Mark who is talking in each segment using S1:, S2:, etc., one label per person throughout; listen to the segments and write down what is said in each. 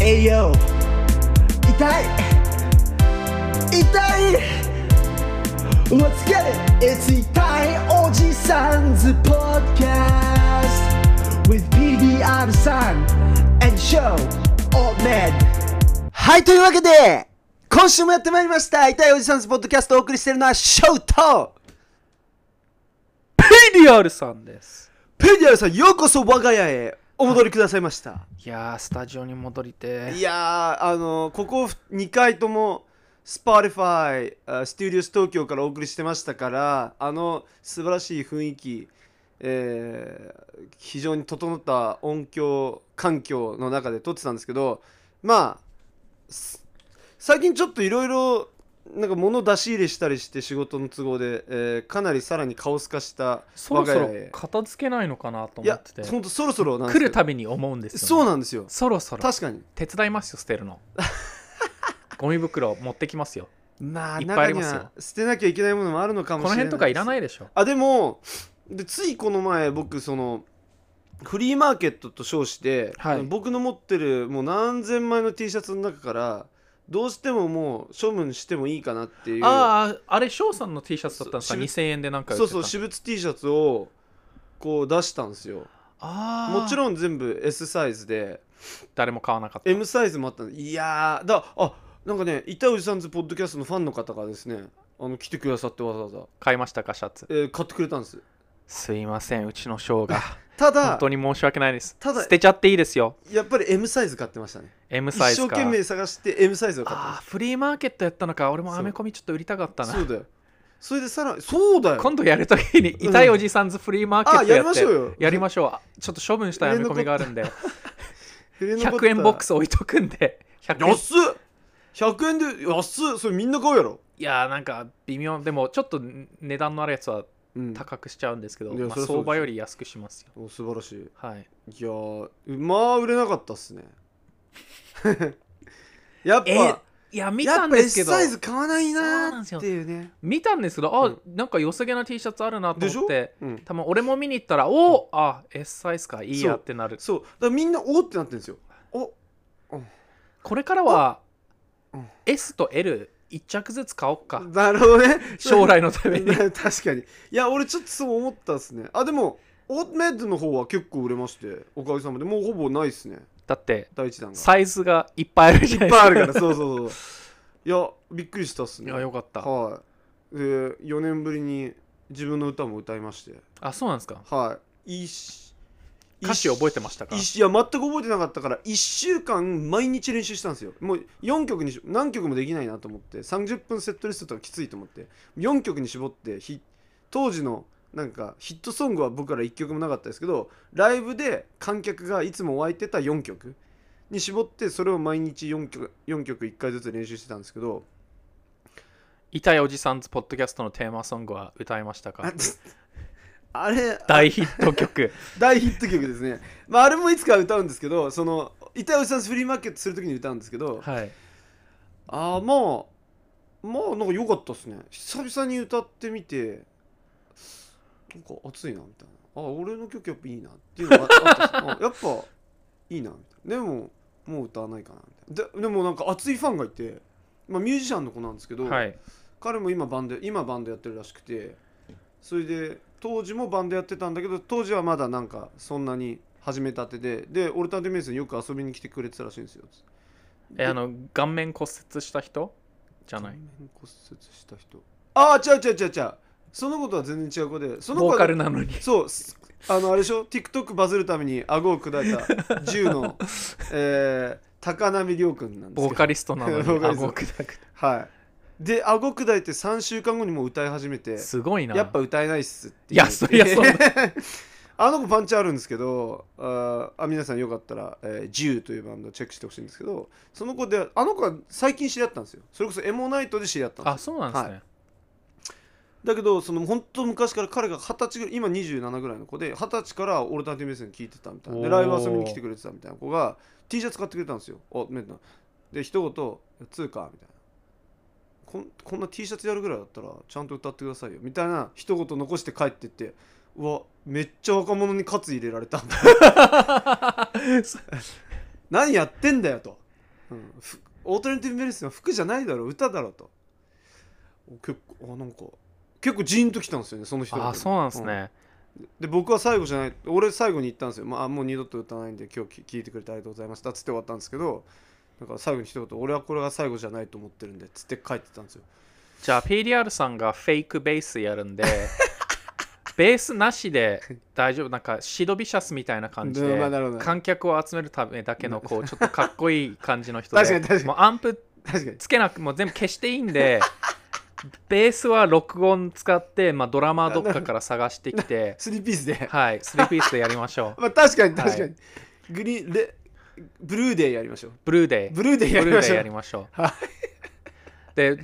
S1: 栄養痛い痛い Let's get it! It's 痛いおじさんズ podcast with BBR さん and show all men はいというわけで今週もやってまいりました痛いおじさんズポッドキャストをお送りしているのはショート
S2: ペリアルさんです
S1: ペディアルさんようこそ我が家へお戻りくださいました、
S2: いやースタジオに戻りて
S1: いやーあのここ2回とも Spotify あ Studios 東京からお送りしてましたからあの素晴らしい雰囲気、えー非常に整った音響環境の中で撮ってたんですけどまあす最近ちょっといろいろなんか物出し入れしたりして仕事の都合で、えーかなりさらにカオス化した
S2: そ
S1: 我
S2: ろ
S1: が
S2: そ
S1: 家
S2: ろ
S1: へ
S2: 片付けないのかなと
S1: い
S2: 思
S1: や
S2: ってて
S1: ほんとそろそろなんです
S2: 来
S1: け
S2: る
S1: ど
S2: たびに思うんですよ、ね、
S1: そうなんですよ
S2: そろそろ
S1: 確かに
S2: 手伝いますよ捨てる のゴミ袋持ってきますよ
S1: まあ、
S2: いっぱいあ
S1: 中
S2: り
S1: に
S2: ますよ
S1: は捨てなきゃいけないものもあるのか
S2: こ
S1: も
S2: の
S1: しれない
S2: 辺とかいらないいでしょ
S1: あでもでついこの前僕そのフリーマーケットと称して、
S2: はい
S1: 僕の持ってるもう何千枚の T シャツの中からどうしてももう処分してもいいかなっていう
S2: あああれ翔さんの T シャツだったんですか
S1: そう
S2: 2000円でなんか売っ
S1: そう
S2: てた
S1: そう私物 T シャツをこう出したんですよ
S2: ああ
S1: もちろん全部 S サイズで
S2: 誰も買わなかった
S1: M サイズもあったんでいやーだあなんかね板内さんズポッドキャストのファンの方がですねあの来てくださってわざわざ、
S2: 買いましたかシャツ
S1: えー買ってくれたんです
S2: すいませんうちの翔 が
S1: ただ
S2: 本当に申し訳ないです
S1: ただ
S2: 捨てちゃっていいですよ
S1: やっぱり M サイズ買ってましたね
S2: M
S1: 一
S2: サイズ
S1: 生
S2: か
S1: 懸命探して M サイズを買って
S2: あ
S1: ま
S2: あフリーマーケットやったのか俺もアメコミちょっと売りたかった
S1: した
S2: な
S1: そうだよそれでさらそうだよ
S2: 今度やるときに
S1: うん
S2: 痛いおじさんズフリーマーケットやって、
S1: あやりましょうよ
S2: やりましょうあちょっと処分したやめ込みがあるんで
S1: フレンドコッタ
S2: 100円ボックス置いとくんで100円
S1: 安っ100円で安っそれみんな買うやろ
S2: いやーなんか微妙でもちょっと値段のあるやつは
S1: うん
S2: 高くしちゃうんですけど、
S1: い
S2: ま
S1: や
S2: あ
S1: そりゃそうですよ
S2: 相場より安くしますよ
S1: お素晴らしいい
S2: はい
S1: やーまあ売れなかったっすね やっぱ
S2: えいや見
S1: や
S2: た
S1: っ
S2: ん
S1: ぱ
S2: ですけ
S1: S
S2: ど
S1: サイズ買わない
S2: そう
S1: な
S2: なんです
S1: ー
S2: よ
S1: っていうね
S2: 見たんですけどあ、
S1: うん
S2: なんか良さげな T シャツあるなと
S1: でし
S2: 思
S1: ょ
S2: って
S1: うん
S2: 多分俺も見に行ったらおおあ S サイズかいい
S1: そ
S2: や
S1: う
S2: ってなる
S1: そうだからみんなおーってなってるんですよお
S2: これからは
S1: おうん
S2: S と L1 着ずつ買おっか
S1: なるほどね
S2: 将来のために
S1: 確かにいや俺ちょっとそう思ったっすねあでもオートメイドの方は結構売れましておかげさまでもうほぼないっすね
S2: だって
S1: 第一弾がいっ
S2: サイズがいっぱいあるじゃないです
S1: ぱい
S2: か
S1: あるからそうそうそういやびっくりしたっすね
S2: いやよかった
S1: はいで4年ぶりに自分の歌も歌いまして
S2: あそうなんですか
S1: はいいし
S2: 歌詞覚えてましたか
S1: いしいや全く覚えてなかったから1週間毎日練習したんですよもう4曲にし何曲もできないなと思って30分セットリストとかきついと思って4曲に絞ってひ当時のなんかヒットソングは僕ら1曲もなかったですけどライブで観客がいつも湧いてた4曲に絞ってそれを毎日4曲 ,4 曲1回ずつ練習してたんですけど
S2: 痛いおじさんズポッドキャストのテーマソングは歌いました
S1: あ
S2: か
S1: あれ
S2: 大ヒット曲
S1: 大ヒット曲ですね、まあ、あれもいつか歌うんですけどその板谷さんフリーマーケットする時に歌うんですけど、
S2: はい
S1: ああまあまあなんか良かったっすね久々に歌ってみてなんか熱いなみたいなあ俺の曲やっぱいいなっていうのが ああったっすあやっぱいいなみたいなでももう歌わないかなみたいなででもなんか熱いファンがいて、まあ、ミュージシャンの子なんですけど、
S2: はい
S1: 彼も今バンド今バンドやってるらしくてそれで当時もバンドやってたんだけど当時はまだなんかそんなに始めたてででオルタネメイスによく遊びに来てくれてたらしいんですよ
S2: えあの顔面骨折した人じゃない
S1: 顔面骨折した人ああ違う違う違う違うそのことは全然違う子でその子
S2: ボ
S1: は
S2: ーカルなのに
S1: そうすあのあれでしょ TikTok バズるために顎を砕い た銃の、えー、高波亮君なんです
S2: ボ
S1: け
S2: ー
S1: ど
S2: カリストなのに
S1: ボーカリスト
S2: 顎砕く
S1: はいで顎砕いて3週間後にもう歌い始めて
S2: すごいな
S1: やっぱ歌えないっすって
S2: いやそりゃそうだ
S1: あの子パンチあるんですけどあーあ皆さんよかったら「えー、JU」というバンドチェックしてほしいんですけどその子であの子は最近知り合ったんですよそれこそエモナイトで知り合ったんですよ
S2: あそうなんですね、
S1: だけどその本当昔から彼が二十歳ぐらい今27ぐらいの子で二十歳からオルタナティブ目線聞いてたみたいなで
S2: おー
S1: ライブ遊びに来てくれてたみたいな子が T シャツ買ってくれたんですよおめでとうで一言「通貨」みたいなこんこんな T シャツやるぐらいだったらちゃんと歌ってくださいよみたいな一言残して帰ってってうわめっちゃ若 者に喝入れられた何やってんだよとうん、ふオートレンティブ・メディスンは服じゃないだろう歌だろうと結構あなんか結構ジーンときたんですよねその人
S2: ああそうなんですね、
S1: で僕は最後じゃない俺最後に言ったんですよ、まあ、もう二度と歌わないんで今日き聞いてくれてありがとうございましたっつって終わったんですけどなんか最後に一言俺はこれが最後じゃないと思ってるんでっつって帰ってたんですよ
S2: じゃあ PDR さんがフェイクベースやる んでベースなしで大丈夫なんかシドビシャスみたいな感じ
S1: うんまあ
S2: で
S1: なるほど
S2: 観客を集めるためだけの こうちょっとかっこいい感じの人で
S1: 確かに確かに
S2: もうアンプ
S1: 確かに
S2: つけなくもう全部消していいんでベースは録音使って、まあ、ドラマどっかから探してき て
S1: スリーピースで、
S2: はいスリーピースでやりましょう
S1: まあ、確かに確かに、
S2: はい
S1: グリーンレブルーデーやりましょう
S2: ブルーデイ
S1: ブルーデーや
S2: ブル
S1: り
S2: ー
S1: ま
S2: デ
S1: し
S2: ー
S1: ょ
S2: や
S1: う
S2: りましょ
S1: は
S2: う。で、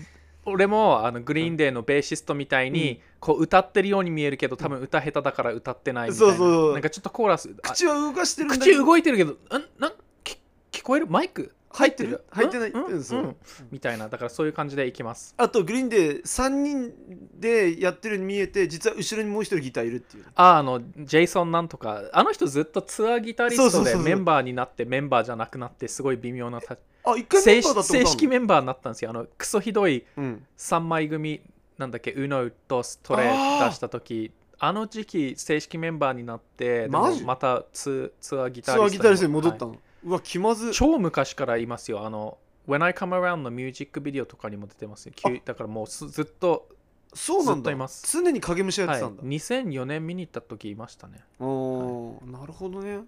S2: 俺もあのグリーンデーのベーシストみたいに、こう歌ってるように見えるけど、多分歌下手だから歌ってないみたいな。
S1: そうそうそう
S2: なんかちょっとコーラス、あ
S1: 口は動かしてるんだ
S2: 口
S1: けど
S2: 動いてるけど、んなんき聞こえるマイク
S1: 入ってる入ってない
S2: うん
S1: うんそう
S2: うんみたいな、だからそういう感じでいきます。
S1: あとグリーンで3人でやってるように見えて実は後ろにもう一人ギターいるっていう
S2: ああのジェイソンなんとかあの人ずっとツアーギタリス
S1: そ
S2: ト
S1: うそう
S2: で
S1: そうそう
S2: メンバーになってメンバーじゃなくなってすごい微妙なた
S1: あ一回メ
S2: 正
S1: ンバーだったことある
S2: 正式メンバーになったんですよあのクソひどい
S1: うん
S2: 3枚組なんだっけ UNO とトレ
S1: あー
S2: 出した時あの時期正式メンバーになってでも
S1: マジ
S2: またツツアーギタ
S1: ツ
S2: リ
S1: ア
S2: スト
S1: ーギタリストに戻った
S2: は
S1: の、うわ気まず
S2: い
S1: い
S2: 超昔からいますよあの When I Come Around のミュージックビデオとかにも出てますよきゅうだからもうすずっと、
S1: そうな
S2: ず
S1: ん
S2: っと
S1: だ
S2: います
S1: 常に影武者やっ
S2: は
S1: て
S2: い、
S1: たんだ、
S2: 2004年見に行った時いましたね
S1: おーなるほどね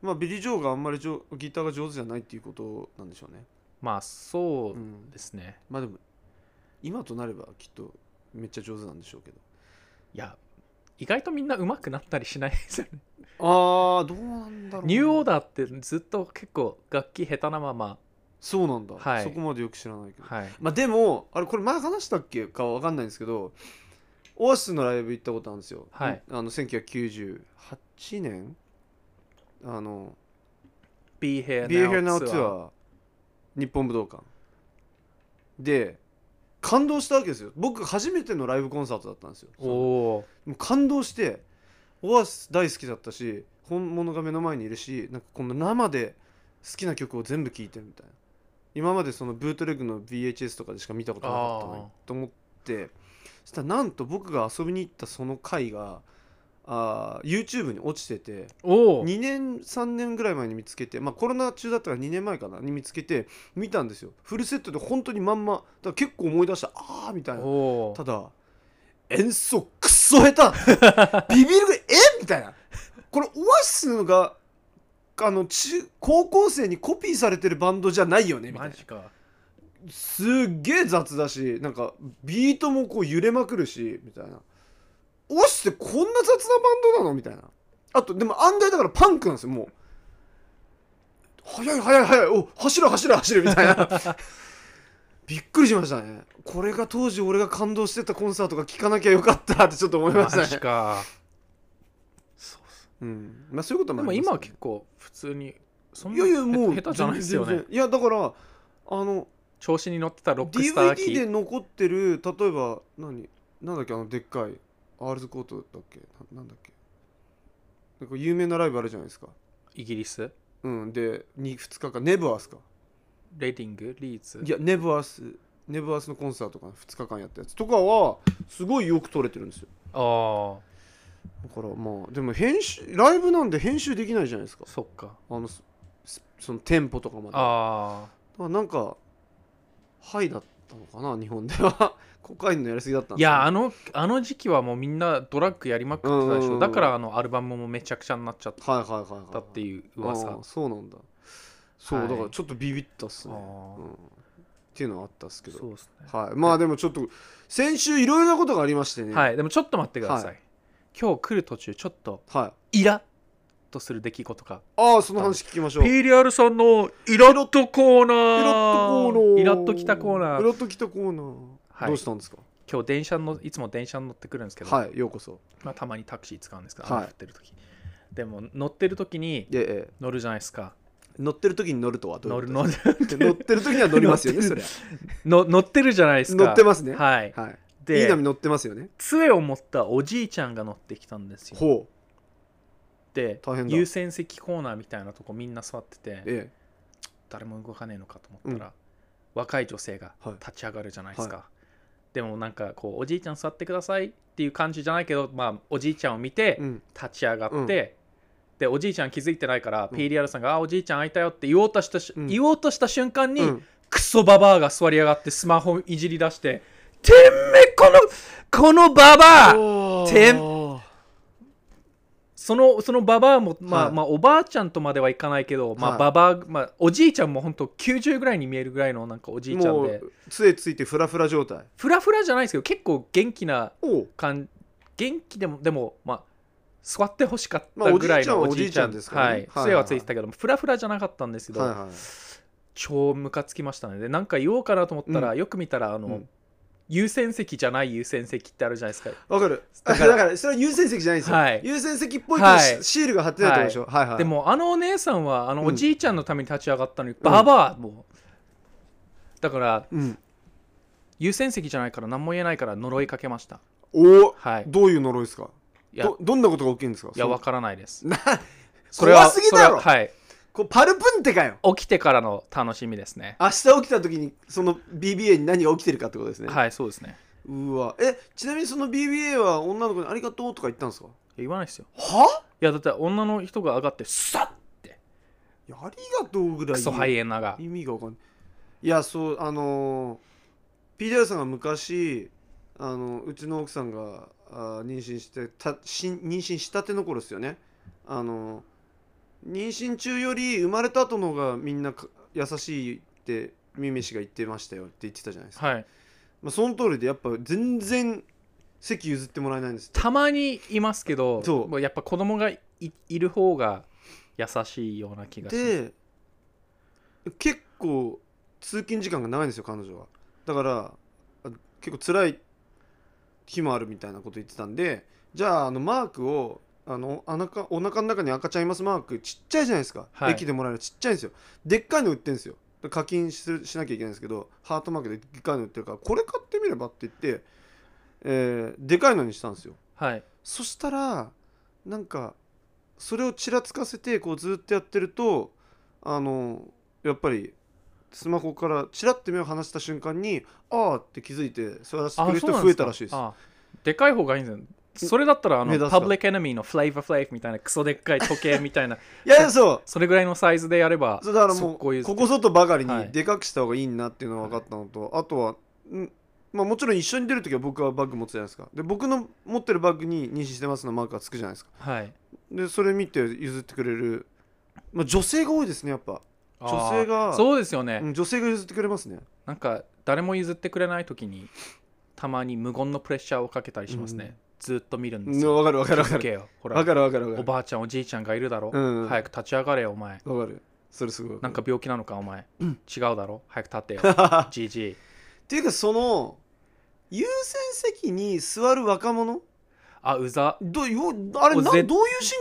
S1: まあビリー・ジョーがあんまりじょギターが上手じゃないっていうことなんでしょうね、、
S2: まあそううんですね、
S1: まあでも今となればきっとめっちゃ上手なんでしょうけど
S2: いや意外とみんな上手くなったりしないですよね
S1: ああどうなんだろう
S2: ニューオー
S1: ダー
S2: ダーってずっと結構楽器下手なまま
S1: そうなんだ、
S2: はい
S1: そこまでよく知らないけど
S2: はい
S1: まあでもあれこれ前話したっけかわかんないんですけどオアシスのライブ行ったことあるんですよ、
S2: はい
S1: あの1998年あの
S2: Be Here
S1: b f n o
S2: Now
S1: w
S2: ツ
S1: ツ
S2: ア
S1: ア
S2: ー
S1: ー日本武道館で感動したわけですよ僕初めてのライブコンサートだったんですよそ
S2: お
S1: の
S2: おー
S1: もう感動してオアシス大好きだったし本物が目の前にいるしなんかこの生で好きな曲を全部聴いてるみたいな今までそのブートレグの VHS とかでしか見たことなかったのに
S2: あ
S1: と思ってそしたらなんと僕が遊びに行ったその回があー YouTube に落ちてて
S2: おお
S1: 2年3年ぐらい前に見つけて、まあ、コロナ中だったから2年前かなに見つけて見たんですよフルセットで本当にまんまだから結構思い出したああみたいな
S2: おお
S1: ただ演奏クソ下手 ビビるぐらいえみたいなこれオアシスがあの中高校生にコピーされてるバンドじゃないよねみたい
S2: マ
S1: な
S2: ジか
S1: すっげえ雑だしなんかビートもこう揺れまくるしみたいなオアシスってこんな雑なバンドなのみたいなあとでも案外だからパンクなんですよもう速い速い速いお走る走る走るみたいな びっくりしましたねこれが当時俺が感動してたコンサートが聴かなきゃよかったってちょっと思いま
S2: マ
S1: したね
S2: ジ、かそうっす
S1: うん、まあそういうことも
S2: で
S1: あり
S2: も今
S1: ます
S2: は
S1: ね
S2: 結構普通にそん
S1: い
S2: な
S1: やいやもう
S2: 下手じゃないですよ
S1: 全
S2: ね
S1: 然いやだからあの
S2: 調子に乗ってたロックスター
S1: DVD で
S2: 期
S1: 残ってる例えば何なんだっけあのでっかいアールズコートだっけななんだっけなんか有名なライブあるじゃないですか
S2: イギリス
S1: うんで 2, 2日間ネブアースか
S2: レディングリーズ
S1: いやネブアースネブアースのコンサートかな2日間やったやつとかはすごいよく撮れてるんですよ
S2: ああ
S1: だからまあでも編集ライブなんで編集できないじゃないですか
S2: そっか
S1: あのすすそのテンポとかまで
S2: あ
S1: まあなんかハイだったのかな日本では コカインのやりすぎだったん
S2: あ
S1: ですかね
S2: いやあのあの時期はもうみんなドラッグやりまくってたでし
S1: うんうんう
S2: ょ
S1: ん
S2: だからあのアルバムもめちゃくちゃになっちゃっ
S1: はいはいはいはい
S2: たって
S1: う
S2: いう噂
S1: そうなんだそう、
S2: はい
S1: だからちょっとビビったっすね、
S2: あ
S1: う
S2: ー
S1: ん、っていうのはあったっすけ
S2: そ
S1: ど
S2: うですね
S1: はいまあでもちょっと先週いろいろなことがありましてね
S2: はいでもちょっと待ってください、
S1: は
S2: 今日来る途中ちょっと
S1: はい
S2: イラッとする出来事が
S1: ああその話聞きましょう
S2: PDR さんのイラッとコーナ
S1: イ
S2: ー
S1: ラッとコーナー
S2: イラッときたコーナ
S1: イ
S2: ー
S1: ラッときたコーナー、
S2: はい
S1: どうしたんですか
S2: 今日電車のいつも電車に乗ってくるんですけど、
S1: はいようこそ
S2: まあ、たまにタクシー使うんですけど
S1: はい
S2: 雨降ってる時、でも乗ってる時に
S1: いやいや
S2: 乗るじゃないですか
S1: 乗ってる時に乗るとはどう
S2: 乗
S1: いう
S2: る
S1: こ
S2: 乗
S1: とで
S2: る
S1: すか 乗ってる時には乗りますよね
S2: 乗っての
S1: そりゃ
S2: 乗ってるじゃないですか
S1: 乗ってますねは
S2: はい
S1: い、い、
S2: で
S1: い波乗ってますよね
S2: 杖を持ったおじいちゃんが乗ってきたんですよ
S1: ほう
S2: で
S1: 大変だ
S2: 優先席コーナーみたいなとこみんな座ってて
S1: ええ
S2: 誰も動かねえのかと思ったら、若い女性が
S1: はい
S2: 立ち上がるじゃないですか、でもなんかこうおじいちゃん座ってくださいっていう感じじゃないけど、まあ、おじいちゃんを見て
S1: うん
S2: 立ち上がって、
S1: うん
S2: でおじいちゃん気づいてないから、
S1: うん
S2: PDR さんが「あおじいちゃん開いたよ」って言おうとしたし、
S1: うん
S2: 言おうとした瞬間に、
S1: うん
S2: クソババアが座り上がってスマホいじり出して「てめえこのこのババア!」
S1: おー
S2: てんそのそのババアも、まあ
S1: はい
S2: まあ、おばあちゃんとまではいかないけど、まあ
S1: はい
S2: ババアまあ、おじいちゃんも本当90ぐらいに見えるぐらいのなんかおじいちゃん
S1: も
S2: で
S1: う杖ついてフラフラ状態
S2: フラフラじゃないですけど結構元気な
S1: おう
S2: 感元気でもでも、まあ、座ってほしかっ
S1: まあ
S2: たぐらいのお
S1: おじ
S2: じ
S1: い
S2: い
S1: ち
S2: ち
S1: ゃ
S2: ゃ
S1: ん
S2: ん
S1: ですからね
S2: はい
S1: はいはい
S2: 杖はついてたけどフラフラじゃなかったんですけど、
S1: はいはい
S2: 超ムカつきましたねでなんか言おうかなと思ったら、
S1: う
S2: よく見たらあの、
S1: うん
S2: 優先席じじゃない優先席ってあるじゃないですか
S1: わかる だ
S2: だか
S1: か
S2: らら
S1: それは優先席じゃないんですよ、
S2: はい
S1: 優先席っぽいけど、
S2: はい
S1: シールが貼ってないってことでしょ、はいはい、
S2: でもあのお姉さんはあの
S1: うん
S2: おじいちゃんのために立ち上がったのに、ババアもうだから
S1: うん、
S2: 優先席じゃないから何も言えないから呪いかけました
S1: おお
S2: はい
S1: どういう呪いですか
S2: いや
S1: どどんなことが起きるんですか
S2: いや
S1: その
S2: わからないです
S1: な
S2: それは
S1: 怖すぎだろ
S2: それははい
S1: こうパルプンテかよ
S2: 起きてからの楽しみですね
S1: 明日起きた時にその BBA に何が起きてるかってことですね、
S2: はいそうですね
S1: うわえちなみにその BBA は女の子に「ありがとう」とか言ったんですか
S2: いや言わないですよ
S1: はい
S2: やだって女の人が上がってさっ
S1: いやありがとうぐら
S2: ク
S1: い
S2: ソハイエナが
S1: 意味がわかんないいやそうあのー、PDR さんが昔あのうちの奥さんがあー妊娠してたし妊娠したての頃ですよねあの妊娠中より生まれた後の方がみんなか優しいってミミシが言ってましたよって言ってたじゃないですか、
S2: はい
S1: まあ、その通りでやっぱ全然席譲ってもらえないんですって
S2: たまにいますけど
S1: そう
S2: もやっぱ子供がいいる方が優しいような気がします
S1: で結構通勤時間が長いんですよ彼女はだからあ結構辛い日もあるみたいなこと言ってたんでじゃああのマークをあのお腹お腹の中に赤ちゃんいますマークちっちゃいじゃないですか、
S2: はい
S1: 駅でもらえるちっちゃいんですよでっかいの売ってるんですよだから課金するしなきゃいけないんですけどハートマークででっかいの売ってるからこれ買ってみればって言って、えーでかいのにしたんですよ
S2: はい
S1: そしたらなんかそれをちらつかせてこうずっとやってるとあのやっぱりスマホからちらって目を離した瞬間にあーって気づいて座らせてくれる人増えたらしいです
S2: あでかい方がいいんですよそれだったらあ
S1: 目立
S2: の
S1: つか
S2: パブリックエネミーのフレーバーフレーバーみたいなクソでっかい時計みたいな
S1: いやいやそう
S2: それぐらいのサイズでやれば
S1: そうだからもう
S2: 速攻
S1: こ
S2: 譲って
S1: こぞとばかり
S2: は
S1: に
S2: い
S1: でかくした方がいいなっていうのが分かったのと、あとは、んまあ、もちろん一緒に出るときは僕はバッグ持つじゃないですかで僕の持ってるバッグに妊娠してますのマークがつくじゃないですか
S2: はい
S1: でそれ見て譲ってくれる、まあ、女性が多いですねやっぱ、
S2: あー
S1: 女性が
S2: そうですよね、
S1: うん女性が譲ってくれますね
S2: なんか誰も譲ってくれない時にたまに無言のプレッシャーをかけたりしますね、
S1: うん
S2: ずっと見るんです
S1: うん
S2: よ、
S1: わかるわかるわ
S2: 気
S1: か
S2: づ
S1: る
S2: けよほら
S1: わかるわかるわか
S2: お
S1: る
S2: ばあちゃんおじいちゃんがいるだろ、
S1: うん
S2: 早く立ち上がれよお前
S1: わかるそれすごいわか
S2: なん
S1: る
S2: か病気なのかお前、違うだろ早く立ってよじいじい
S1: っていうかその優先席に座る若者
S2: あうざ
S1: どよあれな
S2: お
S1: どうい
S2: ぜ
S1: う神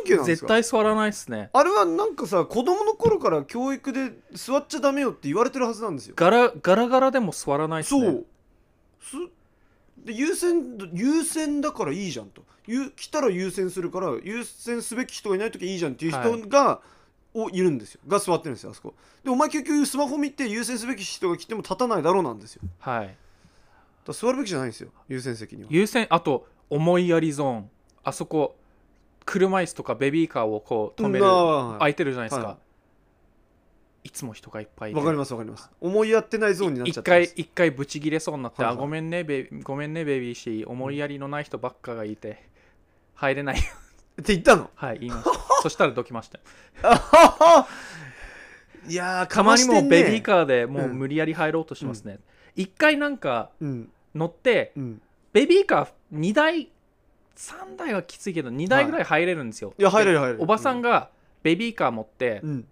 S1: 経なんです
S2: 絶
S1: か
S2: 対座らないっすね
S1: あれはなんかさ子供の頃から教育で座っちゃダメよって言われてるはずなんですよ、
S2: ガラガラガラでも座らないっすね
S1: そうすで優先優先だからいいじゃんとゆ来たら優先するから優先すべき人がいない時はいいじゃんっていう
S2: は
S1: 人
S2: い
S1: が、をいるんですよが座ってるんですよあそこでお前結局スマホ見て優先すべき人が来ても立たないだろうなんですよ
S2: はい
S1: だから座るべきじゃないんですよ優先席には
S2: 優先あと思いやりゾーンあそこ車椅子とかベビーカーをこう止める、
S1: うんあーはい
S2: 空いてるじゃないですか、、
S1: はい
S2: つも人がいっぱいいて
S1: わかりますわかります思いやってないゾーンになっち
S2: 一
S1: ゃってま
S2: 回
S1: す
S2: 一回ブチギレそうになって「
S1: は
S2: あ
S1: いはい
S2: ごめんねベビごめんねベビーし思いやりのない人ばっかがいて入れない
S1: って言ったの
S2: はい言いました そしたらどきました
S1: あははいやー
S2: たまにもうベビー
S1: ー
S2: カーでもう
S1: うん
S2: 無理やり入ろうとしますね一、回なんか
S1: うん
S2: 乗って
S1: うん
S2: ベビーカー2台3台はきついけど2台ぐらい入れるんですよ、
S1: いや入れる入れる
S2: おばさんがベビーカー持って
S1: うん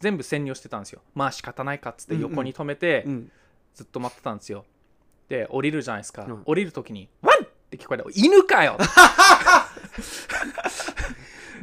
S2: 全部占領してたんですよまあ仕方ないかっつって
S1: うんうん
S2: 横に止めて
S1: うん
S2: ずっと待ってたんですよで降りるじゃないですか、
S1: うん
S2: 降りる時に「ワン!」って聞こえて「犬かよ!」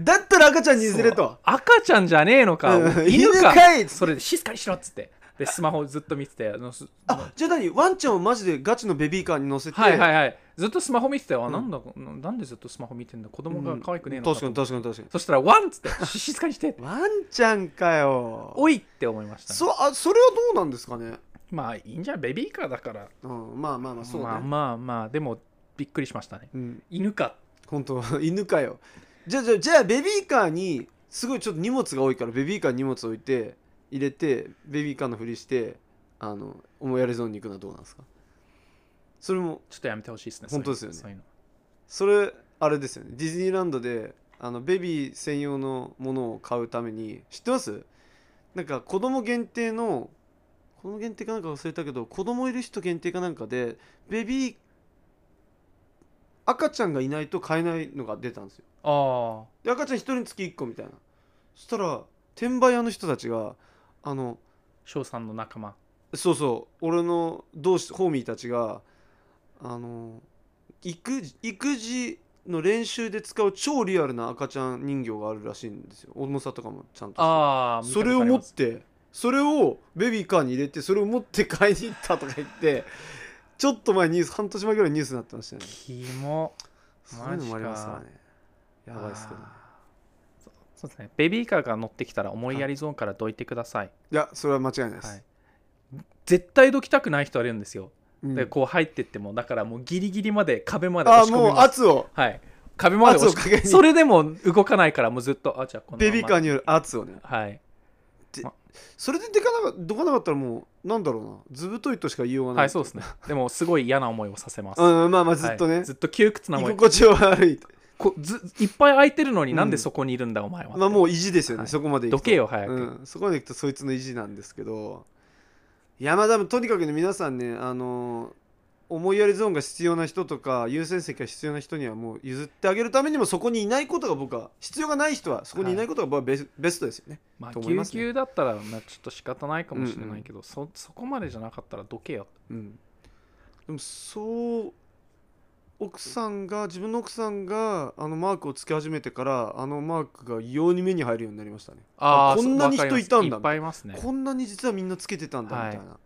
S1: だったら赤ちゃんに譲れ
S2: そ
S1: と
S2: う赤ちゃんじゃねえのか、
S1: うん
S2: 犬
S1: 犬
S2: か
S1: かい
S2: それで静かにしろっつってでスマホずっと見ててあのす
S1: あじゃあ何ワンちゃんをマジでガチのベビーカーに乗せて
S2: はいはいはいずっとスマホ見てて、あ
S1: うん
S2: なんだなんでずっとスマホ見てんだ子供が可愛くねえの
S1: 確
S2: と
S1: か
S2: 思って
S1: に確かに確かに
S2: そしたらワンっつってし静かにして
S1: ワンちゃんかよ
S2: おいって思いました
S1: そあそれはどうなんですかね、
S2: まあいいんじゃんベビーカーだから
S1: うん、まあまあまあそうね、
S2: まあまあまあでもびっくりしましたね
S1: うん、
S2: 犬か
S1: 本当 犬かよじゃあじゃあじゃあベビーカーにすごいちょっと荷物が多いからベビーカーに荷物置いて入れてベビーカーのふりしてあの思いやりゾーンに行くのはどうなんですかそれも
S2: ちょっとやめてほしいですね
S1: 本当ですよね
S2: そういうの
S1: それあれですよねディズニーランドであのベビー専用のものを買うために知ってますなんか子供限定の子供限定かなんか忘れたけど子供いる人限定かなんかでベビー赤ちゃんがいないと買えないのが出たんですよ
S2: あ
S1: で赤ちゃん一人につき1個みたいなそしたら転売屋の人たちがあの
S2: あ翔さんの仲間
S1: そうそう俺の同志ホーミーたちがあの育児育児の練習で使う超リアルな赤ちゃん人形があるらしいんですよ重さとかもちゃんとして
S2: ああ
S1: それを持ってそれをベビーカーに入れてそれを持って買いに行ったとか言って ちょっと前ニュース半年前ぐらいニュースになってましたよね
S2: キモ
S1: そういうのもありますからねやばいっすけどね
S2: あーそうそうですねベビーカーが乗ってきたら思いやりゾーンからどいてください、
S1: いやそれは間違いないで
S2: は
S1: す
S2: い、絶対どきたくない人いるんですよ、
S1: うん
S2: でこう入ってってもだからもうギリギリまで壁まで押
S1: ああ
S2: し込
S1: も
S2: み
S1: う
S2: ます
S1: 圧を
S2: はい壁まで押し
S1: 圧をかけ
S2: 込
S1: に
S2: みそれでも動かないからもうずっとあじゃあこのま
S1: ベ
S2: ま
S1: ビーカーによる圧をね
S2: はい
S1: それででかなかどかなかったらもうなんだろうなずぶといとしか言いようがない、
S2: はいそうですねでもすごい嫌な思いをさせます、
S1: うんまあまあずっとね、
S2: はいずっと窮屈な
S1: 居
S2: 思い
S1: 心地悪い
S2: こずいっぱい空いてるのに
S1: うん
S2: なんでそこにいるんだ、お前は
S1: まあもう意地ですよね、
S2: はい
S1: そこまで行
S2: ど
S1: くと
S2: けよ早く、
S1: うん、そこまで行くとそいつの意地なんですけどいやまあでもとにかくね皆さんねあのー思いやりゾーンが必要な人とか優先席が必要な人にはもう譲ってあげるためにもそこにいないことが僕は必要がない人はそこにいないことが僕はベス,、ベストですよね
S2: まあ
S1: と
S2: ぎ
S1: 思い
S2: ゅう
S1: ますね
S2: ぎゅうだったらまあちょっと仕方ないかもしれないけど、そそこまでじゃなかったらどけよ
S1: うんでもそう奥さんが自分の奥さんがあのマークをつけ始めてからあのマークが異様に目に入るようになりましたねあ
S2: ー
S1: こんなに
S2: そうわかります
S1: 人いたんだ
S2: いっぱいいますね
S1: こんなに実はみんなつけてたんだみ
S2: はい
S1: たいな、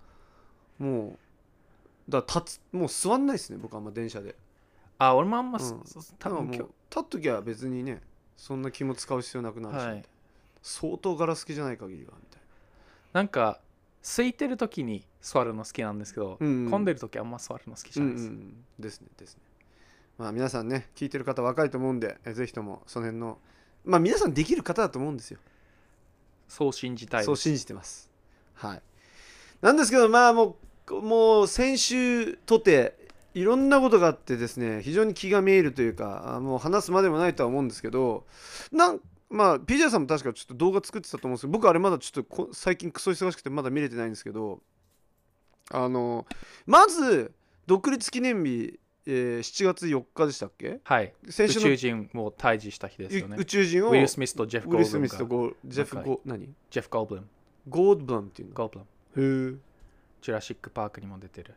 S1: もうだから立つもう座んないですね僕あんま電車で
S2: あ俺もあんま、
S1: うん
S2: そそ多
S1: だ
S2: 分
S1: から
S2: 今
S1: もう立っときゃ別にねそんな気も使う必要なくな
S2: 日
S1: るし、
S2: はい
S1: 相当ガラスきじゃない限りはみたい
S2: なんか空いてる時に座るの好きなんですけど、
S1: うんうん
S2: 混んでる時あんま座るの好きじゃ
S1: な、
S2: ないです、
S1: うんうんですねですねまあ皆さんね聞いてる方若いと思うんでえぜひともその辺のまあ皆さんできる方だと思うんですよ
S2: そう信じたいです
S1: そう信じてます。はい。なんですけど、まあもう、もう先週とて、いろんなことがあってですね、非常に気が滅入るというか、あもう話すまでもないとは思うんですけど、なんまあ、PJ さんも確かちょっと動画作ってたと思うんですけど、僕あれまだちょっとこ最近クソ忙しくてまだ見れてないんですけど、あの、まず、独立記念日、えー7月4日でしたっけ
S2: はい宇
S1: 先週の
S2: 宙人を退治した日ですよね
S1: 宇宙人を
S2: ウィル・スミスとジェフ・
S1: ウ
S2: ゴー
S1: ィル・
S2: ブ
S1: ス
S2: ルム
S1: ミスと
S2: が
S1: ゴージェフ・ゴー何
S2: ジェフ・ゴーブルム
S1: ゴードブラムっていうの
S2: ゴーブルム
S1: へえ
S2: ジュラシック・パークにも出てる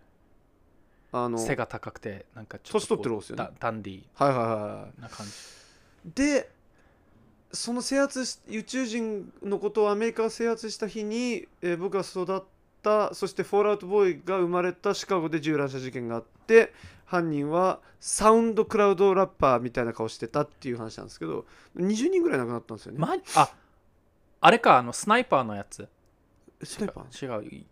S1: あの
S2: 背が高くてなんかちょっ
S1: 年
S2: と
S1: 取ってる方ですよね
S2: ダダンディ
S1: はいはいはいは
S2: ーな感じ
S1: いでその制圧し宇宙人のことをアメリカが制圧した日に、えー僕が育ったそしてフォールアウトボーイが生まれたシカゴで銃乱射事件があって犯人はサウンドクラウドラッパーみたいな顔してたっていう話なんですけど20人ぐらい亡くなったんですよね、
S2: まああれかあのスナイパーのやつ
S1: スナイパー
S2: 違う違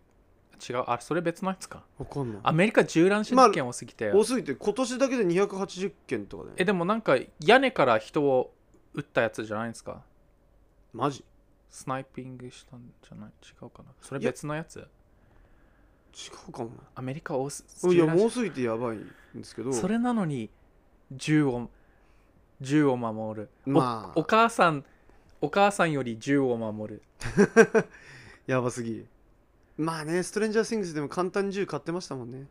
S2: うあそれ別のやつか
S1: わかんない
S2: アメリカ銃乱射事件多すぎて、
S1: 多すぎて今年だけで280件とか
S2: え
S1: ね
S2: でもなんか屋根から人を撃ったやつじゃないんですか
S1: マジ
S2: スナイピングしたんじゃない違うかなそれ別のやつ
S1: 違うかもな
S2: アメリカ多す
S1: い
S2: 銃
S1: や
S2: 乱射
S1: もうすぎてやばいんですけど
S2: それなのに銃を銃を守る、お
S1: ま
S2: お
S1: あ
S2: 母さんお母さんより銃を守る
S1: やばすぎまあねストレンジャー・シングスでも簡単に銃買ってましたもんね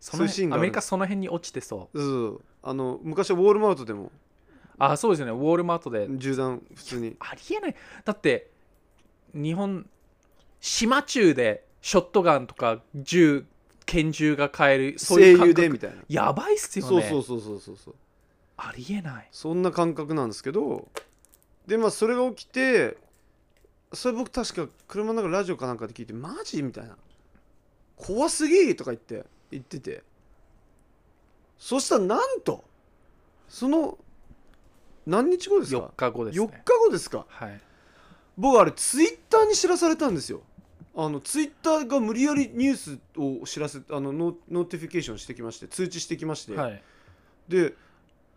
S2: そ
S1: そう
S2: の
S1: いうシーンがあ
S2: ア
S1: る
S2: メリカその辺に落ちてそう
S1: そうそうあの昔はウォールマウトでも
S2: あそうですよねウォールマートで
S1: 銃弾普通に
S2: ありえないだって日本島中でショットガンとか銃拳銃が買えるそう
S1: 声
S2: いう感
S1: 優
S2: 覚
S1: でみたいな
S2: やばいっすよね
S1: そうそうそうそうそうそう
S2: ありえない
S1: そんな感覚なんですけどでまあそれが起きてそれ僕確か車の中ラジオかなんかで聞いてマジみたいな怖すぎとか言って言っててそしたらなんとその何日後です
S2: 4
S1: か
S2: 日後です
S1: 4
S2: ね。
S1: 日後ですか
S2: はい。
S1: 僕あれツイッターに知らされたんですよあのツイッターが無理やりニュースを知らせあのノノーティフィケーションしてきまして通知してきまして、
S2: はい。
S1: で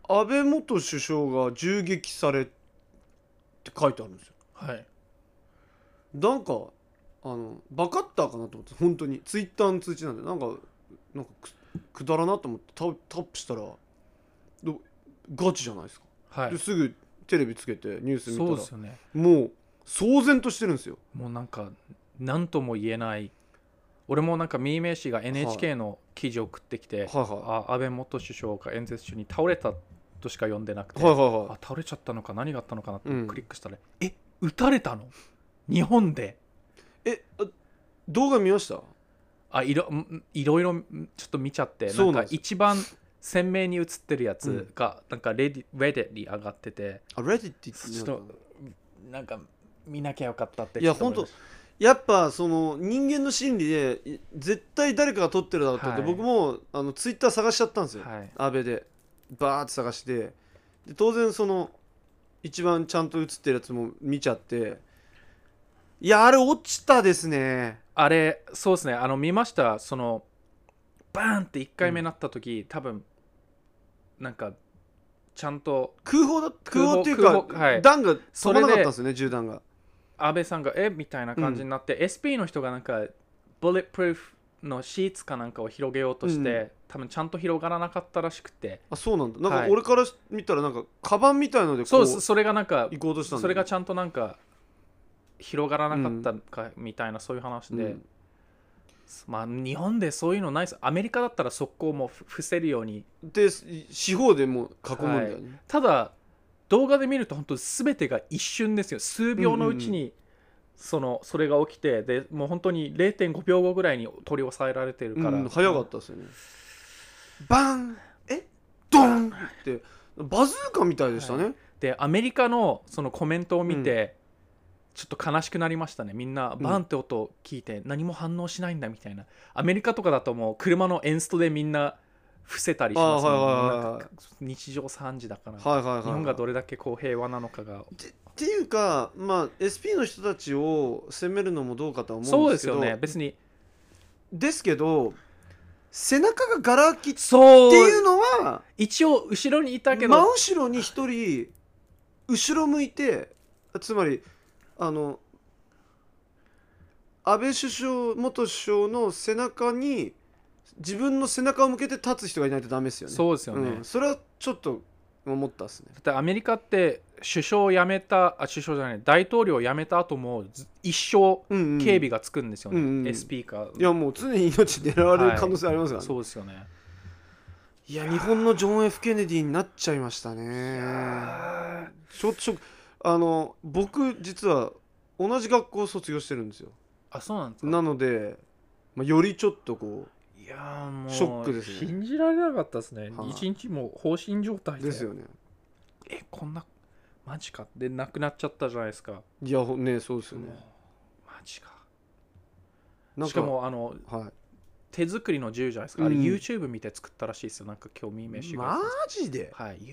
S1: 安倍元首相が銃撃されって書いてあるんですよ
S2: はい。
S1: なんかあのバカッターかなと思って本当にツイッターの通知なんでなんかなんかくくだらなと思ってタッタップしたらどガチじゃないですか、
S2: は
S1: で
S2: い。
S1: すぐテレビつけてニュース見たら
S2: そうですよね。
S1: もう騒然としてるんですよ
S2: もうなんか何とも言えない俺もなんかミーメイ氏が NHK の記事を送ってきて、
S1: はいは
S2: あ安倍元首相が演説中に倒れたとしか読んでなくて、
S1: いはいはいは
S2: あ倒れちゃったのか何があったのかなって
S1: うん
S2: クリックしたら、え撃たれたの日本で
S1: いえあ動画見ました
S2: あいろんいろいろんちょっと見ちゃって
S1: そう
S2: な
S1: な
S2: か
S1: んんですよ
S2: 一番鮮明に映ってるや
S1: う
S2: つ
S1: ん
S2: がなんかレディ、レディに上がってて
S1: あ Reddit って
S2: ちょ
S1: な
S2: っとな
S1: んか
S2: んか見なきゃよかったって
S1: いや
S2: ちょっと思
S1: 本当
S2: まし
S1: やっぱその人間の心理でい絶対誰かが撮ってるだろうと思って、
S2: はい
S1: 僕もあのツイッター探しちゃったんですよ、
S2: たはい
S1: 安倍でバーって探してで当然その一番ちゃんと映ってるやつも見ちゃっていやあれ落ちたですね
S2: あれそうですねあの見ましたそのバーンって1回目なった時、多分なんかちゃんと
S1: 空砲だ
S2: 空
S1: 空
S2: 砲
S1: 砲っていうか、
S2: 空砲はい
S1: 弾が
S2: そ
S1: 飛
S2: れ
S1: ば
S2: で
S1: なかったんですよね銃弾が
S2: 安倍さんがえみたいな感じになって、SP の人がなんかボレットプルーフのシーツかなんかを広げようとして、
S1: うん
S2: 多分ちゃんと広がらなかったらしくて
S1: あそうなんだなん
S2: は
S1: か
S2: い
S1: 俺から見たらなんかカバンみたいのでこ
S2: そう
S1: う
S2: ですそれがなんか
S1: 行こうとしたんだ
S2: それがちゃんとなんか広がらなかったかみたいな、そういう話で、
S1: うん
S2: まあ日本でそういうのないですアメリカだったら速攻もふ伏せるように
S1: で四方でもう囲むんだよね、
S2: ただ動画で見ると本当全てが一瞬ですよ数秒のうちにそのそれが起きてでもう本当に0.5秒後ぐらいに取り押さえられてるから、
S1: うん、早かったですよねバンえドンってバズーカみたいでしたね、
S2: でアメリカのそのコメントを見て、ちょっと悲しくなりましたねみんなバーンって音を聞いて何も反応しないんだみたいな、アメリカとかだともう車のエンストでみんな伏せたりしますよね
S1: あはいはいはいは
S2: な
S1: い
S2: んか日常3時だから、
S1: はいはいはいはい
S2: 日本がどれだけこう平和なのかが
S1: ってっていうか、まあ、SP の人たちを責めるのもどうかとは思
S2: そううんで
S1: で
S2: すす
S1: けど
S2: よね別に
S1: ですけど背中がガラ空きって
S2: そう
S1: いうのは
S2: 一応後ろにいたけ
S1: 真
S2: ど
S1: 後ろに一人後ろ向いてつまりあの安倍首相元首相の背中に自分の背中を向けて立つ人がいないとダメですよね。
S2: そうですよね、
S1: うん、それはちょっと思ったですね。
S2: だってアメリカって首相を辞めたあ首相じゃない大統領を辞めた後もず一生
S1: うんうん
S2: 警備がつくんですよね、
S1: うんうんうん
S2: SP か
S1: いやもう常に命狙われる可能性ありますからね。
S2: そうですよね
S1: いや日本のジョン・ F ・ケネディになっちゃいましたねちょっとショックあの僕実は同じ学校を卒業してるんですよ
S2: あそうなんですか
S1: なので、まあ、よりちょっとこ
S2: いやーもう
S1: ショックですね
S2: 信じられなかったですね、
S1: はい
S2: 一日もう放心状態
S1: う
S2: で
S1: ですよね
S2: えこんなマジかで亡くなっちゃったじゃないですか
S1: いやほねそうですよね
S2: もうマジか
S1: なんか
S2: しかもあの
S1: は
S2: 手作りの銃じゃないですかあれ
S1: うん
S2: YouTube 見て作ったらしいですよなんか興味
S1: い
S2: 飯が
S1: マジで
S2: はい、YouTube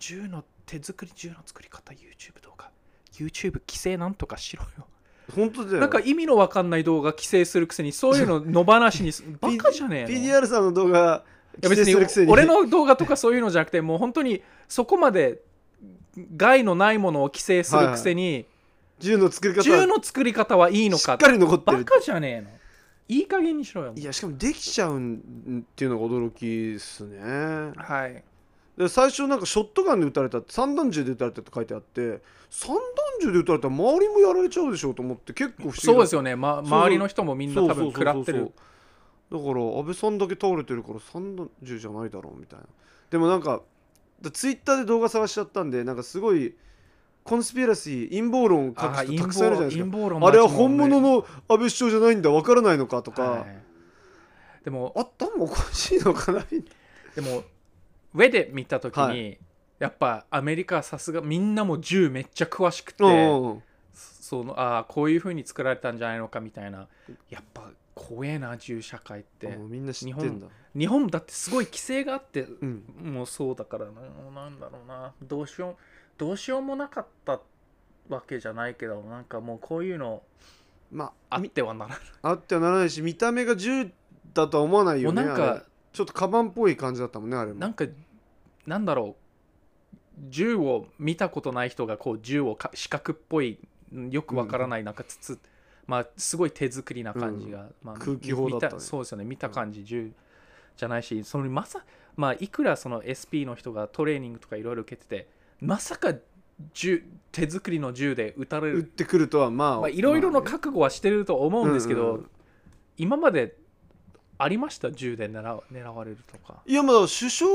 S2: 銃の手作り銃の作り方 YouTube 動画 YouTube 規制なんとかしろよ
S1: 本当だよ
S2: なんか意味のわかんない動画規制するくせにそういうの野放しに すバカじゃねえの
S1: PDR さんの動画
S2: いや別
S1: 規制するくせ
S2: に
S1: に
S2: 俺の動画とかそういうのじゃなくてもう本当にそこまで害のないものを規制するくせに、
S1: 銃の作り方
S2: 銃の作り方はいいの
S1: し
S2: か
S1: っかり残って
S2: バ
S1: る
S2: カじゃねえのいい加減にしろよ
S1: いやしかもできちゃうんっていうのが驚きですね
S2: はい
S1: で最初なんかショットガンで撃たれたって散弾銃で撃たれたって書いてあって散弾銃で撃たれたら周りもやられちゃうでしょうと思って結構不思議
S2: そうです
S1: よ
S2: よね、ま、
S1: うそう
S2: 周りの人もみんな多分食らってる
S1: だから安倍さんだけ倒れてるから散弾銃じゃないだろうみたいなでもなんかだツイッターで動画探しちゃったんでなんかすごいコンスピラシー陰謀論を書
S2: あ
S1: く
S2: ー
S1: 人たくさんいるじゃないです
S2: 陰
S1: か
S2: 謀論
S1: あれは本物
S2: マジもう
S1: の安倍首相じゃないんだわからないのかとか、
S2: はいでも
S1: あったもおかしいのかなみたい
S2: でもウェデ見た時に、
S1: は
S2: やっぱアメリカはさすがみんなも銃めっちゃ詳しくて
S1: なうんうんうん
S2: そそのあーこういう風に作られたんじゃないのかみたいなやっぱ怖えな銃社会っ
S1: あ
S2: て
S1: もうみんな知ってんだ
S2: 日本だってすごい規制があって
S1: うん
S2: もうそうだからななんだろうなどうしようどうしようもなかったわけじゃないけどなんかもうこういうの
S1: まあ
S2: あってはなら
S1: あってはならないし見た目が銃だとは思わない
S2: ないも
S1: よ
S2: う
S1: ね
S2: なん
S1: あれ
S2: か
S1: ちょっとカバンっぽい感じだったもんねあれも
S2: なんかなんだろう銃を見たことない人がこう銃をか四角っぽいよくわからないなんか筒、まあすごい手作りな感じが、まあ、
S1: 空気砲だったね
S2: 見そうですよね見た感じ銃じゃないしそのまさまあいくらその SP の人がトレーニングとかいろいろ受けててまさか銃手作りの銃で撃たれ
S1: 撃っ
S2: る
S1: てくるとはまあ
S2: まあいろいろの
S1: まあね
S2: 覚悟はしてると思うんですけど、
S1: うんうん
S2: 今までありました銃で狙わ狙われるとか。
S1: いやまあ首相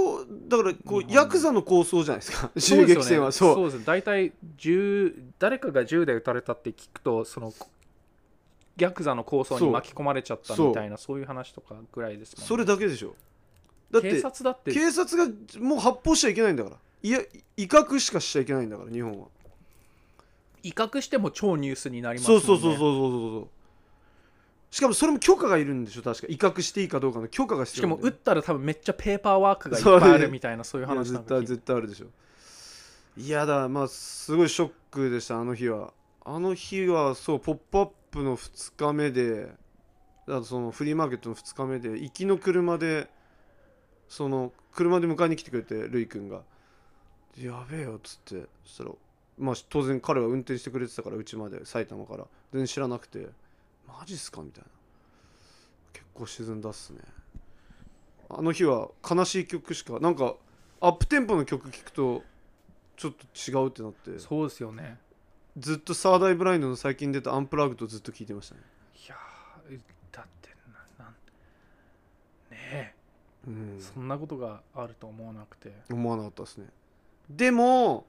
S1: だから
S2: 日本
S1: こう
S2: の
S1: ヤクザの構想じゃないですか
S2: そう
S1: 銃
S2: ですよ
S1: 撃
S2: ね
S1: 戦はそう
S2: そうですね大体銃誰かが銃で撃たれたって聞くとそのヤクザの抗争
S1: そ
S2: に
S1: う
S2: 巻き込まれちゃったみたいなそういう話とかぐらいですもんね
S1: それだけでしょだって
S2: 警察だって
S1: 警察がもう発砲しちゃいけないんだからいや威嚇しかしちゃいけないんだから日本は、
S2: 威嚇しても超ニュースになりますも
S1: そ
S2: ん
S1: う
S2: ね
S1: そうそうそうそうそうそうしかもそれも許可がいるんでしょ確か威嚇していいかどうかの許可が必
S2: し
S1: 要
S2: か
S1: な
S2: も
S1: んだ
S2: 撃
S1: よ
S2: ったら多分めっちゃペーパーワークがいっぱいあるみたいなそういう
S1: いや
S2: 話なんか
S1: 絶
S2: 聞
S1: 対
S2: いて
S1: 絶対あるでしょいやだまあすごいショックでしたあの日はあの日はそう「ポップアップの2日目でだからそのフリーマーケットの2日目で行きの車でその車で迎えに来てくれてるいくんが「やべえよ」っつってそしたらまあ当然彼は運転してくれてたからうちまで埼玉から全然知らなくて「マジっすか?」みたいな結構沈んだっすねあの日は悲しい曲しかなんかアップテンポの曲聴くとちょっと違うってなって
S2: そうですよね
S1: ずっとサーダイブラインドの最近出た「アンプラグとずっと聴いてましたね
S2: いやーだってななんね
S1: うん
S2: えそんなことがあると思わなくて
S1: 思わなかったですねでも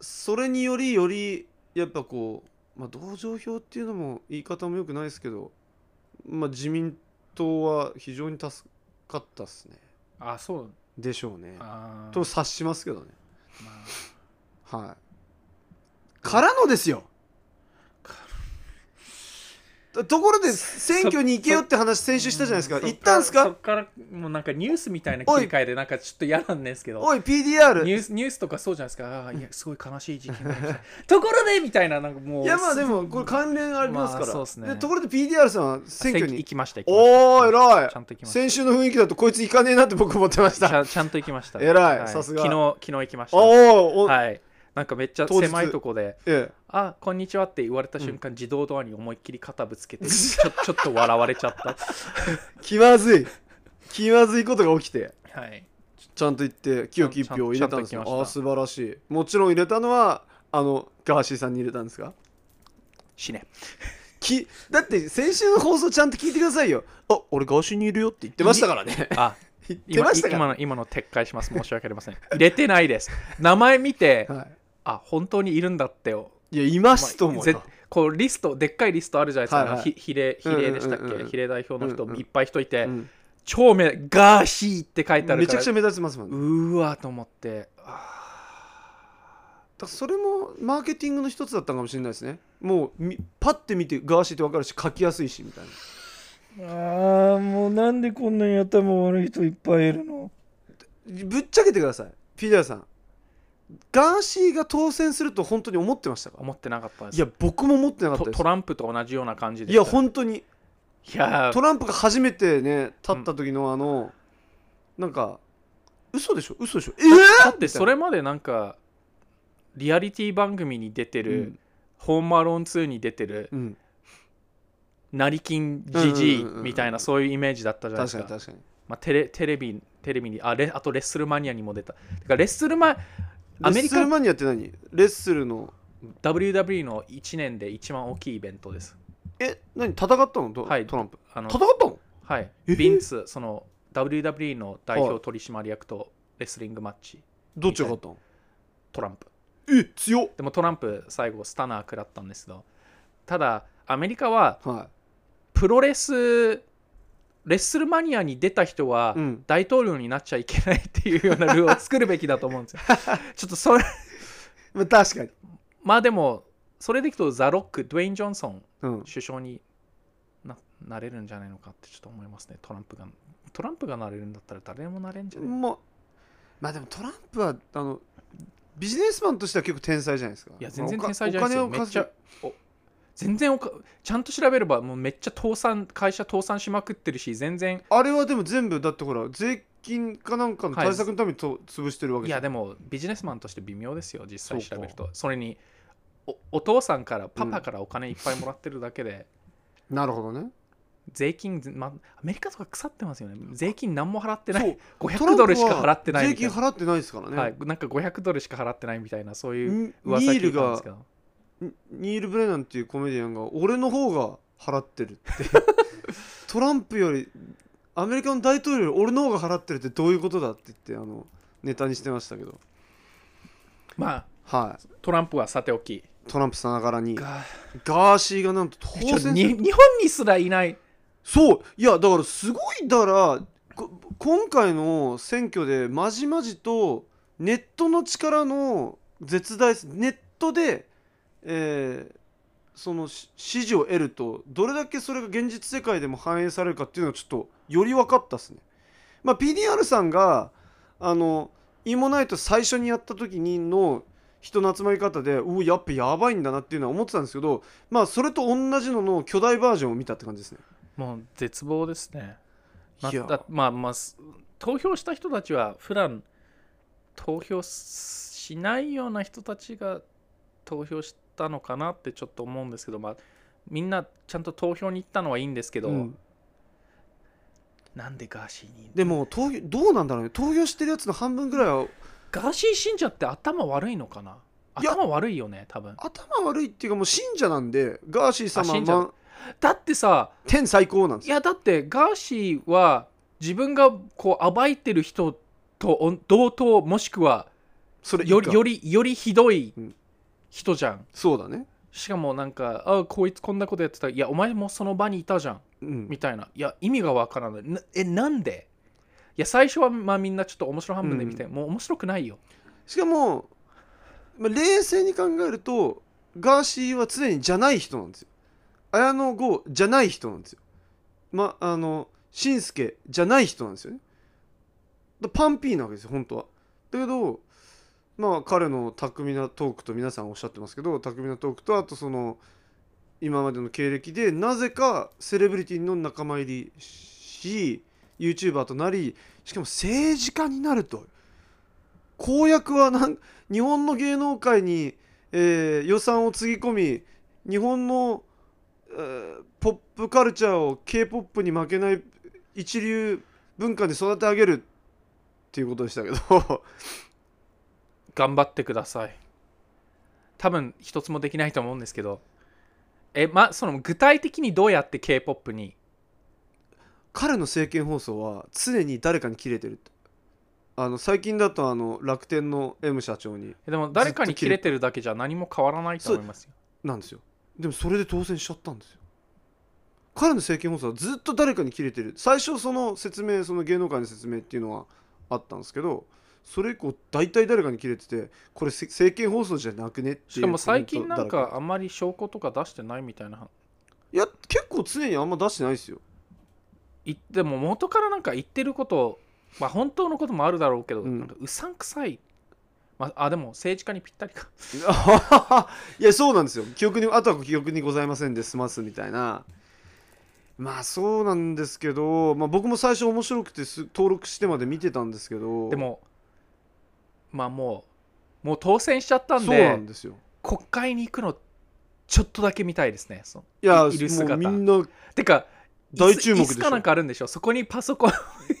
S1: それによりよりやっぱこう、まあ、同情票っていうのも言い方もよくないですけど、まあ、自民党は非常に助かったっすね
S2: あそう
S1: でしょうね
S2: あー
S1: と察しますけどね
S2: まあ
S1: はいからのですよ
S2: か
S1: とところで選挙に行けよって話先週したじゃないですか
S2: うん
S1: 行ったんすか
S2: そっからもうなんかニュースみたいな
S1: おい
S2: 切り替えでなんかちょっと嫌なんですけど
S1: おい PDR
S2: ニュースニュースとかそうじゃないですかあーいやすごい悲しい事件が起きたところでみたいななんかもうい
S1: いやまあでもこれ関連ありますから、
S2: まあそうっすね
S1: でところで PDR さんは選挙
S2: 行
S1: に
S2: きました行きました
S1: おー偉い
S2: ちゃんと行きまし
S1: 先週の雰囲気だとこいつ行かねえなって僕思ってました
S2: ち
S1: た
S2: ゃちゃんと行きました
S1: 偉い
S2: は
S1: さすが
S2: 昨日昨日行きまし
S1: お
S2: た
S1: ーお、
S2: はいなんかめっちゃ
S1: 当日
S2: 狭いとこで
S1: え
S2: 「あこんにちは」って言われた瞬間、自動ドアに思いっきり肩ぶつけてちょ ちょっと笑われちゃった
S1: え気まずい気まずいことが起きて
S2: はい
S1: ちゃんと行って清き一票を入れたんですよ
S2: ちゃんと行き
S1: ああ
S2: ま
S1: ー
S2: した
S1: 素晴らしいもちろん入れたのはあのガーシーさんに入れたんですか
S2: 死ね
S1: きだって先週の放送ちゃんと聞いてくださいよあ俺ガーシーにいるよって言ってましたからね
S2: あ
S1: 言って
S2: 今
S1: ましたか
S2: 今
S1: ら
S2: の今の撤回します申し訳ありません入れてないです名前見て
S1: は
S2: あ本当にいるんだってよ
S1: い、いやいますと思う
S2: ぜ
S1: よ、
S2: こうリストでっかいリストあるじゃないですか、
S1: はいはい
S2: あのひ比例比例でしたっけ、
S1: うんうんうんうん
S2: 比例代表の人、
S1: うんうん
S2: いっぱい人いて、
S1: うん
S2: 超目ガーシーって書いてある
S1: め
S2: か
S1: ちゃ
S2: ら
S1: くちゃ目立ちますもんね
S2: うーわーと思ってあ
S1: だからそれもマーケティングの一つだったのかもしれないですねもうみパッて見てガーシーって分かるし書きやすいしみたいな
S3: ああもうなんでこんなに頭悪い人いっぱいいるの
S1: ぶっちゃけてくださいピーダーさんガーシーが当選すると本当に思ってましたか
S2: 思ってなかったで
S1: い
S2: す
S1: や僕も思ってなかった
S2: ト
S1: です
S2: トランプと同じような感じで
S1: い
S2: した
S1: や本当に
S2: いやー
S1: トランプが初めてね立った時のあの、なんか嘘でしょ嘘でしょえ
S2: だってそれまでなんかリアリティ番組に出て
S1: え
S2: る、ホームアローン2に出てる
S1: うんうん
S2: 成金じじい
S1: うんうんうんうん
S2: みたいなそういうイメージだったじゃないで
S1: 確
S2: す
S1: か
S2: か
S1: に確かに
S2: まあ、テレテレビテレビにあレあとレッスルマニアにも出ただからレッスルマアメリカ
S1: レッスルマニアって何レッスルの
S2: WWE の1年で一番大きいイベントです
S1: え何戦ったのト,、
S2: はい
S1: トランプ
S2: あの
S1: 戦ったの
S2: はい
S1: え
S2: ビンツその WWE の代
S1: は
S2: 表取締役とレスリングマッチ
S1: どっちが勝ったの
S2: トランプ
S1: え強っ
S2: でもトランプ最後スタナー食らったんですけどただアメリカは
S1: は
S2: プロレスレッスルマニアに出た人は、
S1: い、うん、
S2: 大統領になっちゃいけないっていうようなルール を作るべきだと思うんですよ。ちょっとそれ
S1: まあ確かに
S2: まあでもそれでいくとザ・ロック、ドウェイン・ジョンソン
S1: うん、
S2: 首相にななれるんじゃないのかってちょっと思いますね、トランプが。トランプがなれるんだったら誰でもなれるんじゃない
S1: もうまあでもトランプはあのビジネスマンとしては結構天才じゃないですか
S2: いや、全然
S1: まあ
S2: 天才じゃないですよ。
S1: お
S2: め
S1: 金を
S2: っち
S1: 稼
S2: ゃ、お全然おか、ちゃんと調べれば、もうめっちゃ倒産、会社倒産しまくってるし、全然、
S1: あれはでも全部だってほら税金かなんかの対策のためにと、潰してるわけ
S2: い
S1: じゃ
S2: や、
S1: ん
S2: でもビジネスマンとして微妙ですよ、実際
S1: そうか
S2: 調べると。それにお、お父さんから、パパからお金いっぱいもらってるだけで、
S1: なるほどね
S2: 税金、ま、アメリカとか腐ってますよね。税金何も払ってな
S1: そ
S2: い。
S1: う
S2: 500ドルしか払ってない
S1: トラ
S2: み
S1: ン
S2: たい
S1: プは税
S2: な。
S1: 金払ってないですからね、
S2: はい、なんか500ドルしか払ってないみたいな、そういう
S1: ニ
S2: 噂
S1: ー
S2: 聞
S1: ル
S2: いたんです
S1: が
S2: けど。
S1: ニール・ブレナンっていうコメディアンが俺の方が払ってるって トランプよりアメリカの大統領より俺の方が払ってるってどういうことだって言ってあのネタにしてましたけど
S2: まあ、
S1: は
S2: トランプはさておき。
S1: いトランプさながらに
S2: が
S1: ガーシーがなんと当
S2: ちょ
S1: 選
S2: っと
S1: す
S2: に
S1: る
S2: 日本にすらいない。
S1: そういやだからすごいだからこ今回の選挙でまじまじとネットの力の絶大さネットで、えーそのし支持を得るとどれだけそれが現実世界でも反映されるかっていうのはちょっとより分かったですね。まあ、PDR さんがあのイモナイト最初にやった時にの人の集まり方でおおやっぱやばいんだなっていうのは思ってたんですけどまあそれと同じのの巨大バージョンを見たって感じですね。
S2: もう絶望ですね。ま
S1: いや
S2: だまあまあ、す投票した人たちは普段投票しないような人たちが投票したのかなってちょっと思うんですけど、まあ、みんなちゃんと投票に行ったのはいいんですけど、
S1: うん
S2: なんでガーシーに
S1: でも投票どうなんだろうね投票してるやつの半分ぐらいは
S2: ガーシー信者って頭悪いのかない
S1: や
S2: 頭悪いよね、多分。
S1: 頭悪いっていうかもう信者なんでガーシー様
S2: あ
S1: は
S2: 信者
S1: まあ
S2: だってさ、
S1: 天最高なんで
S2: い
S1: すよ
S2: やだってガーシーは自分がこう暴いてる人とお同等もしくは
S1: それ
S2: よ
S1: 以
S2: り
S1: 下
S2: よりよりひどい
S1: うん
S2: 人じゃん
S1: そうだね
S2: しかもなんか「あこいつこんなことやってたいやお前もその場にいたじゃん
S1: うん」
S2: みたいないや意味がわからないなえなんでいや最初はまあみんなちょっと面白半分で見て、もう面白くないよ
S1: しかも、まあ、冷静に考えるとガーシーは常にじゃない人なんですよ綾野剛じゃない人なんですよまあの紳助じゃない人なんですよねだパンピーなわけですよ本当はだけどまあ彼の巧みなトークと皆さんおっしゃってますけど巧みなトークとあとその今までの経歴でなぜかセレブリティの仲間入りし YouTuber となりしかも政治家になると公約はなん日本の芸能界に、えー予算をつぎ込み日本の、えーポップカルチャーを k p o p に負けない一流文化に育て上げるっていうことでしたけど
S2: 頑張ってください多分一つもできないと思うんですけどえまその具体的にどうやって k p o p に
S1: 彼の政見放送は常に誰かに切れてるってあの最近だとあの楽天の M 社長に
S2: でも誰か
S1: ず
S2: に
S1: っと切
S2: 切
S1: れ
S2: れてるだけじゃ何も変わらないと思いますよ。
S1: なんですよでもそれで当選しちゃったんですよ彼の政見放送はずっと誰かに切れてる最初その説明その芸能界の説明っていうのはあったんですけどそれ以降大体誰かに切れててこれせ政見放送じゃなくねっていう
S2: しかも最近
S1: コメ
S2: な
S1: ント
S2: ん
S1: だらけ
S2: かあんまり証拠とか出してないみたいな。
S1: いや結構常にあんま出してないですよ
S2: いでも元からなんか言ってること、まあ本当のこともあるだろうけど、
S1: うん
S2: なんかうさんくさい。まあ、あでも政治家にぴったりか。
S1: いやそうなんですよ記憶にあとは記憶にございませんで済ますみたいなまあそうなんですけど、まあ、僕も最初面白くてす登録してまで見てたんですけど
S2: でも、まあもう、もう当選しちゃったん
S1: そうな
S2: で
S1: ん、ですよ
S2: 国会に行くのちょっとだけ見たいですね。そう
S1: いや
S2: い る
S1: も
S2: 姿
S1: うみんな
S2: てか、いつ
S1: 大注目でしょ
S2: いつかなんかあるんでしょそこにパソコンを置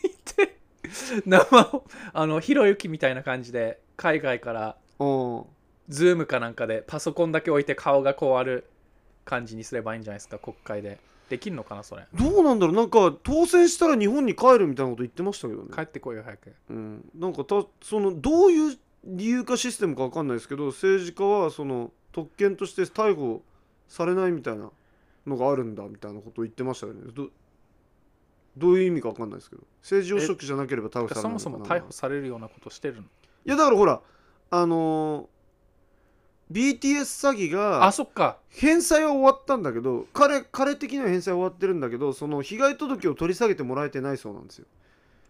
S2: いて、 生を、あの、ひろゆきみたいな感じで、海外から、
S1: うん
S2: ズームかなんかでパソコンだけ置いて顔がこうある感じにすればいいんじゃないですか国会でできるのかなそれ
S1: どうなんだろうなんか当選したら日本に帰るみたいなこと言ってましたけどね、
S2: 帰ってこいよ早く
S1: うん、なんかたそのどういう理由かシステムか分かんないですけど政治家はその特権として逮捕されないみたいなのがあるんだみたいなことを言ってましたよねどどういう意味か分かんないですけど政治汚職じゃなければ逮捕されな
S2: そ
S1: いの
S2: も
S1: か
S2: そ
S1: な
S2: も逮捕されるようなことしてるの
S1: いやだからほらあのー BTS 詐欺
S2: あ
S1: が
S2: そっか
S1: 返済は終わったんだけど彼彼的には返済は終わってるんだけどその被害届を取り下げてもらえてないそうなんですよ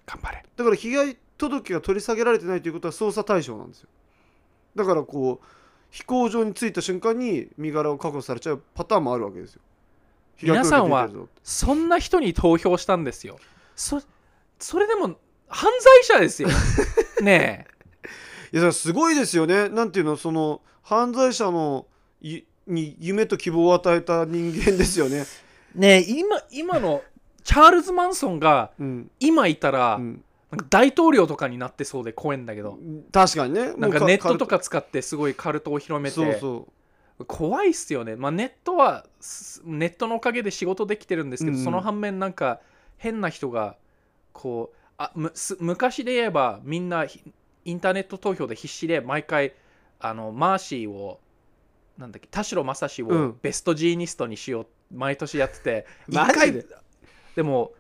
S2: 頑張れ
S1: だから被害届が取り下げられてないということは捜査対象なんですよだからこう飛行場に着いた瞬間に身柄を確保されちゃうパターンもあるわけですよ
S2: 皆さんは
S1: 被害届出てるぞって
S2: そんな人に投票したんですよそそれでも犯罪者 ですよねえ
S1: いやだからすごいですよねなんていうのその犯罪者のゆに夢と希望を与えた人間です よね
S2: ねえ今今のチャールズ・マンソンが
S1: うん、
S2: 今いたら、
S1: うん
S2: なんか大統領とかになってそうで怖いんだけど、
S1: 確かにね
S2: なんか
S1: もう
S2: ネットと
S1: カ
S2: か使ってすごいカルトを広
S1: ル
S2: めて
S1: そうそう
S2: 怖いっすよね、まあ、ネットはすネットのおかげで仕事できてるんですけど、
S1: うん
S2: その反面なんか変な人がこうあむす昔で言えばみんなひインターネット投票で必死で毎回あのマーシーをなんだっけ田代正史
S1: う
S2: を
S1: ん
S2: ベストジーニストにしよう毎年やってて
S1: マジで
S2: 一回でも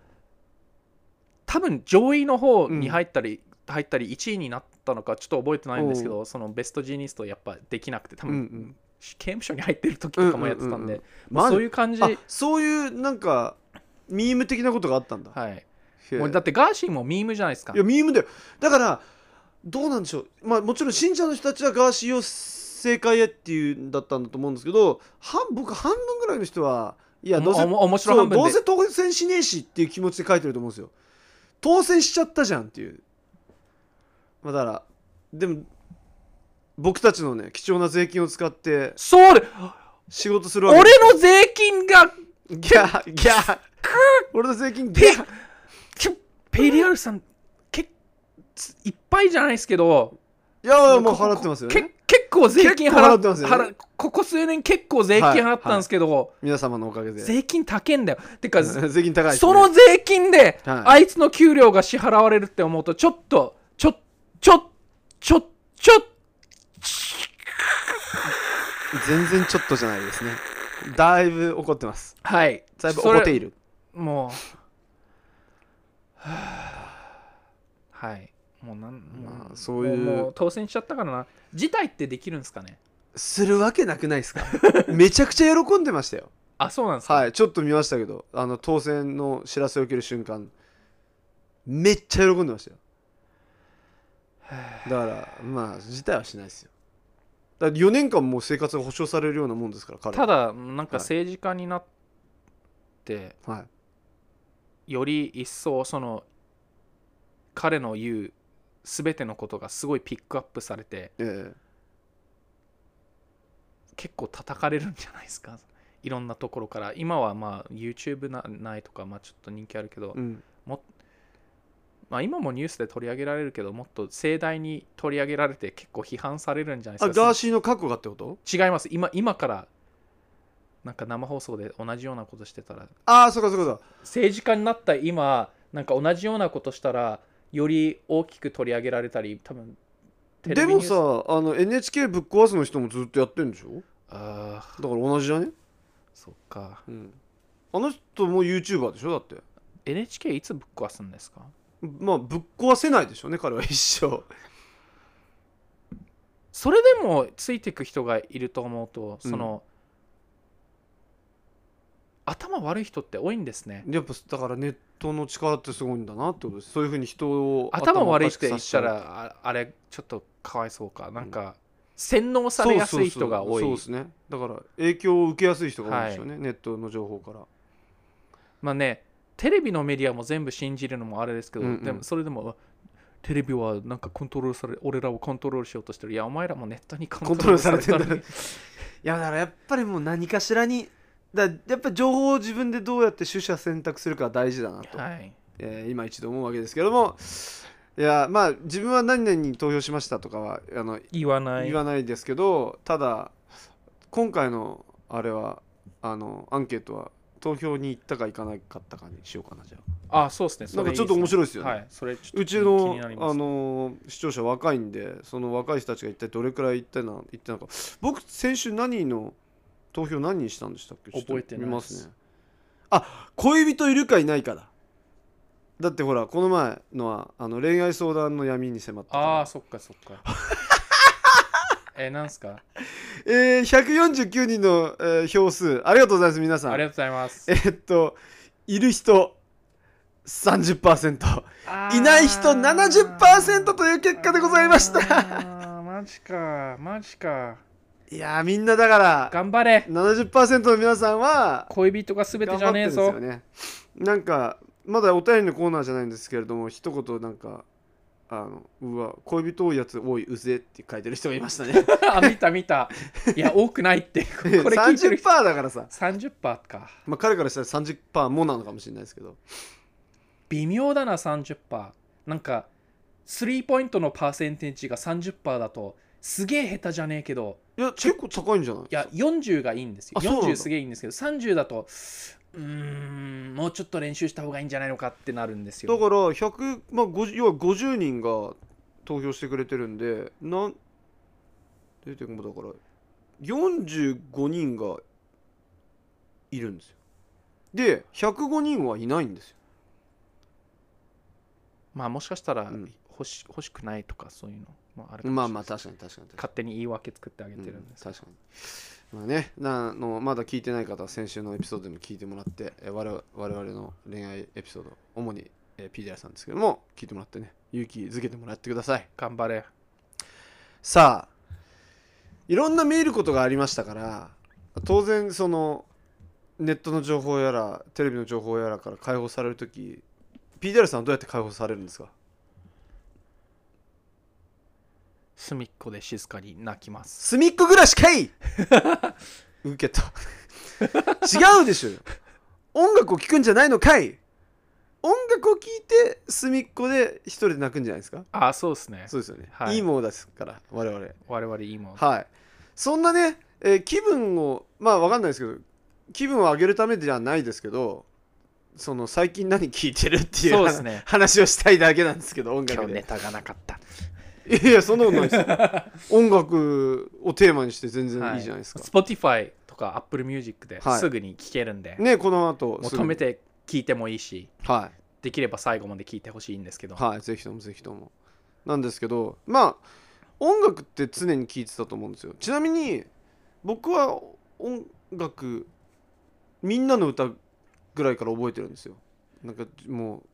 S2: 多分上位の方に入ったり、入ったり1位になったのかちょっと覚えてないんですけどそのベストジーニストやっぱできなくて多分、
S1: うんうん
S2: 刑務所に入ってる時とかもやってた
S1: うんんうんうんう
S2: で
S1: ん
S2: まあ
S1: マジ
S2: そういう感じ
S1: あそういうなんかミーム的なことがあったんだ、
S2: はい
S1: へえ
S2: もうだってガーシーもミームじゃないですか
S1: いやミームだよだからどうなんでしょうまあもちろん信者の人たちはガーシーを正解へっていうんだったんだと思うんですけど半僕半分ぐらいの人はいや
S2: お
S1: どうせ
S2: も面白
S1: そう
S2: 半
S1: どう
S2: 分
S1: せ
S2: で
S1: 当選しねえしっていう気持ちで書いてると思うんですよ当選しちゃったじゃんっていうまあだからでも僕たちのね貴重な税金を使って
S2: そうで
S1: 仕事するわ
S2: 俺の
S1: け
S2: 税金が
S1: ギャーギャー俺の税金ギ
S2: ペ
S1: ャー
S2: きペリアルさんけいっぱいじゃないですけど
S1: いやもう払ってますよね
S2: け結構税金
S1: 結構
S2: 払
S1: 払ってますよね
S2: 払ここ数年結構税金払ったんですけど、
S1: 皆様のおかげで
S2: 税金高えんだよてか、
S1: 税金高いです ね
S2: その税金で、
S1: は
S2: あいつの給料が支払われるって思うとちょっとちょちょちょちょ
S1: 全然ちょっとじゃないですねだいぶ怒ってます
S2: はい
S1: だいぶ怒ってい
S2: る
S1: る
S2: もうはあはいもうなん
S1: ま
S2: も
S1: あそういう
S2: ももう当選しちゃったからな辞退ってできるんですかね
S1: するわけなくないですか めちゃくちゃ喜んでましたよ
S2: あそうなんですか、
S1: はいちょっと見ましたけどあの当選の知らせを受ける瞬間めっちゃ喜んでましたよだからまあ辞退はしないですよだ4年間もう生活が保障されるようなもんですから彼
S2: た
S1: は
S2: だなんか政治家になって、
S1: はい
S2: より一層その彼の言う全てのことがすごいピックアップされて
S1: え
S2: 結構叩かれるんじゃないですかいろんなところから今はまあ YouTube なないとかまあちょっと人気あるけど
S1: え、うん
S2: まあ、今もニュースで取り上げられるけどもっと盛大に取り上げられて結構批判されるんじゃない
S1: あ
S2: ですか
S1: ガーシーの過去がってこと
S2: 違います今今からなんか生放送で同じようなことしてたら
S1: ああそうかそうかそうか
S2: 政治家になった今なんか同じようなことしたらより大きく取り上げられたり多分テレ
S1: で
S2: ビニュ
S1: も
S2: ース
S1: さあの NHK ぶっ壊すの人もずっとやってるんでしょ
S2: あー
S1: だから同じじゃね
S2: そっか
S1: うんあの人も YouTuber でしょだって
S2: NHK いつぶっ壊すんですか
S1: まあぶっ壊せないでしょうね彼は一生
S2: それでもついてく人がいると思うとその、頭悪い人って多いんですね
S1: やっぱだからネットの力ってすごいんだなってことですそういうふうに人を
S2: 頭悪い
S1: お
S2: っ
S1: かして
S2: 言
S1: く
S2: っ
S1: させ
S2: たらああれちょっとかわいそうかなんか洗脳さ
S1: そう
S2: れやすい人が多い
S1: そうそうそうですねだから影響を受けやすい人が多いですよね、ネットの情報から
S2: まあねテレビのメディアも全部信じるのもあれですけど、
S1: うんうん
S2: でもそれでもテレビはなんかコントロールされ俺らをコントロールしようとしてるいやお前らもネットにコ
S1: コ
S2: ン
S1: ン
S2: ト
S1: ト
S2: ロ
S1: ロ
S2: ー
S1: ー
S2: ル
S1: ル
S2: され
S1: さ
S2: て
S1: れて
S2: る
S1: んだいやだからやっぱりもう何かしらにだやっぱ情報を自分でどうやって取捨選択するかは大事だなと、
S2: はい
S1: えー今一度思うわけですけどもいやまあ自分は何々に投票しましたとかはあの
S2: 言わない
S1: 言わないですけどただ今回のあれはあのアンケートは投票に行ったか行かなかったかにしようかなじゃあ
S2: あそうですねそ
S1: なん
S2: れ
S1: かちょっと面白いですよね
S2: はいそれちょっと
S1: うち
S2: 気
S1: の
S2: になります
S1: あの視聴者若いんでその若い人たちが一体どれくらい行ったな行ったのか僕先週何の投票何にしたんでしたっけちょっと
S2: 覚えてないです
S1: 見ますねあ恋人いるかいないかだだってほらこの前のはあの恋愛相談の闇に迫ったから
S2: ああそっかそっかええなんすか
S1: えー、149人の、えー票数ありがとうございます皆さん
S2: ありがとうございます
S1: えーっといる人30%いない人70%という結果でございました
S2: たマジかマジか
S1: いやーみんなだから
S2: 頑張れ
S1: 70%の皆さんは
S2: 恋人が全て
S1: 頑
S2: じ
S1: 張
S2: ゃ
S1: って
S2: ね
S1: る
S2: え
S1: んです
S2: ぞ
S1: よねなんかまだお便りのコーナーじゃないんですけれども一言なんかあのうわ恋人多いやつ多いうぜって書いてる人がいまし たね
S2: あ見た見たいや多くない ってこれ聞いてる
S1: 30%
S2: 人
S1: だからさ、
S2: 30%か
S1: まあ、彼からしたら30%もなのかもしれないですけど
S2: 微妙だな30%なんかスリーポイントのパーセンテージが30%だとすげえ下手じゃねえけど
S1: いや結構高いんじゃない
S2: いや40がいいんですよ
S1: あそうなんだ
S2: 40すげえいいんですけど30だとうーんもうちょっと練習した方がいいんじゃないのかってなるんです
S1: だ
S2: よ
S1: から100、まあ、50要は50人が投票してくれてるんでなん出てこだから45人がいるんですよで105人はいないんですよ
S2: まあもしかしたら
S1: うん
S2: 欲し,、欲しくないとかそういうのもあるかもしれない
S1: まあまあ確かに確かに確か
S2: 勝手に言い訳作ってあげて
S1: に、う
S2: る
S1: ん
S2: んです、
S1: 確かにまあねなあのまだ聞いてない方は先週のエピソードでも聞いてもらってえ我々我々の恋愛エピソード主にえー PDR さんですけども聞いてもらってね勇気づけてもらってください
S2: 頑張れ
S1: さあいろんな見ることがありましたから当然そのネットの情報やらテレビの情報やらから解放される時 PDR さんはどうやって解放されるんですか
S2: 隅っこで静かに泣きます
S1: 隅っこ暮らしかい受けた違うでしょ音楽を聴くんじゃないのかい音楽を聴いて隅っこで一人で泣くんじゃないですか
S2: ああそうですね
S1: そうですよね、、
S2: はいい
S1: いものですから我々
S2: 我々今
S1: はい、そんなね、えー気分をまあわかんないですけど気分を上げるためじゃないですけどその最近何聞いてるっていう
S2: そうですね
S1: 話をしたいだけなんですけど音
S2: 今
S1: 楽
S2: 日
S1: で、
S2: ネタがなかった
S1: いやいやそんなことないですよ音楽をテーマにして全然いいじゃないですか、
S2: Spotify とか Apple Music で
S1: はい
S2: すぐに聴けるんで、
S1: ねこの後
S2: もう止めて聴いてもいいし
S1: は
S2: できれば最後まで聴いてほしいんですけ
S1: い、
S2: ど、
S1: はい、ぜひともぜひともなんですけどまあ音楽って常に聴いてたと思うんですよちなみに僕は音楽みんなの歌ぐらいから覚えてるんですよなんかも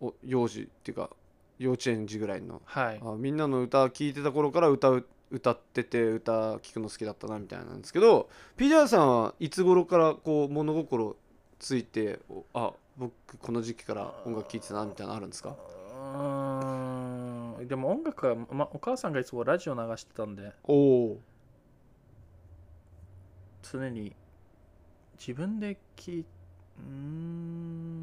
S1: うお幼児っていうか幼稚園児ぐらいの
S2: はい
S1: あみんなの歌聴いてた頃から歌う歌ってて歌聴くの好きだったなみたいなんですけど PJ さんはいつ頃からこう物心ついておあ僕この時期から音楽聴いてたなみたいなのあるんですか
S2: でも音楽は、ま、お母さんがいつもラジオ流してたんで
S1: おお
S2: 常に自分で聴いうー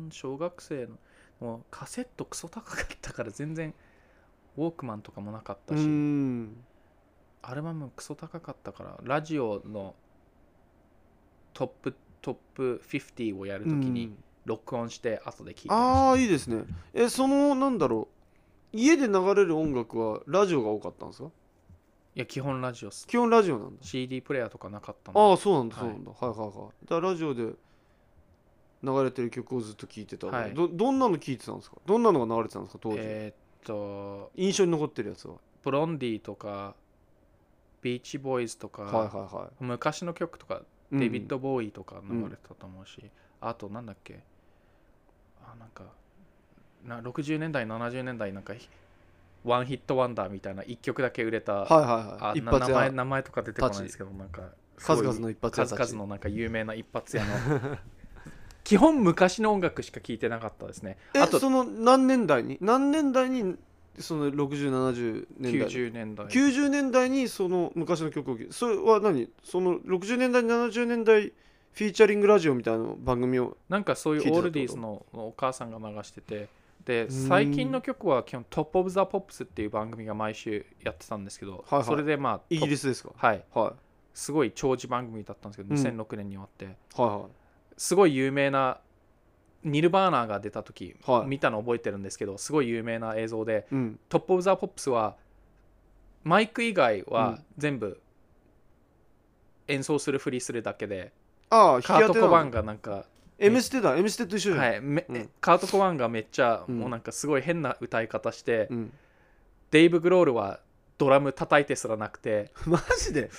S2: ん小学生のもうカセットクソ高かったから全然ウォークマンとかもなかった
S1: う
S2: し、
S1: ん
S2: アルバムクソ高かったからラジオのトップトップ50をやるとき
S1: う
S2: に
S1: ん
S2: 録音して後で聞いて
S1: あ
S2: ま
S1: あいいですねえそのなんだろう家で流れる音楽はラジオが多かったんですか
S2: いや基本ラジオっす
S1: 基本ラジオなんだ
S2: CD プレイヤーとかなかった
S1: あ
S2: の
S1: あそうなんだ
S2: は
S1: そ
S2: いう
S1: なんだ、はい、はいはいだからラジオで流れてる曲をずっと聴いてた、
S2: はい
S1: どどんなの聴いてたんですかどんなのが流れてたんですか当時、
S2: えーっと
S1: 印象に残ってるやつは
S2: ブロンディとかビーチボーイズとか、
S1: はいはいは
S2: 昔の曲とか
S1: い、うん
S2: デビッド・ボーイとか流れてたと思うし、あとなんだっけあなんかな60年代70年代なんかひワンヒットワンダーみたいな1曲だけ売れた、
S1: はいはい
S2: あ
S1: はい一
S2: な
S1: 発
S2: 名前
S1: や
S2: 名前とか出てこないですけどなんかすご
S1: 数
S2: い
S1: 々の一発や
S2: 数々のなんか有名な一発屋の 基本昔の音楽しか聴いてなかったですね
S1: え
S2: あと
S1: その何年代に何年代にその6070年代
S2: 90年代
S1: 90年代にその昔の曲を聴いそれは何その60年代70年代フィーチャリングラジオみたいな番組を
S2: なんかそうい
S1: 聞いて
S2: う
S1: た
S2: オー
S1: ってこと
S2: ルディーズのお母さんが流しててで
S1: ーん
S2: 最近の曲は基本「トップ・オブ・ザ・ポップス」っていう番組が毎週やってたんですけど、
S1: いはい
S2: それでまあ
S1: イギリ
S2: ス
S1: スですか
S2: はい
S1: は
S2: すごい長寿番組だったんですけど
S1: うん
S2: 2006年に終わって、
S1: いは
S2: すごい有名なニルバーナーが出た時、
S1: はい
S2: 見たの覚えてるんですけどすごい有名な映像で
S1: いうん
S2: トップ・オブ・ザ・ポップスはマイク以外は全部演奏するふりするだけで、
S1: ああ引き
S2: カー
S1: 当
S2: ト・
S1: てな
S2: コバン
S1: の
S2: がなんか、
S1: M ステだ M ステと一緒じゃん、
S2: はいめ
S1: うん
S2: カート・コバンがめっちゃ、
S1: う ん
S2: もうなんかすごい変な歌い方して、
S1: うん
S2: デイブ・グロールはドラム叩いてすらなくて
S1: マジで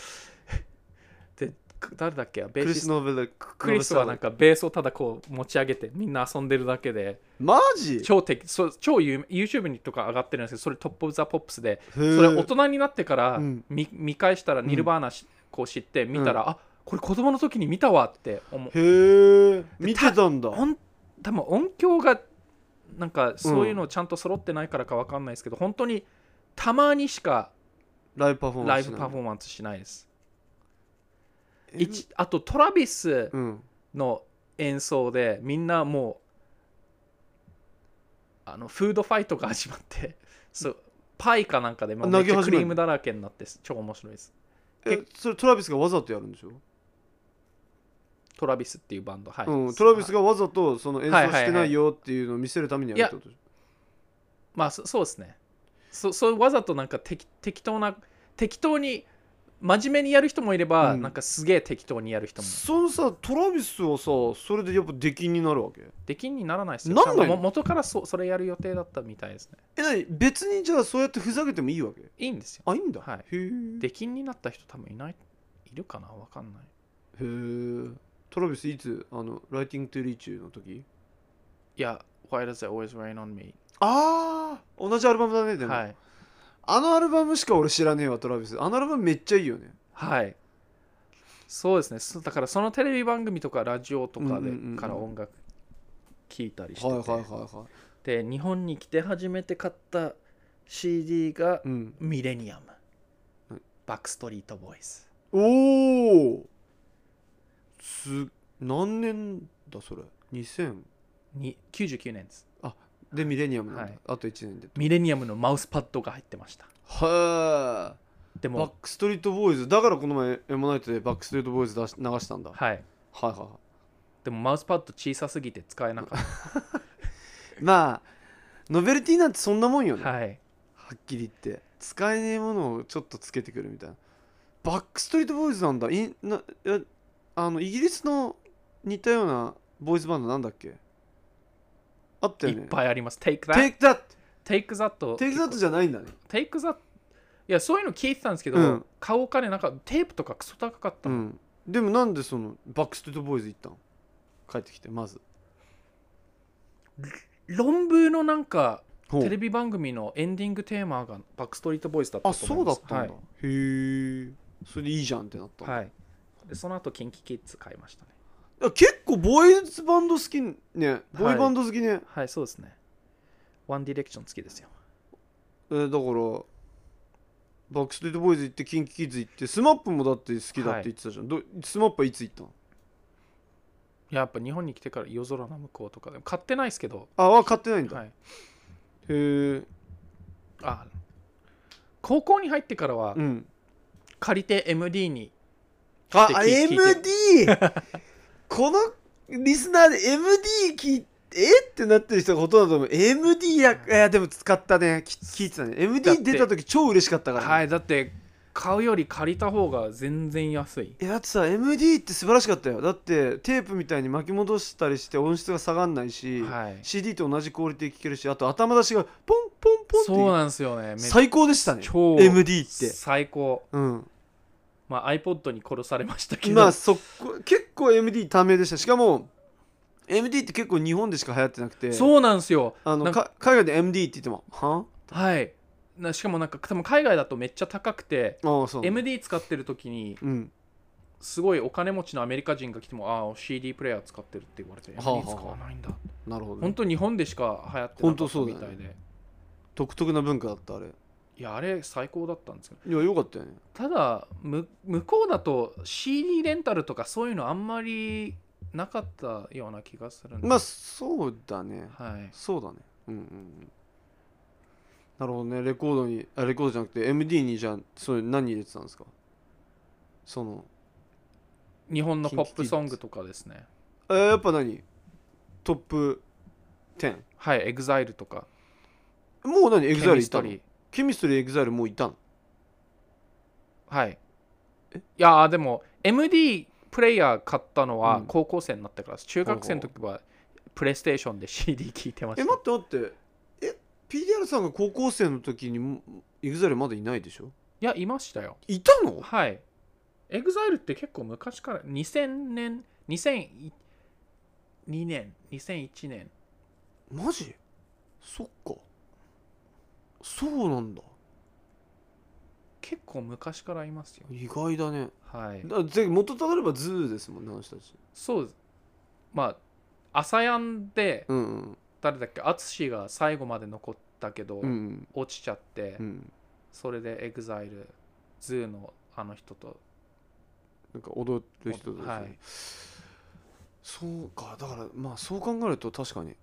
S2: でく誰だっけベー
S1: クリ
S2: シ
S1: ス・
S2: スト
S1: ノベル
S2: クリスはなんかベースをただこう持ち上げてみんな遊んでるだけで
S1: マジ
S2: 超敵そう超有名 YouTube にとか上がってるんですけどそれトップ・オブ・ザ・ポップスで
S1: そ
S2: それ大人になってから
S1: うん
S2: 見見返したら
S1: ん
S2: ニルバーナしこう知って見たら、あこれ子供の時に見たわって思う
S1: へえ見てたんだ
S2: ほん多分音響がなんかそういうのちゃんと揃ってないからかわかんないですけど、本当にたまにしか
S1: ライブパフォーマ
S2: ラ
S1: ン
S2: イ
S1: ス
S2: ブパフォーマンスしないです
S1: え
S2: 一あとトラビス
S1: うん
S2: の演奏でみんなもうあのフードファイトが始まってそうパイかなんかでまあめ
S1: 投
S2: っ
S1: げ
S2: ち
S1: 始める
S2: ゃクリームだらけになって超面白いです
S1: えそれトラビスがわざとやるんでしょ
S2: トラビスっていうバンドはい、
S1: うんトラビスがわざとその演奏してないよっていうのを見せるためにやるってことでしょ
S2: まあそそうですねそそうわざとなんか適適当な適当に真面目にやる人もいれば、
S1: うん
S2: なんかすげえ適当にやる人も
S1: そのさトラビスはさそれでやっぱ出禁になるわけ
S2: できんにならないですよ
S1: なんないの
S2: 多分も元からそそれやる予定だったみたいですね
S1: えなに別にじゃあそうやってふざけてもいいわけ
S2: いいんですよ
S1: あいいんだ
S2: はい
S1: へえ
S2: できんになった人多分いないいるかなわかんない
S1: へートラビスいつあのライティングトゥリーチューの時
S2: いや Why does it always rain on me?
S1: ああ同じアルバムだねでも、
S2: はい
S1: あのアルバムしか俺知らねえわトラビスあのアルバムめっちゃいいよね
S2: はいそうですねそだからそのテレビ番組とかラジオとか
S1: うんう
S2: で
S1: んうんうん
S2: から音楽聴いたりして
S1: はい
S2: て、
S1: はいはいは
S2: で日本に来て初めて買った CD が
S1: い、うん、
S2: ミレニア
S1: う
S2: ム
S1: ん
S2: バックストリートボーイズ
S1: おおす何年だそれ2000
S2: に99年です
S1: でミレニアムなんだ、
S2: はい
S1: あと1年で
S2: ミレニアムのマウスパッドが入ってました
S1: はあ
S2: で
S1: バッ
S2: も
S1: クストリートボーイズだからこの前エモナイトでバックストリートボーイズ出し流したんだ、はい、
S2: はい
S1: はいはい
S2: でもマウスパッド小さすぎて使えなかっ
S1: まあノベルティなんてそんなもん よね、
S2: た
S1: は
S2: はい
S1: っきり言って使えねえものをちょっとつけてくるみたいなバックストリートボーイズなんだいなえあのイギリスの似たようなボーイズバンドなんだっけあった
S2: い
S1: よ
S2: っ
S1: ね
S2: ぱいあります Take
S1: テ
S2: That
S1: イクダッ
S2: Take That
S1: テイクダッじゃないんだね
S2: Take That いやそういうの聞いてたんですけど、
S1: うん
S2: 買おう金なんかったテープとかクソ高かった
S1: う
S2: の、
S1: んでもなんでそのバックストリートボーイズ行ったの帰ってきてまず
S2: 論文のなんか
S1: ほう
S2: テレビ番組のエンディングテーマがバックストリートボーイズだった
S1: あ
S2: と
S1: そ
S2: 思いうま
S1: だっ
S2: す
S1: たんだ、へえそれでいいじゃんってなったんだ
S2: はい、はい、でその後キンキキッズ買いましたね
S1: いや結構ボーイズバンド好きねボーイバンド好きね、
S2: はいそうですねワンディレクション好きですよ
S1: えーだからバックストリートボーイズ行ってキンキキッズ行ってスマップもだって好きだって言ってたじゃん、どスマップはいつ行ったの
S2: いややっぱ日本に来てから夜空の向こうとかでも買ってないですけど、
S1: あは買ってないんだ、
S2: はい、
S1: へえ
S2: あ高校に入ってからは
S1: うん
S2: 借りて MD に
S1: あ
S2: 聞いて
S1: MD このリスナーで MD 聞いえってなってる人がほとんどだと思う MD やいやでも使ったねき聞いてたね
S2: だって
S1: MD 出た時超嬉しかったからね、
S2: はいだって買うより借りた方が全然安い
S1: いやだってさ MD って素晴らしかったよだってテープみたいに巻き戻したりして音質が下がんないし、
S2: はい
S1: CD と同じクオリティ聴けるしあと頭出しがポンポンポンって
S2: そうなんですよねめ
S1: 最高でしたね
S2: 超
S1: MD って
S2: 最高
S1: うん
S2: まあ iPod に殺されましたけど、
S1: まあそこ結構 MD 短命でしたしかも MD って結構日本でしか流行ってなくて
S2: そうなんですよ
S1: あの
S2: なんか
S1: か海外で MD って言ってもは
S2: はいなしかもなんか多分海外だとめっちゃ高くて
S1: ああそうなんだ
S2: MD 使ってる時に
S1: うん
S2: すごいお金持ちのアメリカ人が来てもああ CD プレイヤー使ってるって言われて
S1: はあはあ
S2: MD 使わないんだ
S1: なるほどね
S2: 本当日本でしか流行ってな
S1: 本
S2: か
S1: 当
S2: っ
S1: そうだ
S2: た
S1: よ
S2: みた
S1: ね
S2: いで、
S1: 独特な文化だったあれい
S2: いやあれ最高だったんですけど
S1: やよかったよね
S2: ただむ向こうだと CD レンタルとかそういうのあんまりなかったような気がするんで
S1: まあそうだね
S2: はい
S1: そうだねうんうんうんなるほどねレコードにあレコードじゃなくて MD にじゃあそれ何入れてたんですかその
S2: 日本のポップソングとかですね
S1: えーやっぱ何トップ10
S2: はいエグザイルとか
S1: もう何エ
S2: エ
S1: グザイルいたのケミストリーエグザイルもういたの
S2: はい
S1: え
S2: いやーでも MD プレイヤー買ったのは
S1: うん
S2: 高校生になってからです中学生の時はプレイステーションで CD 聞いてま
S1: え
S2: し
S1: 待
S2: た
S1: って待ってえ PDR さんが高校生の時にも EXILE まだいないでしょ
S2: いやいましたよ
S1: いたの
S2: はいエグザイルって結構昔から2000年2002年2001年
S1: マジそっかそうなんだ
S2: 結構昔からいますよ
S1: 意外だね
S2: はい
S1: だぜ元たどればズーですもんねあの人たち
S2: そうですまあ朝やんで
S1: うんうん
S2: 誰だっけ淳が最後まで残ったけど、
S1: うん
S2: 落ちちゃって、
S1: うん
S2: それでエグザイルズーのあの人と
S1: なんか踊る人たち、
S2: はい
S1: そうかだからまあそう考えると確かに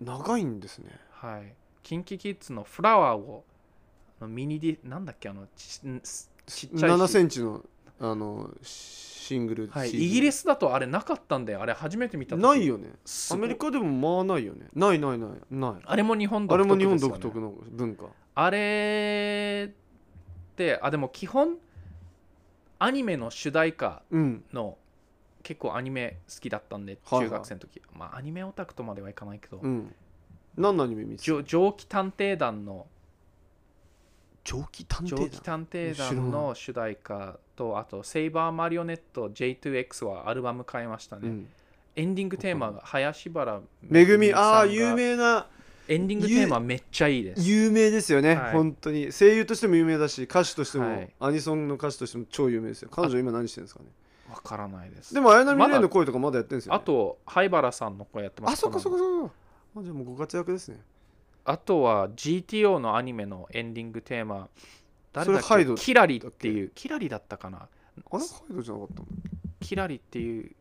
S1: 長いんですね
S2: はいキンキキッズのフラワーをあのミニディなんだっけあのちんすちっちゃい
S1: 7セ
S2: ン
S1: ンチのあのシングル
S2: はい、
S1: CD
S2: イギリスだとあれなかったんであれ初めて見た時
S1: ないよね
S2: す
S1: ア
S2: ごい
S1: メリカでもまあないよねないないないない
S2: あれも日本独
S1: あれ
S2: 特ですよ、
S1: も
S2: ね、
S1: 日本独特の文化
S2: あれってあでも基本アニメの主題歌
S1: うん
S2: の結構アニメ好きだったんで
S1: はいはい
S2: 中学生の時、まあアニメオタクとまではいかないけど、
S1: うん何のアニメ見て
S2: じょ蒸気探偵団の
S1: 蒸気探
S2: 蒸気探偵団の主題歌とあと「セイバーマリオネット J2X」はアルバム買いましたね、
S1: うん
S2: エンディングテーマが林原
S1: めぐみ
S2: さん
S1: あ
S2: が
S1: あ有名な
S2: エンディングテーマめっちゃいいです
S1: 有名ですよね、
S2: はい
S1: 本当に声優としても有名だし歌手としても、
S2: はい
S1: アニソンの歌手としても超有名ですよ彼女今何してるんですかね
S2: わからないです
S1: でも綾波レイの声とかまだやってるんですよ、ね
S2: あ、と灰原さんの声やってます
S1: あそっかそっ
S2: こ
S1: か
S2: の
S1: そっかあじゃあもうご活躍ですね
S2: あとは GTO のアニメのエンディングテーマ誰だっ
S1: それハイ
S2: け
S1: ド
S2: キラリっていうキラリだったかな
S1: あれハイドじゃなかったんだ
S2: キラリっていう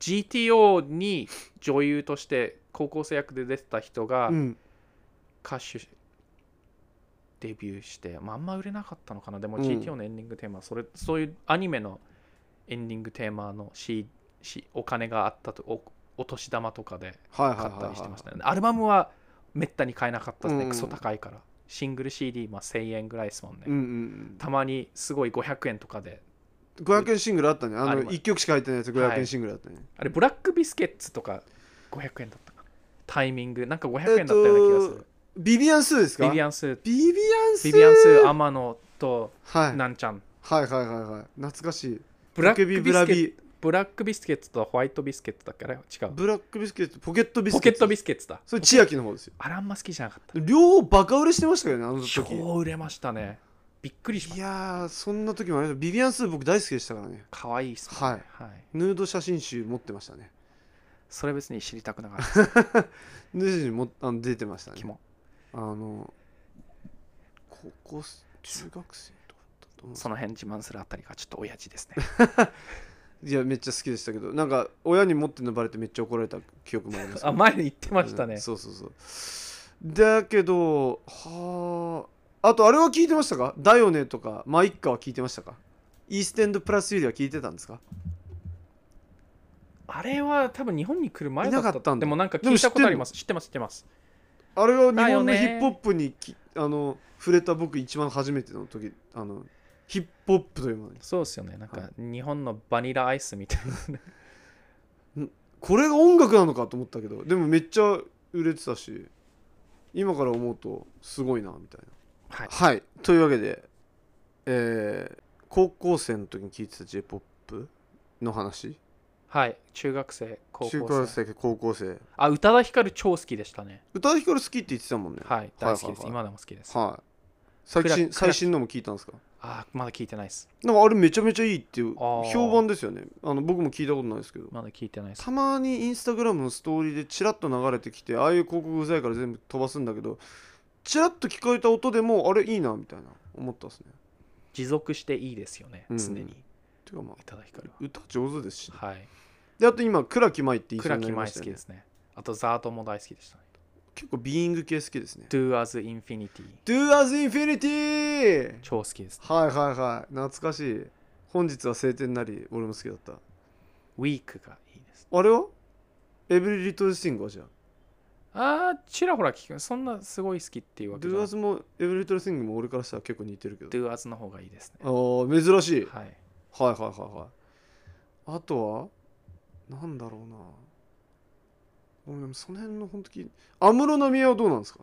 S2: GTO に女優として高校生役で出てた人が
S1: うん
S2: 歌手デビューして、まあ、あんま売れなかったのかなでも
S1: うん
S2: GTO のエンディングテーマ、それそういうアニメのエンディングテーマの C, C お金があったとおお年玉とかで
S1: はいはい
S2: 買
S1: はい
S2: ったりして
S1: は
S2: ましたねアルバムはめったに買えなかったですね、
S1: うん
S2: クソ高いからシングル CD、まあ、1000円ぐらいですもんね、
S1: いうんうん
S2: たまにすごい500円とかで
S1: うん、500円シングルあったねあ
S2: あ
S1: の
S2: ります
S1: 1曲しか入ってないやつ
S2: は
S1: 500円
S2: い
S1: シングルあったね、
S2: あれブラックビスケッツとか500円だったかなタイミングなんか500円だったような気がする、
S1: ビビアンスーですか
S2: ビビアンス
S1: ビビアンスー
S2: ビビアンス天野と
S1: はい、
S2: なんちゃん
S1: はいはいはいはい懐かしい
S2: ブラック
S1: ビ
S2: ビ
S1: ブ
S2: ス
S1: ラ
S2: ケッ
S1: ビ
S2: トブラックビスケッツとホワイトビスケッツだっけあれ違う
S1: ブラックビスケットポケットビスケッ
S2: ポケ
S1: ト
S2: ットビスケッツだ
S1: それ千秋の方ですよ
S2: あれあんま好きじゃなかった
S1: 両方バカ売れしてましたよねあの時
S2: 超売れましたねびっくりしま
S1: い
S2: した
S1: やーそんな時もありましたビビアンスー僕大好きでしたからね
S2: 可愛いっすね
S1: はい
S2: はい、
S1: ヌード写真集持ってましたね
S2: それ別に知りたくなかった
S1: ヌード写真もあの出てましたね
S2: キモ
S1: あの高校生中学生とかだったと思うんです
S2: そ
S1: け
S2: の辺自慢するあたりがちょっと親父ですね
S1: どいやめっちゃ好きでしたけどなんか親に持ってるのバレてめっちゃ怒られた記憶もありま す
S2: あ前に言ってましたね、
S1: うんそうそうそうだけどはああとあれは聞いてましたかだよねとかマイッカは聞いてましたかイーステンドプラスよりは聞いてたんですか
S2: あれは多分日本に来る前だった
S1: いなかったんだ
S2: でもなんか聞いたことあります知ってます知ってます
S1: あれは日
S2: だよ
S1: 本の
S2: ね
S1: ヒップホップにきあの触れた僕一番初めての時あのヒップホップというものに
S2: そうですよねなん
S1: は
S2: か日本のバニラアイスみたいな
S1: これが音楽なのかと思ったけどでもめっちゃ売れてたし今から思うとすごいなみたいな
S2: はい
S1: はい、というわけで、えー高校生の時に聴いてた j p o p の話
S2: はい中学生高校生
S1: 中学生高校生
S2: あ宇多田ヒカル超好きでしたね
S1: 宇多田ヒカル好きって言ってたもんねは
S2: はい大好きです、
S1: はい
S2: 今でも好きです
S1: い、最
S2: クラ
S1: 新
S2: クラ
S1: 最新のも聞いたんですか
S2: あーまだ聞いてないです
S1: なんかあれめちゃめちゃいいっていう
S2: あー
S1: 評判ですよねあの僕も聞いたことないですけど
S2: まだ聞いてないです
S1: たまにインスタグラムのストーリーでチラッと流れてきてああいう広告うざいから全部飛ばすんだけどチラッと聞こえた音でもあれいいなみたいな思ったですね
S2: 持続していいですよね
S1: うん
S2: 常に
S1: てかまあ
S2: 宇多田ヒカル
S1: 歌上手ですしね
S2: ははい
S1: であと今倉木舞って言いそう
S2: 倉
S1: にな
S2: 木
S1: りま
S2: 舞好
S1: したよ
S2: き
S1: ね
S2: ですねあとザートも大好きでしたね
S1: 結構ビーイング系好きですね
S2: Do as Infinity
S1: Do as Infinity
S2: 超好きです
S1: はいはいはい懐かしい本日は晴天なり俺も好きだった
S2: ウィークがいいです
S1: あれはエブリリトルシングはじゃあ
S2: あーちらほら聞くそんなすごい好きっていうわけじゃ
S1: Do
S2: ない
S1: as もエブリリトルシングも俺からしたら結構似てるけど
S2: Do as の方がいいですね
S1: あー珍しい
S2: はい
S1: はいはいはいはいあとはなんだろうなごめんその辺の本当に安室奈美恵はどうなんですか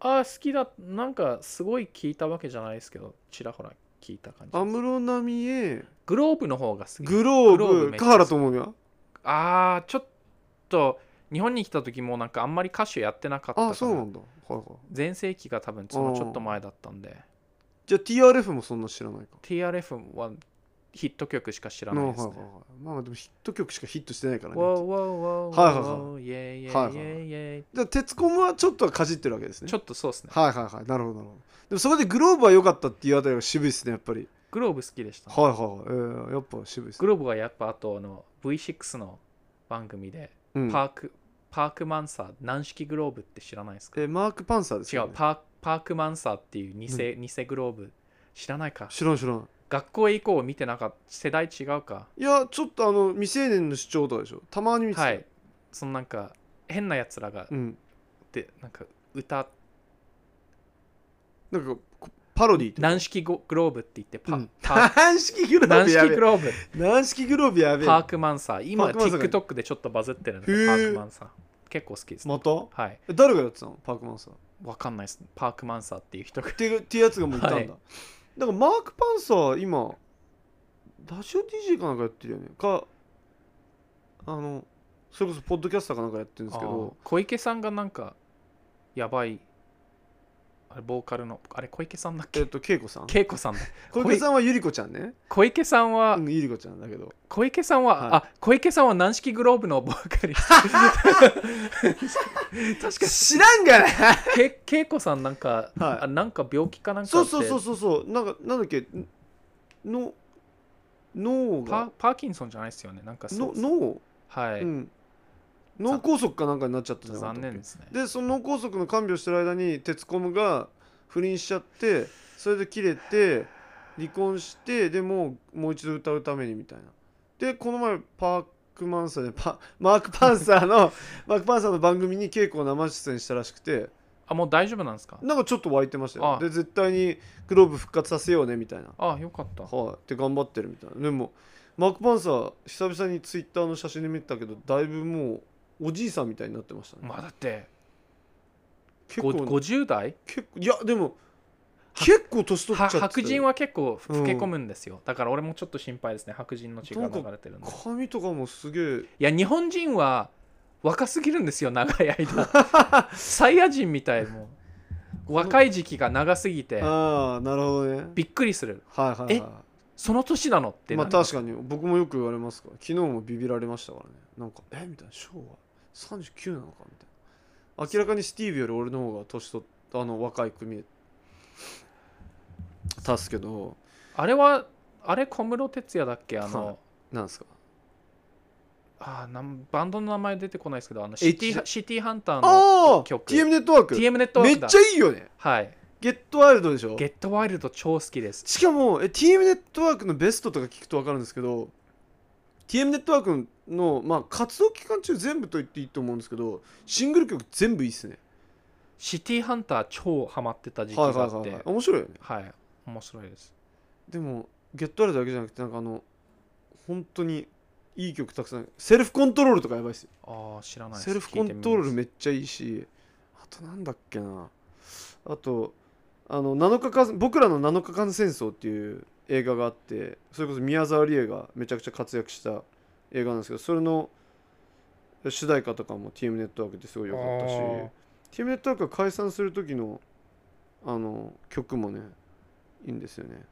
S2: ああ好きだなんかすごい聞いたわけじゃないですけどちらほら聞いた感じ
S1: 安室奈美恵
S2: グローブの方が好き
S1: グロー
S2: グロー
S1: ブ
S2: ブめっちゃ
S1: カーラと思うよ
S2: ああちょっと日本に来た時もなんかあんまり歌手やってなかった
S1: あ
S2: か
S1: そうな
S2: ら
S1: んだはいはい
S2: 全盛期が多分そのちょっと前だったんで
S1: じゃあ TRF もそんな知らないか
S2: TRF はヒット曲しか知ら
S1: な
S2: ない
S1: はい
S2: で
S1: はい
S2: す
S1: はい
S2: ね
S1: まあまあでもヒット曲しかヒットしてないから
S2: わ
S1: ね
S2: おわおわお
S1: はいはい
S2: わ
S1: はい
S2: おイェイイェイイ
S1: はいはいはい
S2: ェイイェイ
S1: じゃあ鉄コムはちょっとはかじってるわけですね
S2: ちょっとそうですね
S1: はいはいはいなるほどなるほどでもそれでグローブは良かったっていうあたりが渋いですねやっぱり
S2: グローブ好きでしたね
S1: はいはいはい、えーやっぱ渋いです
S2: グ
S1: ね
S2: ローブはやっぱあとあの V6 の番組で
S1: うん
S2: パーク、パークマンサー軟式グローブって知らないですか
S1: えーマーク・パンサーです
S2: 違
S1: よ
S2: う
S1: ね
S2: パーパークマンサーっていう偽,、偽グローブ知らないか
S1: 知らん知らん
S2: 学校へ行こう見てなかった世代違うか
S1: いやちょっとあの未成年の主張とかでしょたまに見てた
S2: は
S1: よ
S2: いそのなんか変なやつらが
S1: うん
S2: でなんか歌
S1: なんかこパロディーとか
S2: 軟式ゴグローブって言ってパ、
S1: うん
S2: パ
S1: 軟式 グロー
S2: 軟
S1: ブや
S2: 式
S1: べ
S2: グローブ
S1: え軟式グローブやべえ
S2: パークマンサー今
S1: パークマンサーが
S2: TikTok でちょっとバズってるんで
S1: へー
S2: パークマンサー結構好きです、
S1: また
S2: はい
S1: え誰がやってたのパークマンサーっ
S2: わかんないですパークマンサーっていう人が
S1: ていうっていうやつがもういたんだ、
S2: はい
S1: だからマーク・パンサー今ラジオ DJ かなんかやってるよねかあのそれこそポッドキャスターかなんかやってるんですけど
S2: あー小池さんがなんかやばいあれボーカルのあれ小池さんだっ
S1: えっ
S2: け
S1: と恵子さん
S2: 恵子さんだ
S1: 小池さんはゆり子ちゃんね
S2: 小池さんは、
S1: うんゆり子ちゃんだけど
S2: 小池さんは、
S1: はい
S2: あ小池さんは軟式グローブのボーカリスト 確か
S1: 知らんがな
S2: け恵子さんなんか、
S1: はい
S2: あなんか病気かなんか
S1: そ
S2: あ
S1: う
S2: って
S1: そうそうそうそうなんかなんだっけんの脳が
S2: パパーキンソンじゃないですよねなんかそ
S1: の
S2: う
S1: 脳、
S2: はい、
S1: うん脳梗塞かなんかになっちゃったじゃなかった
S2: 残
S1: っけ
S2: 念ですね
S1: でその脳梗塞の看病してる間に鉄コムが不倫しちゃってそれで切れて離婚してでもうもう一度歌うためにみたいなでこの前パークマンサーでパマーク・パンサ ーのマーク・パンサーの番組に稽古を生出演したらしくて
S2: あもう大丈夫なんですか
S1: なんかちょっと湧いてましたよ
S2: あ
S1: で絶対にグローブ復活させようねみたいな
S2: あよかった
S1: はいで頑張ってるみたいなでもマーク・パンサー久々にツイッターの写真で見てたけどだいぶもうおじいさんみたいになってましたね、
S2: まあだって
S1: 結
S2: ご
S1: 構
S2: 50代
S1: 結構いやでも
S2: は
S1: 結構年取っちゃ
S2: は
S1: ってたよ
S2: 白人は結構
S1: うん
S2: 老け込むんですよ、だから俺もちょっと心配ですね白人の血が流れてるんで
S1: 髪とかもすげえ
S2: いや日本人は若すぎるんですよ長い 間サイヤ人みたいもう若い時期が長すぎて
S1: ああなるほどね
S2: びっくりする
S1: はいはいは
S2: その年なのって
S1: い
S2: な
S1: まあ
S2: る
S1: 確かに僕もよく言われますから昨日もビビられましたからねなんかえみたいな昭和39なのかみたいな明らかにスティーブより俺の方が年取っあの若い組たすけど
S2: あれはあれ小室哲哉だっけあの、
S1: はいなんですか
S2: あーなんバンドの名前出てこないですけどあのシティ
S1: H-
S2: シティハンターの
S1: ああー
S2: 曲
S1: TM ネットワーク
S2: TM ネットワ
S1: め
S2: ー
S1: っ
S2: クだ
S1: ちゃいいよね
S2: はい
S1: ゲットワイルドでしょ
S2: ゲットワイルド超好きです
S1: しかもえ TM ネットワークのベストとか聞くと分かるんですけど TM ネットワークの、まあ、活動期間中全部と言っていいと思うんですけどシングル曲全部いいっすね
S2: シティハンター超ハマってた時期があ
S1: はい
S2: って、
S1: は
S2: はい
S1: はい、はい、面白いよね
S2: はい面白いです
S1: でもゲットアルだけじゃなくてなんかあの本当にいい曲たくさんセルフコントロールとかやばいっすよ
S2: ああ知らないです
S1: セルフコント
S2: 聞いてみ
S1: ロール
S2: ます
S1: めっちゃいいしあとなんだっけなあとあの7日間僕らの7日間戦争っていう映画があってそれこそ宮沢りえがめちゃくちゃ活躍した映画なんですけどそれの主題歌とかも TM ネットワークですごい良かったし
S2: あー
S1: TM ネットワークが解散する時のあの曲もねいいんですよね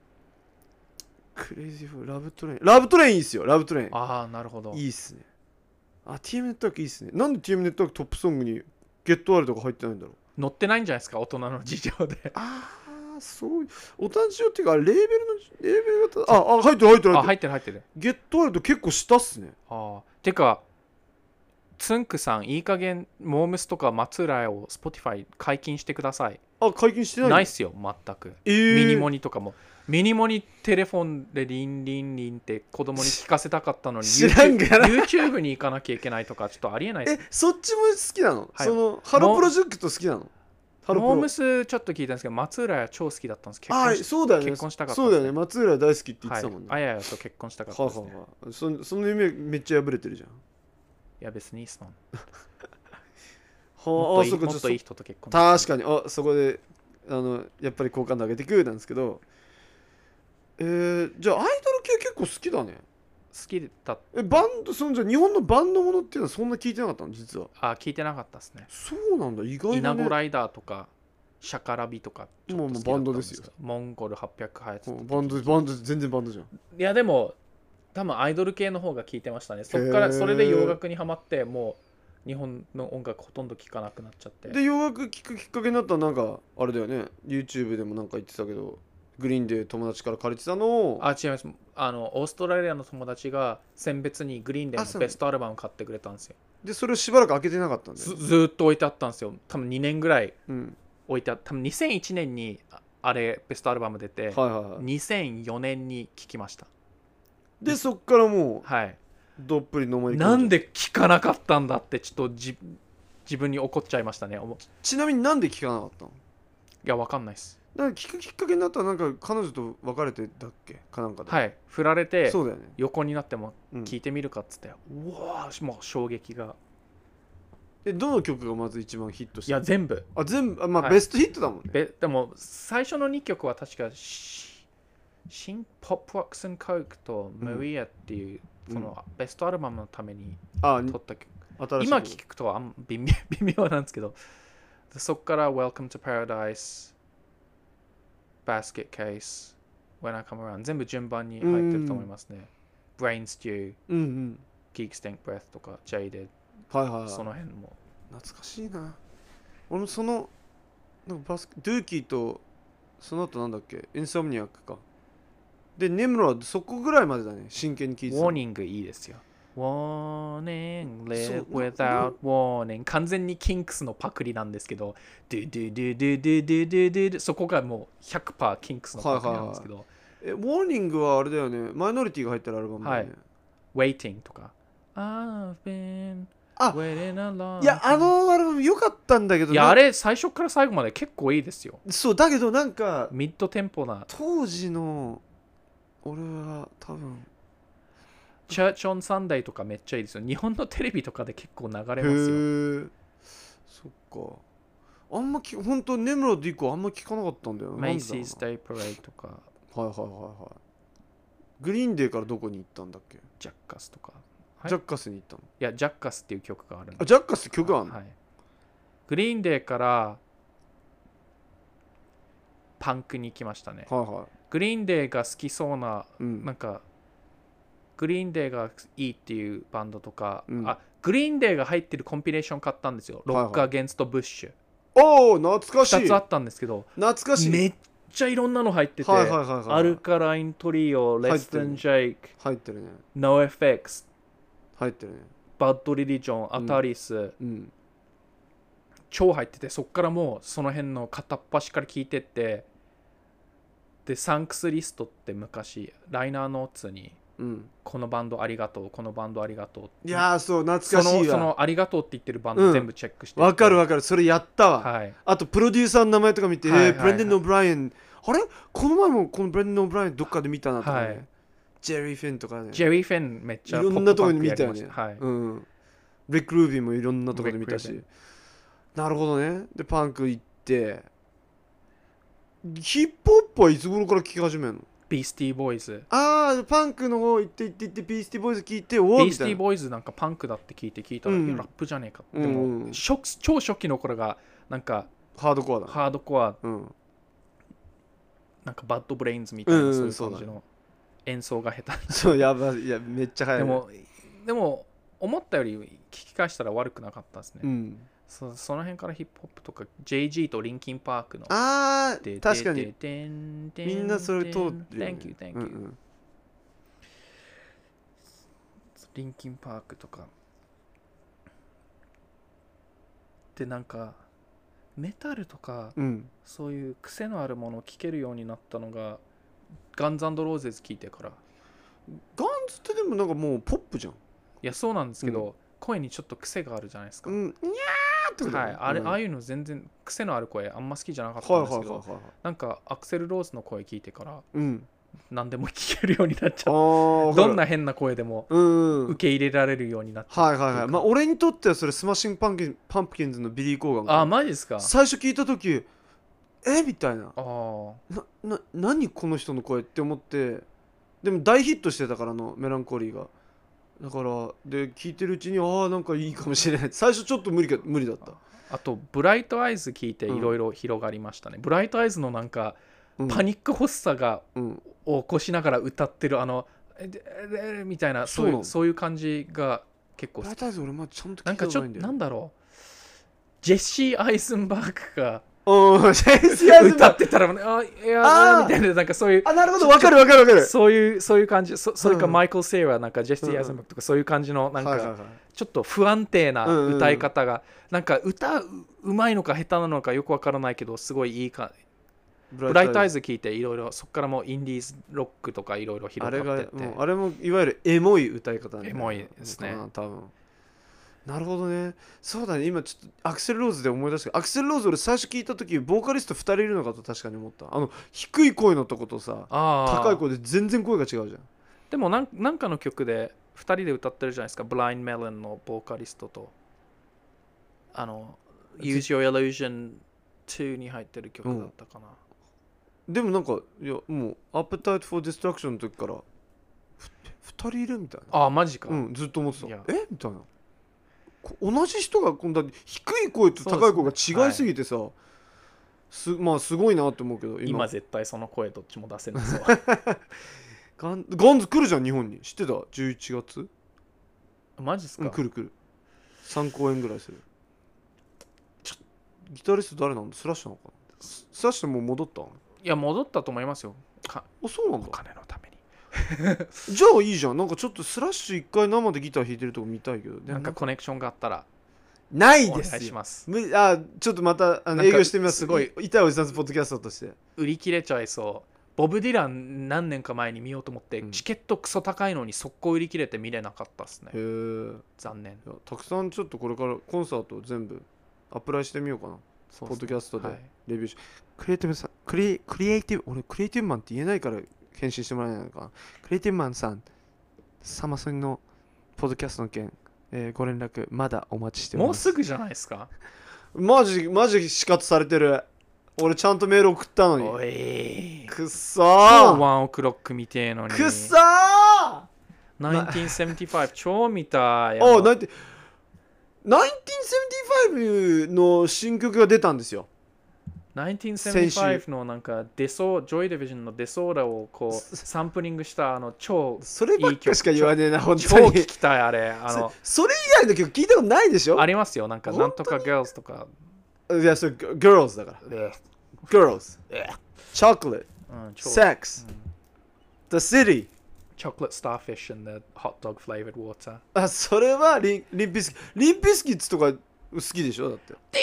S1: クレイジーフォーラブトレインラブトレインいいっすよラブトレイン
S2: ああなるほど
S1: いいっすね。あ、TM ネットワークいいっすね。なんで TM ネットワークトップソングにゲットワールドが入ってないんだろう。
S2: 乗ってないんじゃないですか大人の事情で
S1: ああ、そういう。お誕生っていうか、レーベルの、レーベルが、あ、あ、入ってる入ってる入
S2: あ入
S1: ってる。
S2: ってる入ってる
S1: ゲットワールド結構下っすね。
S2: ああてかつんくさんいい加減モームスとか松浦を Spotify 解禁してください
S1: あ、解禁してない。
S2: ないっすよ全く
S1: えー、
S2: ミニモ
S1: ニ。
S2: ニとかもミニモニテレフォンでリンリンリンって子供に聞かせたかったのに
S1: 知らんから
S2: YouTube YouTube に行かなきゃいけないとかちょっとありえないで
S1: え
S2: す、
S1: そっちも好きなの、
S2: はい
S1: その、ハロプロジェクト好きなのハロ
S2: モー
S1: プロ
S2: ム。スちょっと聞いたんですけど松浦は超好きだったんです結
S1: あ
S2: 婚
S1: ー、
S2: し
S1: そうだよね。
S2: 結婚したかった
S1: そうだよね。松浦大好きって言ってたもんね。
S2: は、
S1: はい
S2: あややと結婚したかっ
S1: あ
S2: た
S1: は
S2: です、ね、
S1: あはあそその夢めっちゃ破れてるじゃん。
S2: いや別にいいっすもん
S1: ほ
S2: もっ
S1: うあ
S2: といい
S1: そこ
S2: も
S1: ちょ
S2: っ
S1: っと
S2: といい人と結婚
S1: 確かにあそこであのやっぱり好感度上げてくなんですけどえー、じゃあアイドル系結構好きだね
S2: 好きだっ
S1: えバンドそのじゃあ日本のバンドものっていうのはそんな聞いてなかったの実は
S2: あ聞いてなかったですね
S1: そうなんだ意外
S2: イ
S1: だ
S2: ナ
S1: ね
S2: ゴライダーとかシャカラビとかちょっと好きだったんけどモンゴル800ハヤ
S1: う
S2: ツ
S1: んバンドバンド全然バンドじゃん
S2: いやでも多分アイドル系の方が聞いてましたねそっか
S1: へー
S2: らそれで洋楽にはまってもう日本の音楽ほとんど聞かなくなっちゃって
S1: で洋楽聴くきっかけになったらなんかあれだよね YouTube でもなんか言ってたけどグリーンで友達から借りてたのを
S2: あ違いますあのオーストラリアの友達が選別にグリーンデ
S1: あ
S2: ー
S1: そ
S2: の
S1: うなの
S2: ベストアルバム買ってくれたんですよ
S1: でそれをしばらく開けてなかったんだよ
S2: ず
S1: ね、
S2: ずーっと置いてあったんですよ多分2年ぐらい
S1: うん、
S2: 置いてあった多分2001年にああれベストアルバム出て、
S1: はいはいはい
S2: 2004年に聞きました
S1: でそっからもう
S2: はい
S1: どっぷり飲まり込
S2: なん
S1: で
S2: で聞かなかったんだってちょっとじ自分に怒っちゃいましたねおも
S1: ちなみになんで聴かなかったの
S2: いやわかんないです
S1: なんか聞くきっかけになったらなんか彼女と別れてだっけかなんかで、
S2: はい振られて
S1: そうだよね、
S2: 横になっても
S1: うん、
S2: 聞いてみるかっつって、うわーもう衝撃が
S1: でどの曲がまず一番ヒットし
S2: い
S1: た
S2: や全部
S1: あ全部あまあ、
S2: はい
S1: ベストヒットだもんね
S2: べでも最初の2曲は確かシ新ポップワックスンコークと
S1: うん
S2: マリアっていう、
S1: うん
S2: そのベストアルバムのために
S1: あ
S2: 撮った曲、
S1: 新しい
S2: 今
S1: 曲
S2: 聞くとあん微妙微妙なんですけどでそっから Welcome to Paradise Basket Case When I Come Around 全部順番に入ってると思いますね Brain Stew
S1: うんうん
S2: Geek Stink Breath とか Jaded
S1: はいはい、はい、
S2: その辺も
S1: 懐かしいな俺もそのなんかバスケドゥーキーとその後なんだっけインソムニアックかでネムロはそこぐらいまでだね真剣に聞いてたの
S2: Warning いいですよ Warning
S1: そう
S2: live without warning 完全に Kinks のパクリなんですけどドゥドゥドゥドゥドゥドゥドゥドゥそこがもう 100%Kinks のパクリなんですけど、
S1: えウォーニングはあれだよねマイノリティが入ってるアルバムだよね、
S2: Waiting とか I've been
S1: あ
S2: waiting a long
S1: い、やあのアルバム良かったんだけど
S2: いやあ
S1: れ
S2: れ最初から最後まで結構いいですよ
S1: そうだけどなんか
S2: ミッドテンポな
S1: 当時の俺は多分
S2: Church on Sunday とかめっちゃいいですよ日本のテレビとかで結構流
S1: へ
S2: れますよ
S1: えそっかあんまき本当ネムロディ以降あんま聞かなかったんだよななんでだろう
S2: Macy's
S1: な
S2: Day Parade とか
S1: はいはいはいはいグリーンデーからどこに行ったんだっけ、
S2: ジャッカスとかはい
S1: ジャッカスに行ったの
S2: いやジャッカスっていう曲があるんで
S1: あジャッカスって曲あんの、
S2: はい、グリーンデーからパンクに行きましたね
S1: はい、はい
S2: グリーンデーが好きそうな
S1: うん
S2: なんかグリーンデーがいいっていうバンドとか、
S1: うん
S2: あグリーンデーが入ってるコンピレーション買ったんですよロック・
S1: は
S2: アゲンスト・ブッシュ、
S1: おお懐かしい
S2: 2つあったんですけど
S1: 懐かしい
S2: めっちゃいろんなの入ってて、
S1: はいはいはいはいはい
S2: アルカライン・トリオレ
S1: 入っ
S2: ッ
S1: て
S2: ス
S1: る
S2: ン・ジェイク
S1: 入ってるね
S2: ノーエフェクス
S1: 入ってるね
S2: バッド・リリジョンアタリス、
S1: うん
S2: 超入っててそっからもうその辺の片っ端から聞いてってでサンクスリストって昔ライナーノーツに
S1: うん
S2: このバンドありがとうこのバンドありがとうって
S1: いやーそう懐
S2: そ
S1: かし
S2: の
S1: い
S2: そ
S1: わ
S2: のありがとうって言ってるバン
S1: うん
S2: ド全部チェックして
S1: わかる
S2: わ
S1: わかるそれやったわ、
S2: はい
S1: あとプロデューサーの名前とか見て、
S2: はいはい
S1: えーブレンデン・オブライエンあれこの前もこのブレンデン・オブライエンどっかで見たなとかね、
S2: はい
S1: ジェリー・フェンとかね
S2: ジェリー・フェンめっ
S1: い
S2: ちゃ
S1: ろんなところに
S2: ポッ
S1: 見
S2: プ
S1: た
S2: バンク
S1: よね
S2: やりましたはい
S1: うん、ブレック・ルービーもいろんなところで見た
S2: ブレ
S1: しなるほどねでパンク行ってヒップホップはいつ頃から聴き始めるの
S2: ビースティー・ボーイズ
S1: ああパンクの方行って行って行ってビースティーボーイズ聴いておお
S2: ビー
S1: み
S2: ステ
S1: た
S2: ィー・
S1: いな
S2: ボーイズなんかパンクだって聞いて聞いたら、
S1: うん
S2: いやラップじゃねえか
S1: うん
S2: でも初超初期の頃がなんか
S1: ハードコアだ、
S2: ハードコア
S1: うん、
S2: なんかバッドブレインズみたいな、
S1: うんうん
S2: そういう
S1: そうだ
S2: 感じの演奏が下手
S1: そうやばいいやめっちゃ早い
S2: で
S1: ね
S2: も、でも思ったより聞き返したら悪くなかったですね、
S1: うん、
S2: そその辺からヒップホップとか JG とリンキンパークの
S1: ああ
S2: で
S1: 確かに
S2: ででんで
S1: みんなそれ通ってるよね
S2: Thank you, thank you、
S1: うんうん
S2: リンキンパークとかでなんかメタルとか
S1: うん
S2: そういう癖のあるものを聴けるようになったのがガンズローゼズ聴いてからい
S1: ガンズってでもなんかもうポップじゃん
S2: やそうなんですけど、声にちょっと癖があるじゃないですか、
S1: うんにゃーってことだ
S2: は
S1: よ
S2: い
S1: ね、
S2: あれ
S1: うん
S2: ああ
S1: はい
S2: いうの全然癖のある声あんま好きじゃなかった
S1: はい
S2: んで
S1: はい
S2: す
S1: は
S2: け
S1: い
S2: ど
S1: はい
S2: なんかアクセル・ローズの声聞いてから
S1: うん
S2: 何でも聞けるようになっちゃっ
S1: あ
S2: た
S1: あ
S2: どんな変な声でも
S1: うんうん
S2: 受け入れられるようになった、
S1: はいはいはいまあ俺にとってはそれスマッシングパンキンパンプキンズのビリー・コーガンか
S2: あマジですか
S1: 最初聞いた時えみたいな
S2: あー
S1: なな何この人の声って思ってでも大ヒットしてたからあのメランコリーがだからで聞いてるうちにああなんかいいかもしれない最初ちょっと無理か無理だった、
S2: あとブライトアイズ聞いて
S1: うん
S2: いろいろ広がりましたね、ブライトアイズのなんか
S1: うん、
S2: パニック発作が
S1: うん
S2: を起こしながら歌ってるあのえでえでみたいなそうい
S1: そうな
S2: う
S1: の
S2: そういう感じが結構
S1: ブ
S2: 好
S1: ライ
S2: き
S1: トアイズ俺まだちゃんと
S2: な
S1: 聞
S2: ん
S1: いた
S2: か
S1: こ
S2: ち
S1: と
S2: ょ
S1: な
S2: っ
S1: いんだ
S2: と
S1: よ
S2: な
S1: ね
S2: んだろうジェシー・アイスンバーグが
S1: うんジェイシー・アイズ
S2: 歌
S1: バー
S2: っ
S1: グ
S2: てたらねあい
S1: あ
S2: や
S1: ー
S2: ーみたいななんかそういう
S1: あなるほどわかるわかるわかる
S2: そういうそういう感じそそれか
S1: うん
S2: マイクル・セイラーなんかジェシ
S1: うんうん
S2: ー・アイスンバーグとかそういう感じのなん
S1: はいはい
S2: か
S1: はい
S2: ちょっと不安定な
S1: うんうん
S2: 歌い方がなんか歌ううまいのか下手なのかよくわからないけどすごいいいかブ
S1: ブ
S2: ライトアイズ聞いていろいろそこからもうインディーズロックとかいろいろ
S1: あ
S2: 広
S1: れ
S2: が
S1: が
S2: ってって
S1: もうあれもいわゆるエモい歌い方なんだよ
S2: エモいですね
S1: かな多分なるほどねそうだね今ちょっとアクセル・ローズで思い出したけどアクセル・ローズ俺最初聞いた時ボーカリスト2人いるのかと確かに思ったあの低い声のとことさ
S2: あー
S1: 高い声で全然声が違うじゃん
S2: でもなんなんかの曲で2人で歌ってるじゃないですか、ブライン・メロンのボーカリストと、あの、
S1: ぜ
S2: Use Your Illusion 2に入ってる曲だったかな。
S1: でもなんかいやもう「アップタイト・フォー・ディストラクション」の時から2人いるみたいな
S2: ああ、マジか。
S1: うんずっと思ってた
S2: いや
S1: えみたいなこ同じ人がこんな低い声と高い声が違いすぎてさす、まあすごいなって思うけど
S2: 今絶対その声どっちも出せないぞ。
S1: ガンガンズ来るじゃん日本に知ってた11月
S2: マジっす
S1: うん
S2: か
S1: 来る来る3公演ぐらいする
S2: ちょ
S1: ギタリスト誰なんだスラッシュなのかなススラッシュってもう戻ったの
S2: いや、戻ったと思いますよ。か
S1: あそうなん
S2: お
S1: だ
S2: 金のために。
S1: じゃあいいじゃんなんかちょっとスラッシュ一回生でギター弾いてるとこ見たいけどでも
S2: なんかコネクションがあったら
S1: ない
S2: お願
S1: で
S2: い
S1: す
S2: し
S1: よ
S2: ます。
S1: 無理あちょっとまた
S2: な
S1: あの
S2: んか
S1: 営業してみます
S2: すごい
S1: 痛いおじさんズポッドキャストとして
S2: 売り切れちゃいそう。ボブ・ディラン何年か前に見ようと思って、
S1: うん
S2: チケットクソ高いのに速攻売り切れて見れなかったっすね
S1: へ。え
S2: 残念。
S1: いやたくさんちょっとこれからコンサートを全部アプライしてみようかな、
S2: ポ
S1: ポッドキャストで
S2: はい
S1: レビューし、クリエイティブさんクリクリエイティブ俺クリエイティブマンって言えないから返信してもらえないのかなクリエイティブマンさんサマソニのポッドキャストの件、えーご連絡まだお待ちしており
S2: もう
S1: ます
S2: すぐじゃないですか。
S1: マジマジ死活されてる俺ちゃんとメール送ったの
S2: お
S1: に
S2: い。
S1: くっそ
S2: 超
S1: ー
S2: ワンオクロック見てえのに。
S1: くっそー
S2: 1975超見たい。
S1: あ、なんて、1975の新曲が出たんですよ。先
S2: 1975のなんかデソ、ジョイディビジョンのデソーラをこうサンプリングしたあの 超、
S1: そればっかしか言わねえな、本
S2: 超
S1: 当に
S2: 聞。きたいあれ。あの
S1: そそれ以外の曲聞いたことないでしょ
S2: ありますよ、なんか、なんとか girls とか。
S1: いや、それ、g- girls だから。girls。chocolate,
S2: うん、超
S1: sex, the city.
S2: chocolate starfish and the hot dog flavored water.
S1: あ、それはリンリンピスキリンピスキッツとか好きでしょだって。
S2: DJ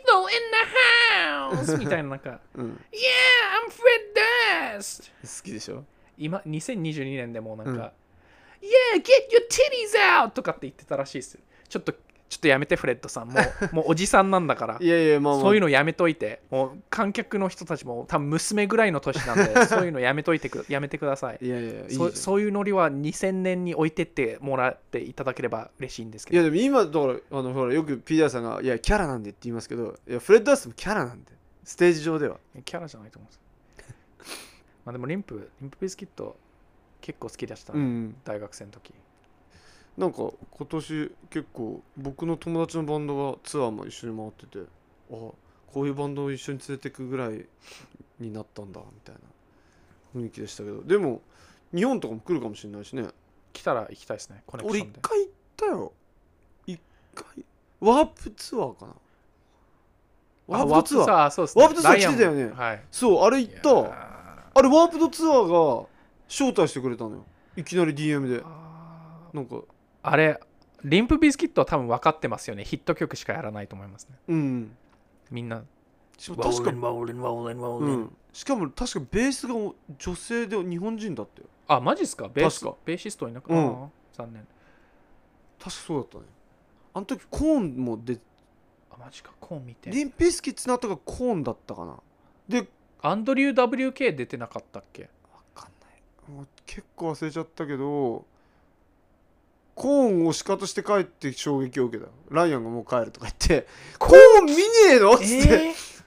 S2: Lethal in the house! みたいななんか、
S1: うん好
S2: Yeah, I'm Fred Durst!
S1: きでしょ
S2: 今2022年でもうなんか、
S1: うん
S2: Yeah, get your titties out! とかって言ってたらしいですちょっとちょっとやめてフレッドさんも うもうおじさんなんだから
S1: いやいや、まあまあ。
S2: そういうのやめといてもう観客の人たちも多分娘ぐらいの年なん でそういうのやめといてくやめてください
S1: いやいやいやいいじゃん
S2: そそういうノリは2000年に置いてってもらっていただければ嬉しいんです
S1: い
S2: け
S1: や
S2: ど
S1: でも今だからあのほらよく PDR さんが「いやキャラなんで」って言いますけどいやフレッド・ダーストもキャラなんでステージ上では
S2: キャラじゃないと思うんです まあでもリンプリンプビスキット結構好きでした、
S1: う
S2: ね
S1: ん
S2: 大学生の時
S1: なんか今年結構僕の友達のバンドがツアーも一緒に回っててあこういうバンドを一緒に連れてくぐらいになったんだみたいな雰囲気でしたけどでも日本とかも来るかもしれないしね
S2: 来たら行きたいですねコネク
S1: 俺
S2: ショ
S1: 一
S2: ンで
S1: 回行ったよ一回ワープツアーかなワープツアー
S2: あワープツアーそうですね
S1: ワープツアー
S2: ライアンも
S1: 来てたよね
S2: はい
S1: そうあれ行った
S2: いや
S1: あれワープドツアーが招待してくれたのよいきなり DM で
S2: ーあー
S1: なんか
S2: あれリンプビスキットは多分分かってますよねヒット曲しかやらないと思いますね
S1: うん
S2: みんな
S1: しかも確か、う
S2: うん
S1: ん、しかも確かベースが女性で日本人だったよ
S2: あマジっすかベース
S1: 確か
S2: ベーシストいなく
S1: うん
S2: あー残念
S1: 確かそうだったねあの時コーンもで
S2: あマジかコーン見て
S1: リンピスキッツの後がコーンだったかなで
S2: アンドリュー WK 出てなかったっけ
S1: わかん結構忘れちゃったけどコーンを鹿として帰って衝撃を受けたライアンがもう帰るとか言って「コーン見ねえの?」っつって、
S2: えー、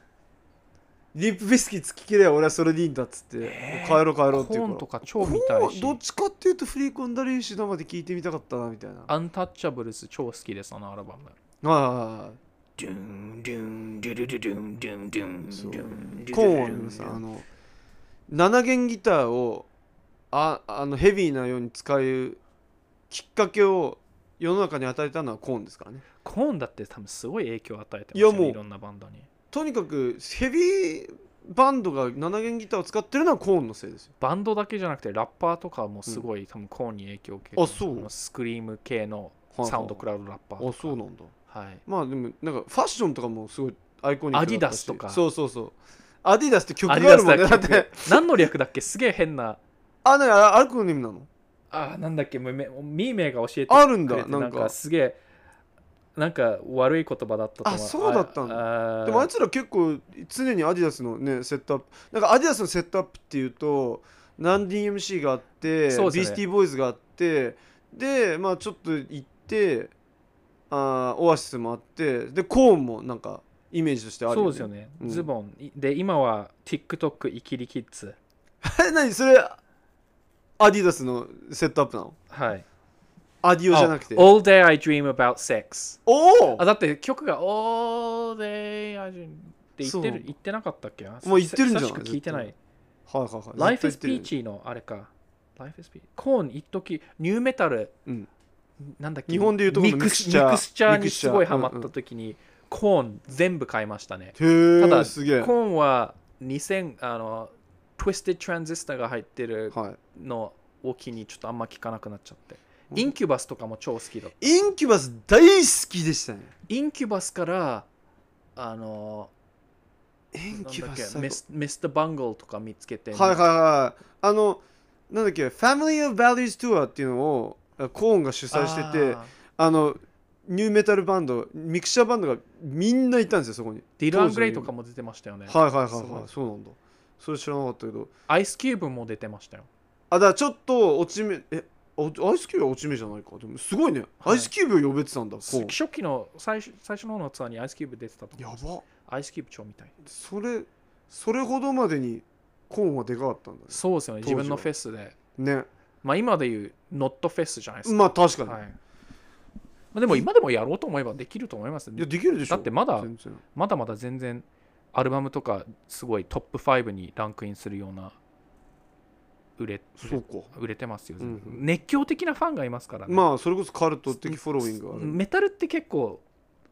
S1: リップビスキッつききれば俺はそれでいいんだっつって、
S2: えー
S1: 帰ろう帰ろうっ
S2: コ
S1: て言
S2: ー
S1: う
S2: ン
S1: か
S2: と
S1: ら
S2: か超見たいし
S1: どっちかっていうとフリーコンダリーシュ生で聞いてみたかったなみたいなはい
S2: アンタッチャブルス超好きですあのアルバム
S1: はいはい
S4: ドゥンドゥンドゥルドゥドゥンドゥンドゥン
S1: そう
S4: ドゥンドゥ
S1: コ
S4: ルドゥ
S1: ー
S4: ル
S1: ンのさ
S4: ドゥ
S1: あの7弦ギターをああのヘビーなように使うきっかけを世の中に与えたのはコーンですからね
S2: コーンだって多分すごい影響を与えてます
S1: いや
S2: よ
S1: も
S2: ね
S1: う
S2: いろんなバンドに
S1: とにかくヘビーバンドが7弦ギターを使ってるのはコーンのせいですよ
S2: バンドだけじゃなくてラッパーとかもすごい、多分コーンに影響を受けて
S1: あそう
S2: のスクリーム系の
S1: はいはい
S2: サウンドクラウドラッパーとか
S1: あそうなんだ
S2: はい
S1: まあでもなんかファッションとかもすごいアイコニックだ
S2: アディ
S1: ったし
S2: ダスとか
S1: そうそうそうアディダスって曲が
S2: ア
S1: あ
S2: ディダ
S1: る
S2: ス
S1: も
S2: だ
S1: んねだっ
S2: っけ
S1: て
S2: 何の略だっけすげえ変な
S1: あなにあアルコニムなの
S2: あなんだっけめめミーメイが教えて
S1: あるん
S2: く
S1: だ
S2: れて
S1: な
S2: なんんか
S1: か
S2: すげえなんか悪い言葉だったと思
S1: あそうだったんだ
S2: だ
S1: でもあいつら結構常にアディダスのねセットアップなんかアディダスのセットアップっていうとナンディ MC があって、
S2: そうですね
S1: ビースティーボーイズがあってでまあちょっと行ってあーオアシスもあってでコーンもなんかイメージとしてある
S2: そうですよね、
S1: うん
S2: ズボンいで今は TikTok イキリキッズ
S1: え 何それアディダスのセットアップなの
S2: はい
S1: アディオじゃなくて
S2: あ All day I dream about sex
S1: お
S2: あ
S1: お
S2: だって曲が All day I dream って言
S1: そ
S2: っ
S1: う
S2: てる言ってなかったっけも
S1: う言ってるんじゃない
S2: 久しく聞いてない
S1: はいはいはい
S2: Life is
S1: 絶対言ってる
S2: Peachy のあれか Life is Peachy コーン一時ニューメタル、
S1: うん
S2: なんだっけ
S1: 日本でいうとこの
S2: ミクス
S1: ミクスチャー
S2: ミクスチャー
S1: ミク
S2: に
S1: スチ
S2: す
S1: ャー
S2: ごいハマった時に、コーン全部買いましたね
S1: へえ
S2: ただ
S1: すげえ
S2: コーンは2000あの Twisted Transistor が入ってる
S1: はい
S2: のを機にちょっとあんま聞かなくなっちゃってインキュバスとかも超好きだった
S1: インキュバス大好きでしたね
S2: インキュバスからあの
S1: イン
S2: なん
S1: キュ
S2: だっ
S1: バ
S2: け
S1: ス最
S2: ミ
S1: 高
S2: スミスターバンゴルとか見つけて
S1: はいはいはいあのなんだっけ「Family of Values Tour」っていうのをコーンが主催しててあ
S2: あー
S1: のニューメタルバンドミクシャーバンドがみんないたんですよそこに
S2: ディラン・グレイとかも出てましたよね
S1: はいはいはい
S2: すご
S1: はいいそうなんだそれ知らなかったけど
S2: アイスキューブも出てましたよ
S1: あだからちょっと落ち目えあアイスキューブは落ち目じゃないかでもすごいね、
S2: はい
S1: アイスキューブを呼べてたんだコーン
S2: 初期の最初最初の方のツアーにアイスキューブ出てたと思う
S1: やば
S2: アイスキューブ超みたい
S1: それそれほどまでにコーンはでかかったんだ
S2: そうですよね
S1: 当
S2: 自
S1: 時は
S2: 分のフェスで
S1: ねね
S2: まあ今でいうノットフェスじゃないですか
S1: まあ確かに、
S2: はい
S1: い、
S2: まあ、でも今でもやろうと思えばできると思います、
S1: やできるでしょ
S2: だってまだ
S1: 全然
S2: まだまだ全然アルバムとかすごいトップ5にランクインするような売れ
S1: そうか
S2: 売れてますよ、
S1: うんうん
S2: 熱狂的なファンがいますから、ね
S1: まあそれこそカルト的フォローイングがある
S2: メタルって結構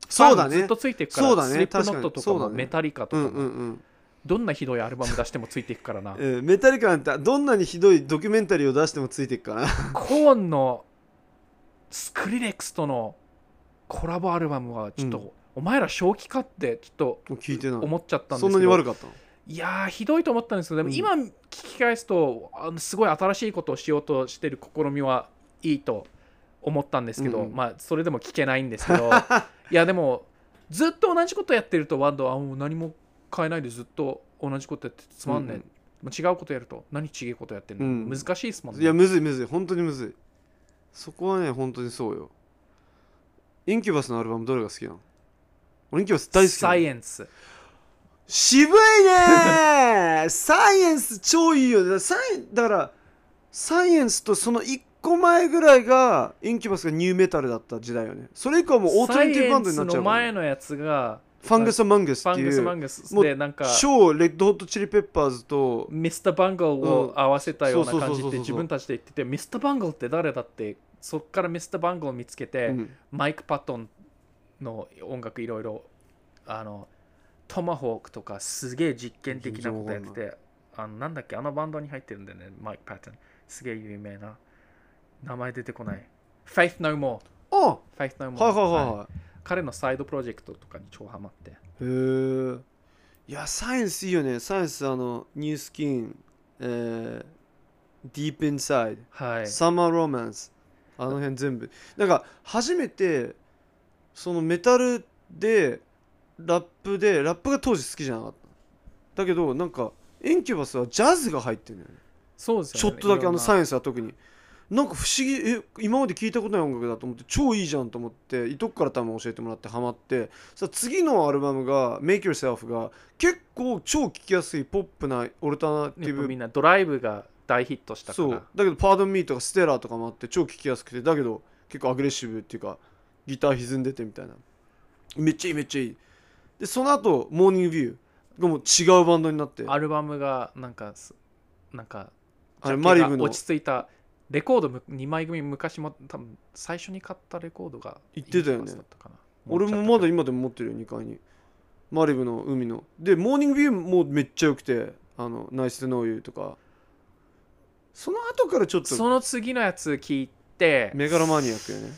S1: そうだね
S2: ファンずっとついてくから
S1: そうだね
S2: スリップノット
S1: 確か
S2: と
S1: に
S2: か
S1: そうだ
S2: も
S1: ね
S2: メタリカと
S1: う
S2: か
S1: ん
S2: も、
S1: うんうん
S2: どんなひどいアルバム出してもついていくから な
S1: えーメタリカなんてどんなにひどいドキュメンタリーを出してもついていくから
S2: コーンのスクリレックスとのコラボアルバムはちょっと、
S1: うん
S2: お前ら正気かってちょっと
S1: もう聞いてない
S2: 思っちゃったんですけ
S1: そ
S2: ど
S1: んなに悪かったの
S2: いやーひどいと思ったんですけどでも
S1: うん
S2: 今聞き返すと、あのすごい新しいことをしようとしてる試みはいいと思ったんですけど、
S1: うんうん
S2: まあそれでも聞けないんですけ どいやでもずっと同じことやってるとワンドはあもう何も変えないでずっと同じことやっててつまんねえ、
S1: うん
S2: もう違うことやると何違うことやってるの、
S1: うん
S2: 難しいですもんね
S1: いやむずいむずい本当にむずいそこはね本当にそうよインキュバスのアルバムどれが好きなの俺インキュバス大好きな
S2: サ
S1: の
S2: イエンス
S1: 渋いねーサイエンス超いいよねだからサイだからサイエンスとその1個前ぐらいがインキュバスがニューメタルだった時代よねそれ以降はもうオート
S2: サ
S1: リ
S2: イ
S1: ティ
S2: エ
S1: バン
S2: ン
S1: ドにな
S2: ス
S1: っ
S2: の
S1: ちゃうから
S2: 前のやつが
S1: ファンガス・マングス
S2: フ
S1: っ
S2: ァ
S1: て
S2: ング
S1: い
S2: スマン
S1: う
S2: グス
S1: もう
S2: でなんか
S1: 超レッドホットチリペッパーズと
S2: ミスター・バンゴルを合わせたような
S1: うんそ
S2: 感
S1: うそう
S2: じ
S1: そうそう
S2: で
S1: そう
S2: 自分たちで言っててミスター・バンゴルって誰だってそっからミスター・バンゴル見つけて、
S1: うん
S2: マイク・パトンの音楽いろいろあのトマホークとかすげえ実験的なことやって
S1: 全然
S2: てあのなんだっけあのバンドに入ってるんだよねマイク・パトンすげえ有名な名前出てこない、Faith No More
S1: あは
S2: Faith No
S1: い
S2: More、
S1: はいはいはい
S2: 彼のサイドプロジェクトとかに超ハマって
S1: へえいやサイエンスいいよねサイエンスあのニュースキン、えー、ディープインサイド
S2: はい
S1: サマーロマンスあの辺全部なんか初めてそのメタルでラップでラップが当時好きじゃなかっただけどなんかインキュバスはジャズが入ってるのよね
S2: そうですよね
S1: ちょっとだ
S2: い
S1: け
S2: ろ
S1: あ
S2: ん
S1: の
S2: な
S1: サイエンスは特になんか不思議え今まで聞いたことない音楽だと思って超いいじゃんと思っていとこから多分教えてもらってハマってさ次のアルバムが「Make Yourself」が結構超聴きやすいポップなオルタナテ
S2: や
S1: ィ
S2: っぱみ
S1: ブ
S2: んなドライブが大ヒットしたか
S1: そう
S2: ら
S1: だけど「Pardon Me」とか「ステラー」とかもあって超聴きやすくてだけど結構アグレッシブっていうかギター歪んでてみたいなめっちゃいいめっちゃいいでその後モーニングビュー」がもう違うバンドになって
S2: アルバムがなんかすなんか
S1: あれ
S2: ジャケが
S1: マリブの
S2: 落ち着いたレコード2枚組昔も多分最初に買ったレコードが
S1: 言ってたよね
S2: いいやつだったかな
S1: 俺もまだ
S2: う
S1: 今でも持ってるよ2階にマリブの海のでモーニングビューもめっちゃ良くてあのナイスノーユーとかその後からちょっと
S2: その次のやつ聞いて
S1: メガロマニアックよね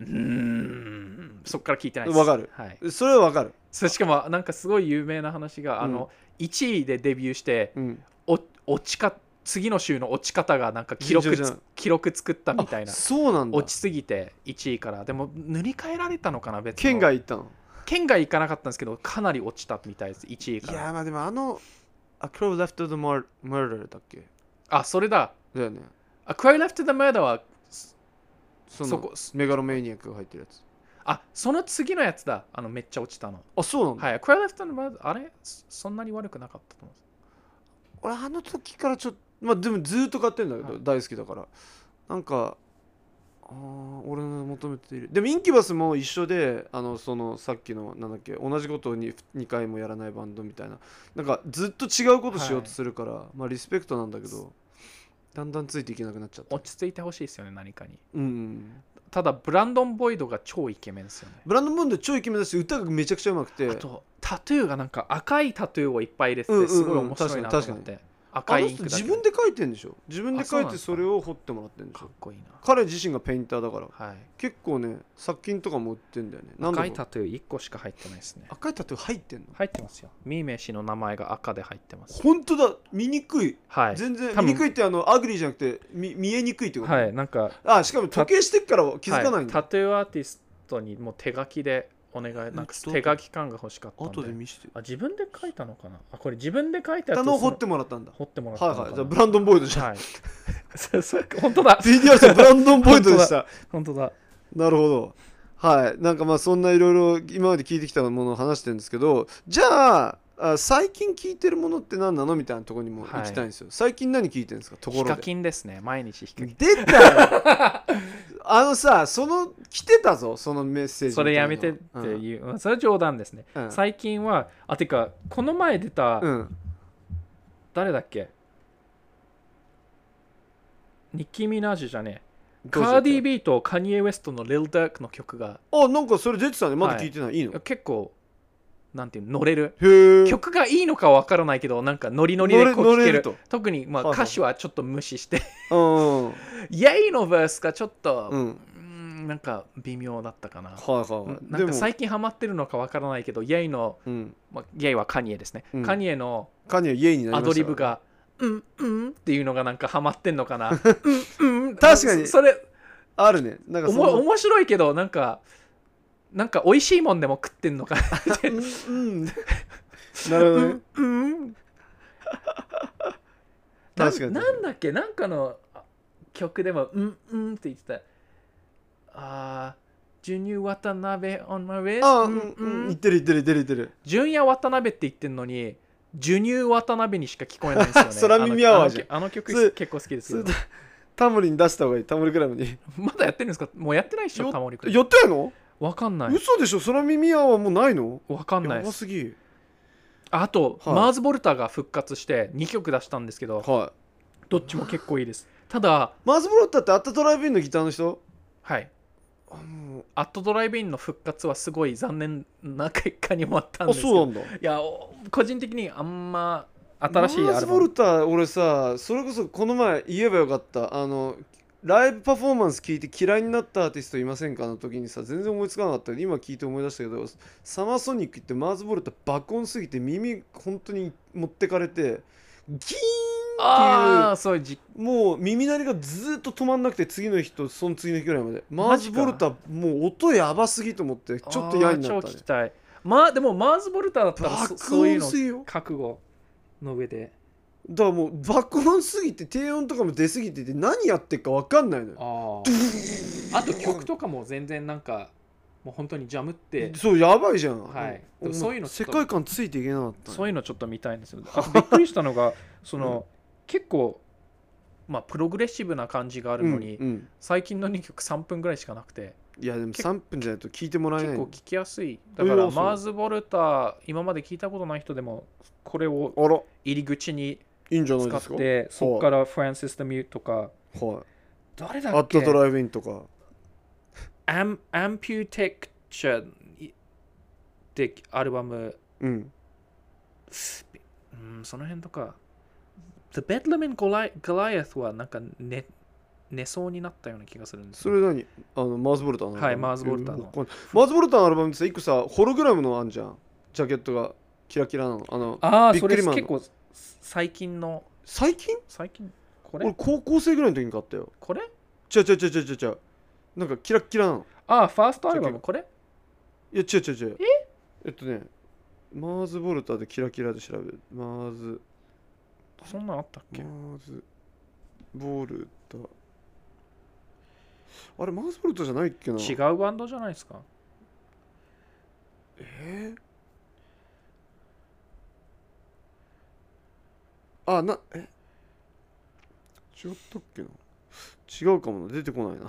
S2: うーんそっから聞いてないです
S1: わかる
S2: はい、
S1: それはわかる
S2: それしかもなんかすごい有名な話が、あの1位でデビューして
S1: うん
S2: お落ちか次の週の落ち方がなんか記録
S1: 尋常じゃ
S2: つ
S1: ない
S2: 記録作ったみたいな
S1: そうなんだ
S2: 落ちすぎて1位からでも塗り替えられたのかな別の
S1: 県外行ったの
S2: 県外行かなかったんですけどかなり落ちたみたいです1位
S1: い
S2: か
S1: や
S2: ら
S1: ーまあでもあのアクロブ・レフト・ザ・マルダーだっけ
S2: あそれだ
S1: だよね
S2: 「A Cry Left to the Murder は」
S1: その
S2: そこ
S1: メガロメニアックが入ってるやつ
S2: あその次のやつだあのめっちゃ落ちたの
S1: あそうなんだ、
S2: はい「A Cry Left to the Murder」あれそそんなに悪くなかったと思います
S1: 俺あの時からちょっとまあでもずっと買ってんだけど、
S2: はい
S1: 大好きだからなんかあー俺の求めているでもインキュバスも一緒であのそのさっきのなんだっけ同じことを 2, 2回もやらないバンドみたいななんかずっと違うことしようとするから、まあリスペクトなんだけどだんだんついていけなくなっちゃった
S2: 落ち着いてほしいですよね何かに
S1: うん
S2: ただブランドン・ボイドが超イケメンですよね
S1: ブランドムーンド超イケメンだし歌がめちゃくちゃうまくて
S2: あとタトゥーがなんか赤いタトゥーをいっぱい入れて
S1: うんうんう
S2: て
S1: ん
S2: すごい面白いなと思っ
S1: 確か
S2: て
S1: あ
S2: 赤い
S1: の
S2: イン
S1: 人
S2: クだけ
S1: 自分で描いてんでしょ自分で
S2: あそう
S1: 描
S2: ないん
S1: て
S2: ですか
S1: それを彫ってもらってんでし
S2: かっ
S1: ょ
S2: こいいな
S1: 彼自身がペインターだから
S2: はい
S1: 結構ね作品とかも売ってんだよね何
S2: 赤
S1: 度も
S2: いタトゥー1個しか入ってないですね
S1: 赤いタトゥー入ってんの
S2: 入ってますよミーメイ氏の名前が赤で入ってます
S1: 本当だ見にくい
S2: はい
S1: 全然
S2: 多分
S1: 見にくいってあのアグリーじゃなくて見見えにくいってこと、
S2: はいなんか
S1: あしかも時計してっから気づかない
S2: は
S1: んだ、
S2: タトゥーアーティストにもう手書きでお願いなんか
S1: ちょっと
S2: 手書き感が欲しかったんで
S1: 後で見して
S2: あ自分で書いたのかなあこれ自分で書いたやつ
S1: 下
S2: を
S1: のを
S2: そ
S1: 掘
S2: の
S1: ってもらったんだ
S2: 掘ってもらったの
S1: はい
S2: かな
S1: はいじゃあブランドン・ボイドじゃん、
S2: はい そうそう本当だ
S1: PDR さんブランドン・ボイド
S2: 本
S1: でし
S2: 当
S1: た
S2: 本当だ
S1: なるほどはいなんかまあそんないろいろ今まで聞いてきたものを話してるんですけどじゃああ最近聞いてるものって何なのみたいなところにも行きたいんですよ、最近何聞いてるんですかとこ
S2: ヒ
S1: ろ
S2: カ
S1: で
S2: キンですね毎日ヒカキン
S1: 出たよあのさその来てたぞそのメッセージ
S2: それやめてって
S1: うん
S2: いう、まあそれは冗談ですね、
S1: うん
S2: 最近はあてかこの前出た、
S1: うん
S2: 誰だっけニッキー・ミナージュじゃねえ
S1: どうしち
S2: カ
S1: ゃった
S2: ーディー・ビーとカニエ・ウェストの「リル・ダーク」の曲が
S1: あなんかそれ出てたねまだ聞いてない、い、いのへ
S2: 結構なんていうの乗れる
S1: え
S2: 曲がいいのかわからないけどなんかノリノリでこう
S1: 乗れ
S2: 聴ける
S1: 乗れる
S2: 特にまあ
S1: はいはい
S2: 歌詞はちょっと無視して
S1: うんうん
S2: イエイのバースがちょっと、
S1: う
S2: うん
S1: うん
S2: ーんなんか微妙だったかな
S1: はいはいはい
S2: なんか
S1: で
S2: 最近ハマってるのかわからないけどイエイの
S1: も、うん、
S2: まあ、イェイはカニエですね、
S1: うん
S2: カニエの
S1: カニは家になりま
S2: ア
S1: した
S2: ドリブが「うんうん」っていうのがなんかハマってんのか なうんうん
S1: 確かに
S2: そそれ
S1: あるねなんか
S2: お
S1: その
S2: も面白いけどなんかなんか美味しいもんでも食ってんのかな
S1: うんうんなるほどね
S2: うん
S1: 確かに
S2: ななんだっけなんかのあ曲でも「うんうん」って言ってたあージュニュー渡辺 on my wrist
S1: あうんうん言ってる言ってる言ってる言ってる
S2: 純也渡辺って言ってんのに授乳渡辺にしか聞こえないんですよね
S1: 空耳アワーじゃん
S2: あのあの曲
S1: それ
S2: 結構好きです
S1: それ
S2: よ
S1: でタモリに出した方がいいタモリクラブによ
S2: まだやってるんですかもうやってないでしょタモリ君
S1: やってないの、
S2: わかんない
S1: 嘘でしょ空耳アワーもうないの
S2: わかんない
S1: や
S2: で
S1: ば
S2: す
S1: すぎ
S2: あと、
S1: はい
S2: マーズ・ボルターが復活して2曲出したんですけど
S1: はい
S2: どっちも結構いいですただ
S1: マーズ・ブロッタってアッタトライブインのギターの人
S2: はい
S1: あもう
S2: アットドライブインの復活はすごい残念な結果に終わったんで
S1: あ
S2: すけ
S1: そう
S2: ど
S1: なんだ
S2: いやお個人的にあんま新しい
S1: マー
S2: アル
S1: ズ・ボ
S2: バ
S1: ル
S2: ム
S1: ター俺さそれこそこの前言えばよかったあのライブパフォーマンス聞いて嫌いになったアーティストいませんかの時にさ全然思いつかなかったけど今聞いて思い出したけどサマーソニックってマーズ・ボルター爆音すぎて耳本当に持ってかれてギーン
S2: ああそういうじ
S1: もう耳鳴りがずっと止まんなくて次の日とその次の日ぐらいまでマー
S2: マジ
S1: ズ・
S2: か
S1: ボルターもう音やばすぎと思ってちょっと嫌にな
S2: あー
S1: っ
S2: 超
S1: たね
S2: 聞きたいまあでもマーズ・ボルターだったらそ
S1: 爆
S2: そういう
S1: 音
S2: の
S1: すぎよ
S2: 覚悟の上で
S1: だからもう爆音すぎて低音とかも出すぎてて何やってっか分かんないのよ
S2: あああと曲とかも全然なんかもう本当にジャムって
S1: そうやばいじゃん、
S2: はい
S1: ん
S2: でもそういうのちょ
S1: 世
S2: っと
S1: 界観ついていけなかったね
S2: そういうのちょっと見たいん ですよあとびっくりしたのがその、結構まあプログレッシブな感じがあるのに、
S1: うんうん
S2: 最近の2曲3分ぐらいしかなくて
S1: いやでも
S2: 結
S1: 3分じゃないと聞いてもらえな
S2: 結
S1: い
S2: 構
S1: の
S2: 聞きやすいだから、
S1: えーそう
S2: マーズ・ボルター今まで聞いたことない人でもこれを
S1: あら
S2: 入り口に
S1: いいんじゃない
S2: 使
S1: で
S2: っ
S1: すか
S2: てそこからフランシス・ダ・ミューとか
S1: は
S2: 誰
S1: い
S2: だ
S1: アッ
S2: っけ
S1: トドライブインとか
S2: アンアンピューテクチャーってアルバム、
S1: うん
S2: うん、その辺とか The Bedlam and Goli- Goliath はなんか寝寝そうになったような気がするんです
S1: そ
S2: よ
S1: れ何あのマーズボルターのアルバム
S2: はいマーズボルターの
S1: えわかんないマーズボルターのアルバムってさ一個さホログラムのあんじゃんジャケットがキラキラなのあの
S2: ああ
S1: ビッ
S2: そ
S1: ク
S2: れ
S1: リマンの
S2: 結構最近の
S1: 最近
S2: 最近こ
S1: 俺
S2: れ
S1: 高校生ぐらいの時に買ったよ
S2: これ
S1: 違う違う違う違う違うなんかキラッキラなの
S2: ああファーストアルバムこれ
S1: いや違う違う違うえっとねマーズボルターでキラキラで調べるマーズ
S2: そんなんあったっけ
S1: マーズボルターあれマーズボルターじゃないっけな
S2: 違うバンドじゃないですか
S1: えーあなえ違ったっけな違うかもな出てこない な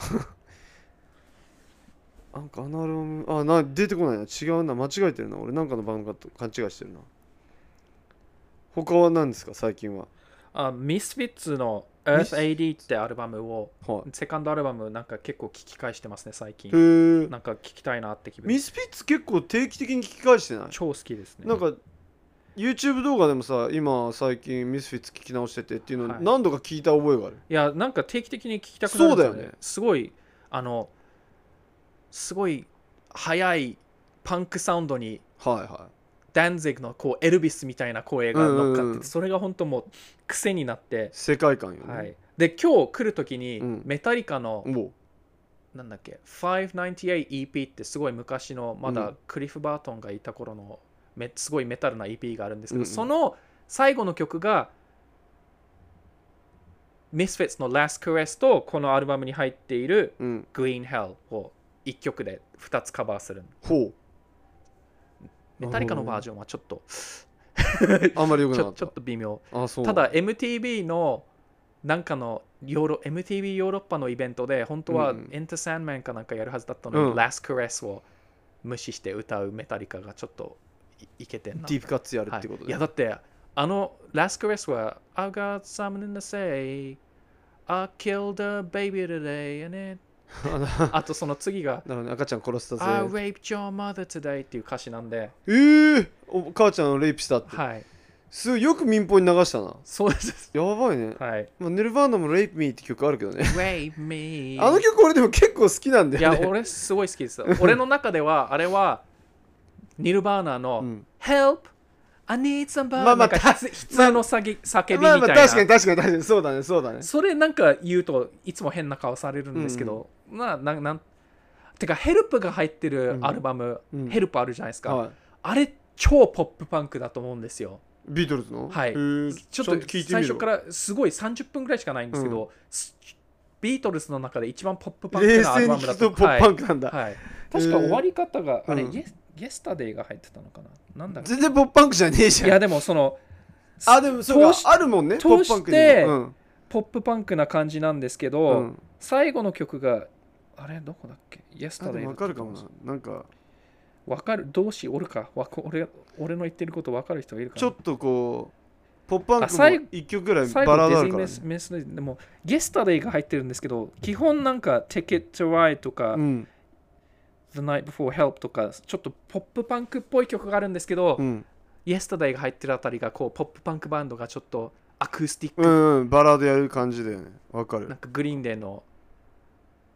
S1: なんかアナロムあな出てこないな違うな間違えてるな俺なんかの番組と勘違いしてるな他は何ですか最近は
S2: あミスフィッツの
S1: ミス
S2: EarthAD ってアルバムを
S1: はい
S2: セカンドアルバムなんか結構聞き返してますね最近
S1: へえ
S2: なんか聞きたいなって気分
S1: ミスピッツ結構定期的に聞き返してない
S2: 超好きですね
S1: なんか YouTube 動画でもさ今最近ミスフィッツ聞き直しててっていうのを
S2: はい
S1: 何度か聞いた覚えがある、
S2: いやなんか定期的に聞きたくなるんですよね
S1: そうだよね
S2: すごいあのすごい速いパンクサウンドに
S1: はいはい
S2: ダンゼグのこうエルビスみたいな声が乗っかってて、
S1: うんうんうん
S2: それが本当もう癖になって、
S1: 世界観よね、
S2: はい、で今日来る時に、
S1: うん
S2: メタリカの
S1: も
S2: なんだっけ 598EP ってすごい昔のま
S1: う
S2: だ
S1: ん
S2: クリフ・バートンがいた頃のめすごいメタルな EP があるんですけど、
S1: うんうん
S2: その最後の曲が Misfits の Last Caress とこのアルバムに入っている
S1: う、うん、
S2: Green Hell を1曲で2つカバーする
S1: ほ
S2: メタリカのバージョンはちょっと
S1: うあんまりよく
S2: ち
S1: なか
S2: ょ
S1: っ
S2: ち
S1: た
S2: ょっと微妙
S1: あそう
S2: ただ MTV のなんかのヨーロ MTV ヨーロッパのイベントで本当は
S1: うんうん
S2: エンタサンマンかなんかやるはずだったの
S1: うん
S2: に Last Caress を無視して歌うメタリカがちょっといいけてんな
S1: ディープカッツやる
S2: は
S1: っ
S2: い
S1: てこと
S2: い
S1: で、
S2: やだってあの Last Caress は I've got something to say I killed a baby today and it
S1: あ な
S2: あとその次が
S1: なるほどね赤ちゃん殺したぜ
S2: I raped your mother today っていう歌詞なんで
S1: えー、お母ちゃんをレイプしたって、
S2: はい
S1: すごいよく民放に流したな
S2: そうです
S1: やばいね、
S2: はい
S1: まあ、ネルヴァーナも「レイプミー」って曲あるけどね
S2: Rape me
S1: あの曲俺でも結構好きなんだ
S2: い
S1: よ
S2: や
S1: ね
S2: 俺すごい好きですよ俺の中ではあれはニルバーナの「
S1: うん
S2: Help I need somebody」
S1: まあまあ
S2: なんかひつ悲痛の叫び叫びみ
S1: まあまあ
S2: たい
S1: 確かに
S2: な
S1: 確かに確かにそうだねそうだね
S2: それなんか言うといつも変な顔されるんですけどまあなんなんてか「Help」が入ってるアルバム
S1: うんう
S2: 「
S1: ん
S2: Help」あるじゃないですか
S1: はい
S2: あれ超ポップパンクだと思うんですよ
S1: ビートルズの
S2: はい
S1: へー
S2: ちょっ
S1: ゃん
S2: と
S1: 聞いてみ
S2: 最
S1: る
S2: 初からすごい30分ぐらいしかないんですけどすビートルズの中で一番ポップパンク
S1: 冷
S2: なア
S1: 静
S2: ル
S1: に
S2: バム
S1: 聞
S2: だ
S1: くと
S2: と
S1: ポップパンクなんだ、
S2: はい、確か終わり方が、あれ、
S1: うん
S2: ゲスゲスタデイが入ってたのかななんだっけ
S1: 全然ポップパンクじゃねえじ
S2: い
S1: ゃん
S2: やでもその
S1: あでもそう
S2: 通
S1: か
S2: し
S1: あるもんねポップパンクにも
S2: 通して
S1: うん
S2: ポップパンクな感じなんですけ
S1: う
S2: ど、
S1: ん
S2: 最後の曲があれどこだっけゲス
S1: あ
S2: タ
S1: で
S2: デイ
S1: も
S2: だ
S1: わ
S2: った
S1: か
S2: と
S1: る
S2: 思
S1: か
S2: うん
S1: も
S2: で
S1: な
S2: す。
S1: なんか
S2: わかる同志おるかわか俺俺の言ってることわかる人がいるかな
S1: ちょっとこうポップパン
S2: あ
S1: クも
S2: 最後
S1: 一曲ぐらい
S2: 最
S1: バラ
S2: 後
S1: ー
S2: デ
S1: ド
S2: ィ
S1: あ
S2: ズニーメ
S1: るから、ね
S2: スメスでもゲスタデイが入ってるんですけど基本なんか Ticket to Ride とか、
S1: うん、
S2: The Night Before Help とかちょっとポップパンクっぽい曲があるんですけど、
S1: うん、
S2: イエスタデイが入ってるあたりがこうポップパンクバンドがちょっとアクースティック
S1: うんうん、バラードやる感じだよねわかる
S2: なんかグリーンデーの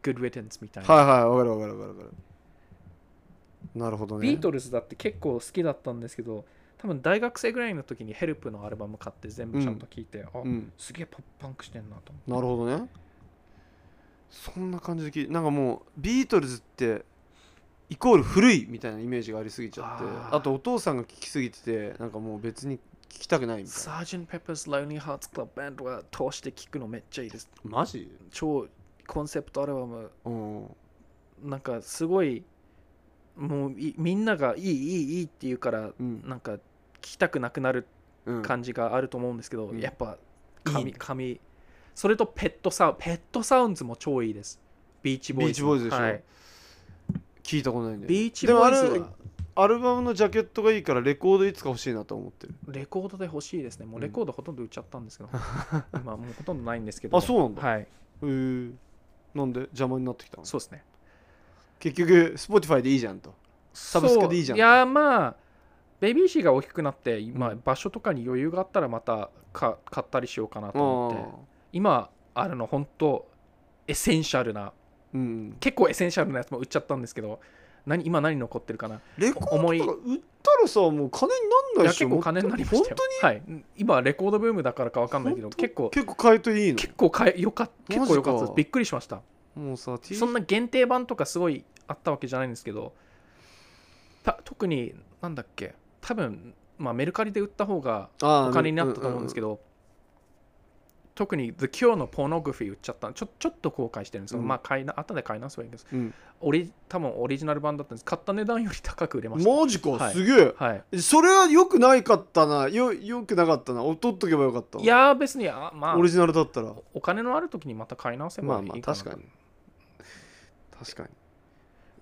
S2: Good Riddance みたいな、
S1: はいはいわかるわかるわかるわかるなるほどね
S2: ビートルズだって結構好きだったんですけど多分大学生ぐらいの時にヘルプのアルバム買って全部ちゃんと聴いて、あ、
S1: うん
S2: すげえポップパンクしてんなと思って
S1: なるほどねそんな感じで聞いなんかもうビートルズってイコール古いみたいなイメージがありすぎちゃって
S2: あ
S1: あ
S2: ー
S1: とお父さんが聴きすぎててなんかもう別に聞きたくないみたいな
S2: サージェント・ペッパーズ・ラウニー・ハーツ・クラブ・バンドは通して聞くのめっちゃいいです。
S1: マジ
S2: 超コンセプトアルバム、
S1: うん
S2: なんかすごい、もういみんながいいいいいいって言うから、
S1: うん
S2: なんか聞きたくなくなる
S1: うん
S2: 感じがあると思うんですけど、
S1: うん
S2: やっぱ
S1: い
S2: 紙
S1: いね
S2: 紙それとペットサウペットサウンズも超いいですビーチボーイズの
S1: ビーチボーイズでしょ
S2: はい、
S1: 聞いたことないんだよね
S2: ビーチボーイズ
S1: でも
S2: は
S1: あれアルバムのジャケットがいいからレコードいつか欲しいなと思ってる
S2: レコードで欲しいですねもうレコードほとんど売っちゃったんですけ ど、今もうほとんどないんですけど
S1: あそうなんだへ
S2: はい
S1: えなんで邪魔になってきたの
S2: そうですね
S1: 結局 Spotify でいいじゃんとサブスクでいいじゃん
S2: そうやまあベビーシーが大きくなって今、
S1: うん
S2: 場所とかに余裕があったらまたか買ったりしようかなと思って
S1: あ
S2: 今あるの本当エッセンシャルな
S1: ーうん
S2: 結構エッセンシャルなやつも売っちゃったんですけど何今何残ってるかな
S1: レコードとか売ったらさもう金になんないい
S2: や
S1: でし
S2: 結
S1: ょ
S2: 構金になりましたよ
S1: 本
S2: はい、今レコードブームだからかわかんないけど
S1: 本当
S2: 結構
S1: 当に結構買えといいの
S2: 結構買えよかった結構よかったで
S1: マジ
S2: す
S1: か
S2: びっくりしました
S1: もうさ T
S2: そんな限定版とかすごいあったわけじゃないんですけどた特になんだっけ多分、まあ、メルカリで売った方が
S1: お
S2: お金になったと思うんですけど、特に The Cure のポーノグフィー売っちゃったちょちょっと後悔してるんですけど、
S1: うん
S2: まあ買いな後で買い直せばいいんです、
S1: うん
S2: オリ多分オリジナル版だったんです買った値段より高く売れました、
S1: マジか、
S2: はい
S1: すげ
S2: はい、
S1: えそれはよくないかったなよよくなかったなお取っとけばよかったわ
S2: いやー別にあまあ
S1: オリジナルだったら
S2: お金のある時にまた買い直せば
S1: まあ
S2: いい
S1: まあ
S2: かな
S1: 確かに確かに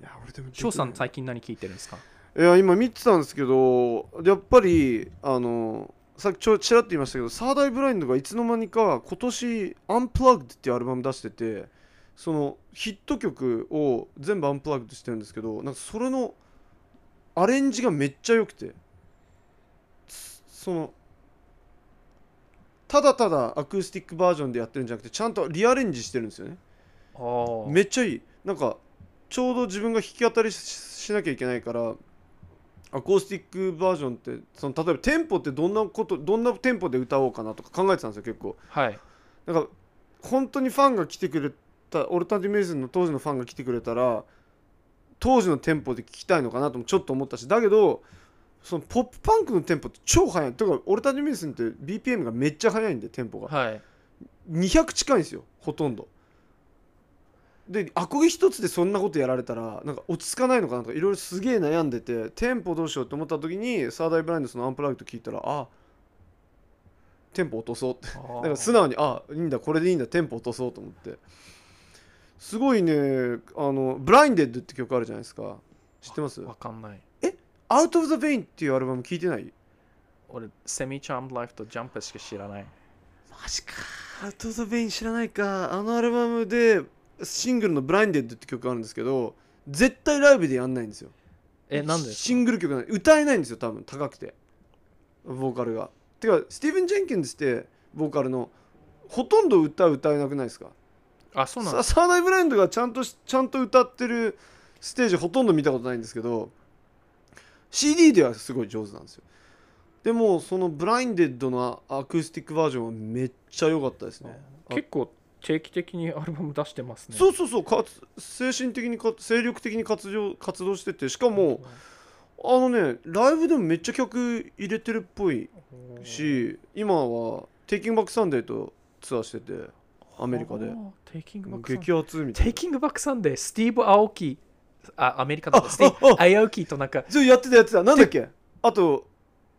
S1: いや俺でも
S2: 翔さん最近何聞いてるんですか
S1: いや今見てたんですけどやっぱりあのさっきちょちらっと言いましたけどサーダイブラインドがいつの間にか今年「アンプラグドっていうアルバム出しててそのヒット曲を全部アンプラグドしてるんですけどなんかそれのアレンジがめっちゃ良くてつそのただただアクースティックバージョンでやってるんじゃなくてちゃんとリアレンジしてるんですよね
S2: ああ
S1: めっちゃいいなんかちょうど自分が弾き語りししなきゃいけないからアコースティックバージョンってその例えばテンポってどんなことどんなテンポで歌おうかなとか考えてたんですよ結構
S2: はい
S1: なんか本当にファンが来てくれたオルタナティブミュージックの当時のファンが来てくれたら当時のテンポで聴きたいのかなともちょっと思ったしだけどそのポップパンクのテンポって超速いとかオルタナティブミュージックって BPM がめっちゃ速いんでテンポが
S2: はい
S1: 200近いんですよほとんどでアコギ一つでそんなことやられたらなんか落ち着かないのかなとかいろいろすげえ悩んでてテンポどうしようって思った時にサーダイブラインドそのアンプラグド聞いたらあテンポ落とそうって
S2: あー
S1: なんか素直にあいいんだこれでいいんだテンポ落とそうと思ってすごいねあの「ブラインデッド」って曲あるじゃないですか知ってます
S2: わかんない
S1: 「アウト・オブ・ザ・ベイン」っていうアルバム聞いてない
S2: 俺セミチャームライフとジャンプしか知らない
S1: マジかアウト・オブ・ザ・ベイン知らないかあのアルバムでシングルの「ブラインデッド」って曲があるんですけど絶対ライブでやんないんですよ
S2: えなんでです
S1: シングル曲なんで歌えないんですよ多分高くてボーカルがてかスティーブン・ジェンキンズってボーカルのほとんど歌歌えなくないですか
S2: かあそうなん
S1: サ
S2: です
S1: サーダイブラインドがちゃんとしちゃんと歌ってるステージほとんど見たことないんですけど CD ではすごい上手なんですよでもそのブラインデッドのアアクースティックバージョンはめっちゃ良かったですねあ
S2: 結構定期的にアルバム出してますね
S1: そうそうそうかつ精神的にか精力的に活動活動しててしかもあのねライブでもめっちゃ曲入れてるっぽい
S2: おー
S1: し今は「テイキングバックサンデー」とツアーしててアメリカで
S2: あーテイキングバックサンデー
S1: 激アツみ
S2: テ
S1: たいな
S2: イキングバックサンデースティーブ・アオキあアメリカだったスティ
S1: あ
S2: ーブ・アオキとなんかい
S1: そうやってたやってたなんだっけあと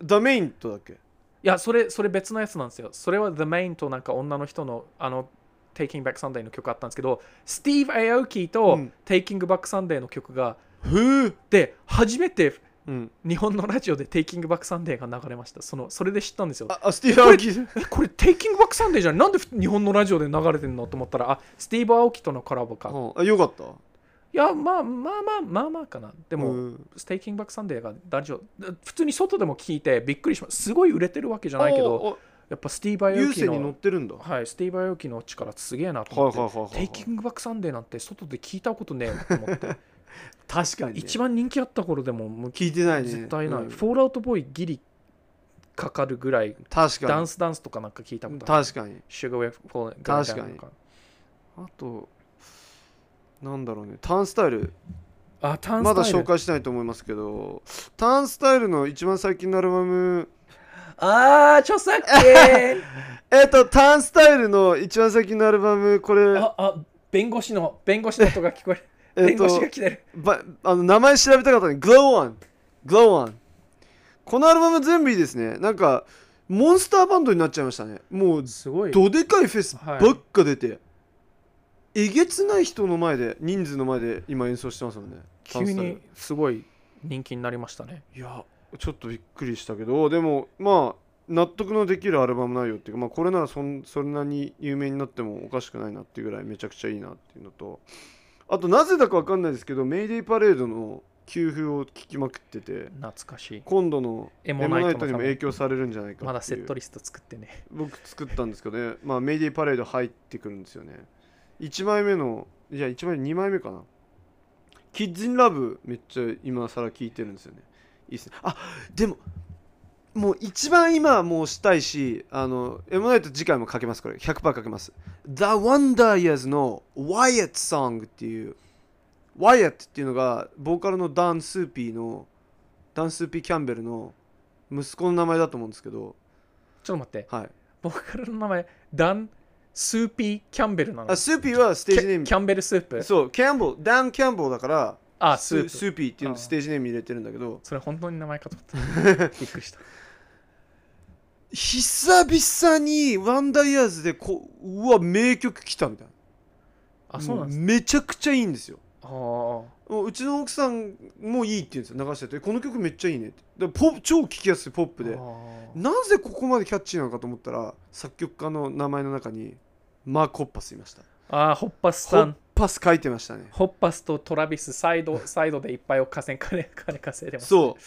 S1: ダメインとだっけ
S2: やそれそれ別のやつなんですよそれは The Main となんか女の人のあの Taking Back Sunday の曲あったんですけどスティーブ・アオキ
S1: う
S2: と
S1: ん
S2: Taking Back Sunday の曲が
S1: へえ
S2: で初めて
S1: うん
S2: 日本のラジオで「テイキングバックサンデー」が流れましたそのそれで知ったんですよ
S1: ああスティーブ・アオキ
S2: えこれ「テイキングバックサンデー」じゃんなんで日本のラジオで流れてんのと思ったらあスティーブ・アオキとのコラボか、い
S1: うんあよかった
S2: やまあまあまあまあまあかなで
S1: で
S2: も、ステイキングバックサンデーがラジオ普通に外でも聞いてびっくりしますすごい売れてるわけじゃないけどやっぱスティーブ・アオ
S1: 優
S2: キ
S1: 勢に乗っ
S2: の
S1: てるんだはい
S2: はいスティーブ・アオキの力すげえなと
S1: は
S2: 思
S1: い
S2: って、
S1: はいはい
S2: テイキングバックサンデーなんて外で聞いたことねえなと思って
S1: 確かにね
S2: 一番人気あった頃でももう
S1: 聞いてないね
S2: 絶対ない、
S1: うん
S2: フォールアウトボーイギリかかるぐらい
S1: 確
S2: ダ
S1: か
S2: ン
S1: に
S2: スダンスとかなんか聞いたことある
S1: 確かに
S2: シュガーウェフフォー
S1: 確かにあとなんだろうねターンスタイル
S2: あターン
S1: ま
S2: ス
S1: だ
S2: タイル
S1: 紹介したいと思いますけどターンスタイルの一番最近のアルバム
S2: あー、著作権
S1: えっと、ターンスタイルの一番先のアルバム、こ れ、
S2: あ、あ、弁護士の、弁護士の音が聞こえる。
S1: え
S2: 弁
S1: っ
S2: 護士
S1: と
S2: が、来てる。
S1: ばあの名前調べたかったのに、Glow On。Glow On。このアルバム全部いいですね。なんか、モンスターバンドになっちゃいましたね。もう、
S2: すごい。
S1: どでかいフェスば
S2: はい
S1: っか出て、えげつない人の前で、人数の前で今演奏してますもんね。
S2: 急
S1: ターンスタイル
S2: にすごい人気になりましたね。
S1: いやちょっとびっくりしたけどでもまあ納得のできるアルバム内容っていうか、まあ、これならそんそれなりに有名になってもおかしくないなっていうぐらいめちゃくちゃいいなっていうのとあとなぜだかわかんないですけどメイデイパレードの給付を聞きまくってて
S2: 懐かしい。
S1: 今度の
S2: エ
S1: エ
S2: モ
S1: モ
S2: ナ
S1: ナ
S2: イ
S1: イ
S2: ト
S1: ト
S2: に
S1: に
S2: も
S1: も影響されるんじゃないかっていう
S2: まだセットリスト作ってね。
S1: 僕作ったんですけどね、まあ、メイディパレード入ってくるんですよね1枚目のいや1枚2枚目かなキッズ・イン・ラブめっちゃ今更聞いてるんですよねいいっすねあでももう一番今もうしたいしあのエモナイト次回もかけますこれ100%かけます The Wonder Years の Wyatt Song っていう Wyatt っていうのがボーカルのダン・スーピーのダン・スーピー・キャンベルの息子の名前だと思うんですけど
S2: ちょっと待って。
S1: はい
S2: ボーカルの名前、ダン・スーピー・キャンベルなの。
S1: あスーピーはステージネーム
S2: キャキャンベル・スープ。
S1: そうキャンボルダン・キャンボルだから
S2: あ、ス
S1: ス
S2: ープ。
S1: スーピーっていう
S2: あ
S1: のステージネーム入れてるんだけど
S2: それ本当に名前かと思 った。びっくりした。
S1: 久々にワンダイヤーズでこうわ名曲来たみたいな
S2: あ、そうなんですね。
S1: めちゃくちゃいいんですよ
S2: あー
S1: もううちの奥さんもいいって言うんですよ流しててこの曲めっちゃいいねってだからポ超聴きやすいポップで
S2: あー
S1: なぜここまでキャッチーなのかと思ったら作曲家の名前の中にマーク・ホッパスいました
S2: あー、ホッパス
S1: ホ
S2: さ
S1: ッ
S2: ん。
S1: パス書いてましたね
S2: ホッパスとトラビス、サイド、サイドでいっぱいお金、金、 金稼いでます。
S1: そう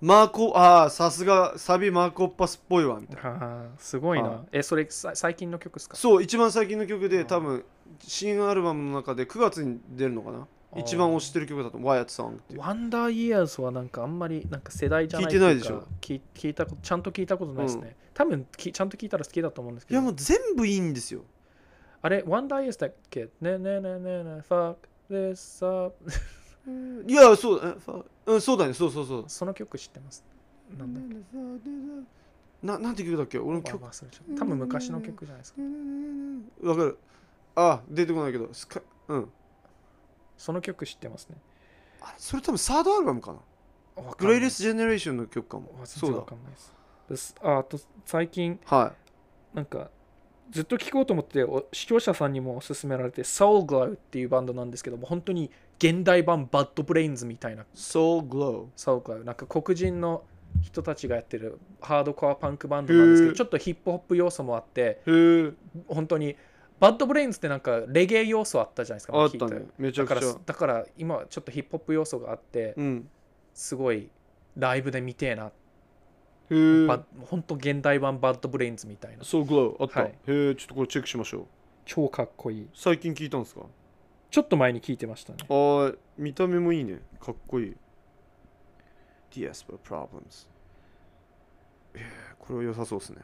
S1: マーコああさすがサビマーク・ホッパスっぽいわみたいな
S2: あーすごい
S1: は
S2: な。え、それさ最近の曲ですか
S1: そう一番最近の曲
S2: あ
S1: で
S2: ー
S1: 多分新アルバムの中で9月に出るのかな
S2: あー
S1: 一番推してる曲だとワイアットさんっていう
S2: ワンダーイヤーズはなんかあんまりなんか世代じゃない
S1: 聞いてないでしょ
S2: というか聞い聞いたことちゃんと聞いたことないですね、多分きちゃんと聞いたら好きだと思うんですけ
S1: い
S2: ど
S1: やもう全部いいんですよ
S2: あれワンダーイヤーズだっけねえねえねえねえねえ fuck this up
S1: いやそうえさうんそうだねそうそうそう
S2: その曲知ってますなんだっけ
S1: ななんて曲だっけ俺の
S2: 曲
S1: 曲
S2: 忘れちゃった多分昔の曲じゃないですか
S1: わかるあ出てこないけどスカうん
S2: その曲知ってますね
S1: あれそれ多分サードアルバムかな
S2: わかん
S1: グ
S2: ない
S1: レイレスジェネレーションの曲かも
S2: わ
S1: そ
S2: 全然
S1: う
S2: わかんないですですああと最近
S1: だはい
S2: なんかずっと聴こうと思ってお視聴者さんにも勧められて Soul Glow っていうバンドなんですけども本当に現代版バッドブレインズみたいな
S1: Soul Glow
S2: そうかなんか黒人の人たちがやってるハードコアパンクバンドなんですけ
S1: へ
S2: ど
S1: ー
S2: ちょっとヒップホップ要素もあって
S1: へえ
S2: 本当にバッドブレインズってなんかレゲエ要素あったじゃないですか
S1: あっ
S2: 聞い
S1: たねめち
S2: だ
S1: ゃ
S2: か
S1: く
S2: ら
S1: ちゃ
S2: だから今はちょっとヒップホップ要素があって
S1: うん
S2: すごいライブで見てえな、
S1: へえ
S2: バッ本当現代版バッドブレインズみたいな
S1: そうグローあった、
S2: はい
S1: へえちょっとこれチェックしましょう
S2: 超かっこいい
S1: 最近聞いたんですか
S2: ちょっと前に聞いてましたね
S1: あー見た目もいいねかっこいい Diaspora Problems えーこれは良さそうですね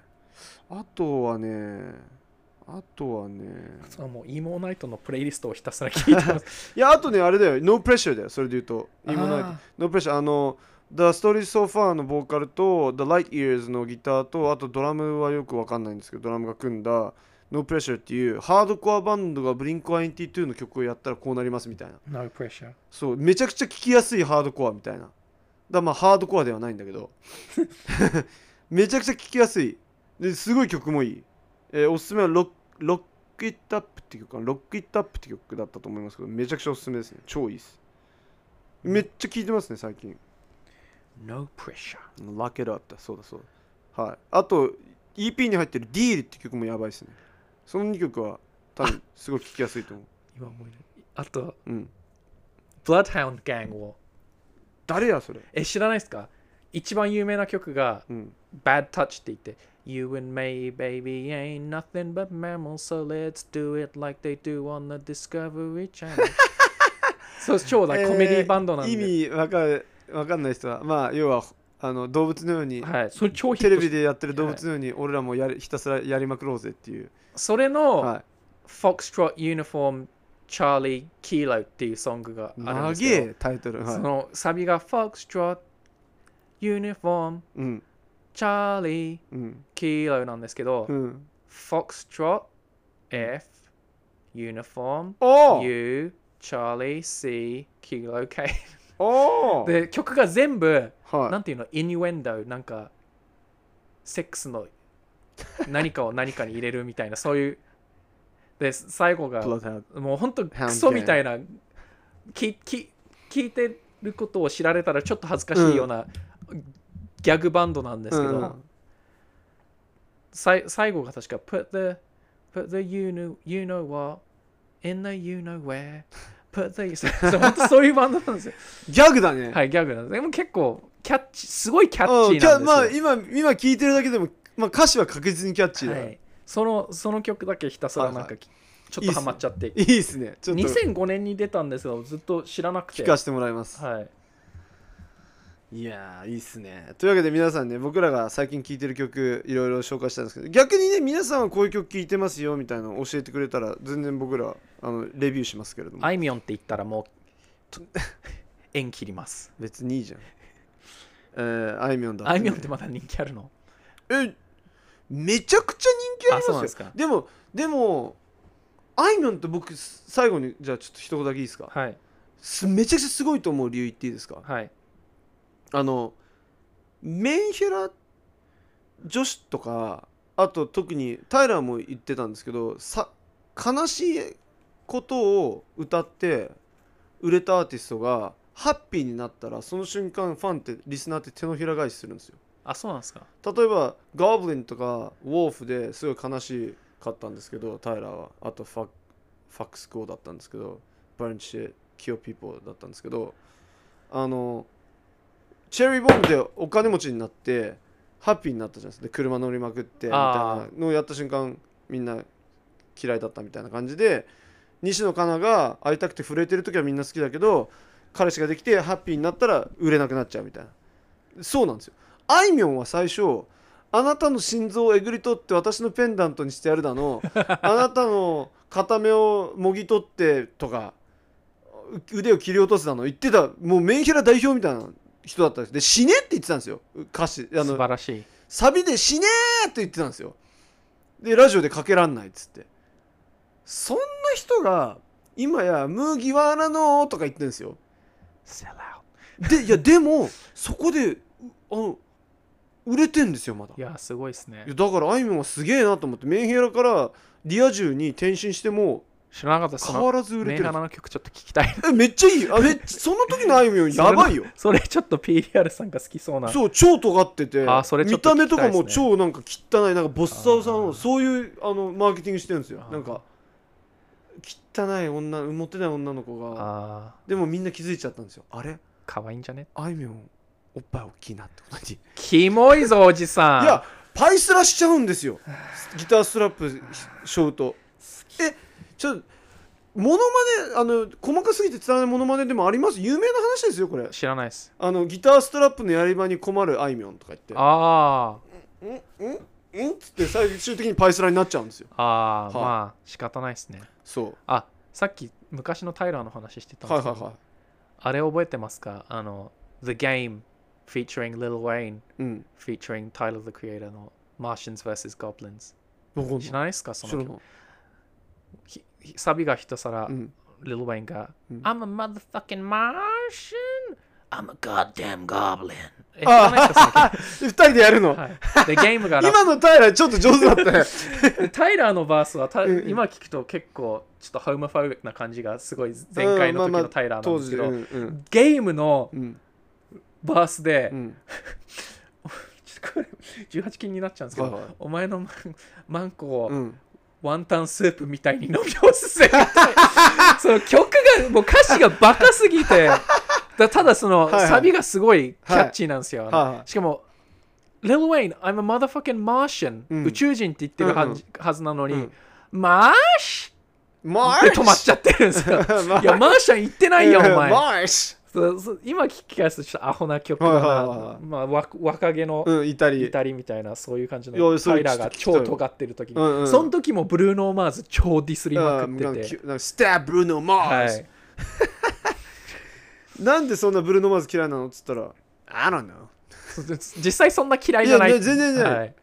S1: あとはねあとはね
S2: そうもうイモナイトのプレイリストをひたすら聞いてます
S1: いやあとねあれだよ No Pressure だよそれで言うと
S2: あー
S1: 今ない No Pressure あの The Story So Far のボーカルと The Light Years のギターとあとドラムはよくわかんないんですけどドラムが組んだ No Pressure っていうハードコアバンドが Blink-182 の曲をやったらこうなりますみたいな
S2: No pressure
S1: そうめちゃくちゃ聞きやすいハードコアみたいなだからまあハードコアではないんだけど めちゃくちゃ聞きやすいですごい曲もいい、えーおすすめはロック「ロック・イット・アップ」っていう曲かなロック・イット・アップ」って曲だったと思いますけどめちゃくちゃおすすめですね超いいですめっちゃ聞いてますね最近
S2: No pressure
S1: 「ラケル・アップ」だそうだそうだはいあと EP に入ってる「ディール」って曲もやばいですねその2曲は多分すごい聞きやすいと思
S2: 今思い出あと
S1: ううん
S2: Bloodhound Gang を
S1: 誰やそれ
S2: え知らないですか一番有名な曲が
S1: うん
S2: Bad Touch って言って You and me, baby, ain't nothing but mammals, so let's do it like they do on the Discovery Channel. そう、超なコメディバンドなんで。
S1: えー意味わかるわかんない人はまあ要はあの動物のように、
S2: はい、それ超ヒッ
S1: テ
S2: ト
S1: レ
S2: し
S1: ビでやってる動物のように、俺らもやるひたすらやりまくろうぜっていう、
S2: それの、
S1: は
S2: Foxtrot Uniform Charlie Kilo っていうソングが
S1: い、
S2: あるん
S1: 長
S2: ですけど、
S1: えタイトル、
S2: そ
S1: は
S2: のサビが Foxtrot Uniform
S1: いうん、
S2: チャーリー、
S1: うん
S2: 黄色なんですけど、
S1: うん
S2: Foxtrot F Uniform
S1: おー
S2: U Charlie C Kilo K
S1: おー
S2: で曲が全部な
S1: は
S2: んていうのイニュエンドなんかセックスの何かを何かに入れるみたいなそういうで最後
S1: い
S2: が
S1: ブラッドハウ
S2: もうほんとクソみたいなきき聞いてることを知られたらちょっと恥ずかしいようなギャグバンドなんですけど、
S1: うん
S2: さい最後が確か Put the, put the you, know, you know what in the you know where Put the そう本当そういうバンドなん ですよ
S1: ギャグだね
S2: はいギャグなんですでも結構キャッチすごいキャッ
S1: うん
S2: チー
S1: キャ
S2: なんですよ
S1: まあ今今聞いてるだけでもまあ歌詞は確実にキャッチーだ
S2: は
S1: よ
S2: い、そのその曲だけひたすらなんか、
S1: はいは
S2: ちょっとハマっちゃって
S1: いいですねちょっと
S2: 2005年に出たんですよずっと知らなくて
S1: 聞かせてもらいます
S2: はい
S1: いやーいいっすねというわけで皆さんね僕らが最近聴いてる曲いろいろ紹介したんですけど逆にね皆さんはこういう曲聴いてますよみたいなの教えてくれたら全然僕らあのレビューしますけれども
S2: あいみょんって言ったらもうと 縁切ります
S1: 別にいいじゃんえー、あいみょんだ
S2: あいみょんって
S1: ね
S2: まだ人気あるの
S1: えめちゃくちゃ人気あります
S2: あそう
S1: よ
S2: なんですか
S1: でもでもあいみょんって僕す最後にじゃあちょっと一言だけいいですか、
S2: はい
S1: すめちゃくちゃすごいと思う理由言っていいですか
S2: はい
S1: あのメンヘラ女子とかあと特にタイラーも言ってたんですけどさ悲しいことを歌って売れたアーティストがハッピーになったらその瞬間ファンってリスナーって手のひら返しするんですよ
S2: あそうなんですか
S1: 例えばゴブリンとかウォーフですごい悲しかったんですけどタイラーはあとファファックスコーだったんですけどバレンチェキオピーポーだったんですけどあのチェリーボーンでお金持ちになってハッピーになったじゃないですかで車乗りまくってみたい
S2: あ
S1: なのをやった瞬間みんな嫌いだったみたいな感じで西野カナが会いたくて震えてる時はみんな好きだけど彼氏ができてハッピーになったら売れなくなっちゃうみたいなそうなんですよあいみょんは最初あなたの心臓をえぐり取って私のペンダントにしてやる だのあなたの片目をもぎ取ってとかう腕を切り落とすだの言ってたもうメンヘラ代表みたいな人だったんですで死ねって言ってたんですよ歌詞あ
S2: 素
S1: の
S2: 晴らしい
S1: サビで死ねーって言ってたんですよでラジオでかけらんないっつってそんな人が今や「麦わらの」とか言ってるんですよ
S2: セラー
S1: でいやでもそこでうあの売れてんですよまだ
S2: いやすごいですね
S1: いやだからあいみょんはすげえなと思ってメンヘラからリア充に転身しても
S2: 知らなかったそ
S1: 変
S2: の
S1: わらず売れ
S2: メン
S1: て
S2: ヘ
S1: る
S2: ラの曲ちょっと聞きたい
S1: えめっちゃいいよあめっちゃその時のあいみょんやばいよ
S2: それちょっと PDR さんが好きそうな
S1: そう超尖ってて
S2: あーそれちょ
S1: 見
S2: っと
S1: た
S2: 聞
S1: 目
S2: きたい
S1: とか
S2: ですね
S1: も超なんか汚いなんかボッサオさん
S2: あー
S1: をそういうあのマーケティングしてるんですよ
S2: あー
S1: なんか汚い女モテない女の子が
S2: あ
S1: でもみんな気づいちゃったんですよあれ
S2: ー可愛いんじゃね
S1: あいみょんおっぱい大きいなってことに
S2: キモいぞおじさん
S1: いやパイスラしちゃうんですよギターストラップしょうとえちょっとモノマネあの細かすぎて伝わらないモノマネでもあります有名な話ですよこれ
S2: 知らないです
S1: あのギターストラップのやり場に困るあいみょんとか言って
S2: あー
S1: んんっつって最終的にパイスラになっちゃうんですよ
S2: あー
S1: はい
S2: まあ仕方ないですね
S1: そ
S2: あさっき昔のタイラーの話してた
S1: うん
S2: で
S1: は
S2: すけ
S1: いはい
S2: ど、
S1: は
S2: あれ覚えてますかあの The Game featuring Lil Wayne
S1: いうん
S2: featuring Tyler the Creator の Martians vs Goblins
S1: 僕
S2: 知
S1: 知
S2: ら
S1: ら
S2: ないですかその曲
S1: ない
S2: ひひサビがひたすら、
S1: うん
S2: Lil Wayne が、
S1: うん
S2: I'm a motherfucking Martian
S4: I'm a goddamn goblin.
S2: え知らないですかその曲
S1: 二人でやるの、
S2: はい、でゲームがラッ
S1: 今のタイラーちょっと上手だったね
S2: プタイラーのバースはた
S1: うん
S2: 今聞くと結構ちょっとハウマファビックな感じがすごい前回の
S1: うん
S2: 時
S1: まあま
S2: の
S1: あ
S2: タイラーなん
S1: 当
S2: です
S1: 時
S2: けど、
S1: うんうん
S2: ゲームの
S1: うん
S2: バースで、
S1: うん
S2: ちょっとこれ18禁になっちゃうんですけど、
S1: はいはい
S2: お前のマンマンコ
S1: う
S2: を
S1: ん
S2: ワンタンスープみたいに飲み干すぜ、 その曲がもう歌詞がバカすぎてだただその、
S1: はいはい
S2: サビがすごいキャッチーなんですよ、
S1: いはいはい
S2: しかも Lil Wayne I'm a motherfucking Martian、
S1: うん
S2: 宇宙人って言ってるは,、
S1: うんうん
S2: はずなのに、
S1: うん
S2: マーシ
S1: マ
S2: で止まっちゃってるん ですよいやマーシャン言ってな
S1: ない
S2: よお前
S1: マーシ
S2: そうそう今聞き返すとちょっとアホな曲だな、
S1: はいはいはいはい
S2: まあ、わ若気の
S1: うんイタリ
S2: イタリみたいなそういう感じ
S1: い
S2: の
S1: やそ
S2: タ
S1: れ
S2: イラーが
S1: ちょっ
S2: 超
S1: と聞きたいわ
S2: 尖ってる時に、
S1: うんうん
S2: その時もブルーノ・マーズ超ディスりまく
S1: あ
S2: っ
S1: ー
S2: て
S1: き
S2: て、
S1: なんかスタブルーノ・マ
S2: は
S1: ーズ、
S2: い、
S1: なんでそんなブルーノ・マーズ嫌いなのっつったら I don't know
S2: そ実際そんな嫌いじゃない
S1: いやね全然じゃない
S2: はい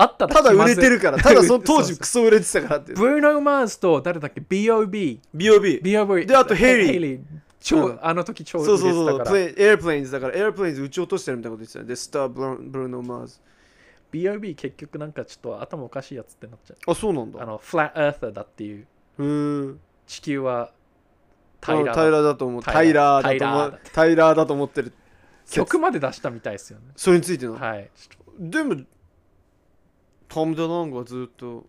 S2: あったら
S1: ただ
S2: 気ま
S1: 売
S2: ずい
S1: れてるからただその
S2: そ
S1: 当
S2: う
S1: 時
S2: そう
S1: クソ売れてたからって
S2: ブルーノ・マーズと誰だっけ ?B.O.B.
S1: B.O.B.
S2: B.O.B.
S1: であとヘイリー
S2: ー超、
S1: うん
S2: あの時超
S1: そうそ
S2: 売
S1: う
S2: れ
S1: そ
S2: てた
S1: う
S2: から
S1: プレイエアプレインズだからエアプレインズ撃ち落としてるみたいなこと言ってたでスター・ブロンブルーノ・マーズ
S2: B.O.B. 結局なんかちょっと頭おかしいやつってなっちゃう
S1: あそうなんだ
S2: あのフラット・アーサーだっていう
S1: へー
S2: 地球は平
S1: 平
S2: ら
S1: ら
S2: だ
S1: だと思う
S2: 平
S1: 平
S2: ら
S1: らだと思
S2: 平ら
S1: う平らだと思ってる
S2: 曲まで出したみたいですよね
S1: それについての、
S2: はい
S1: でもトム・デランゴはずっと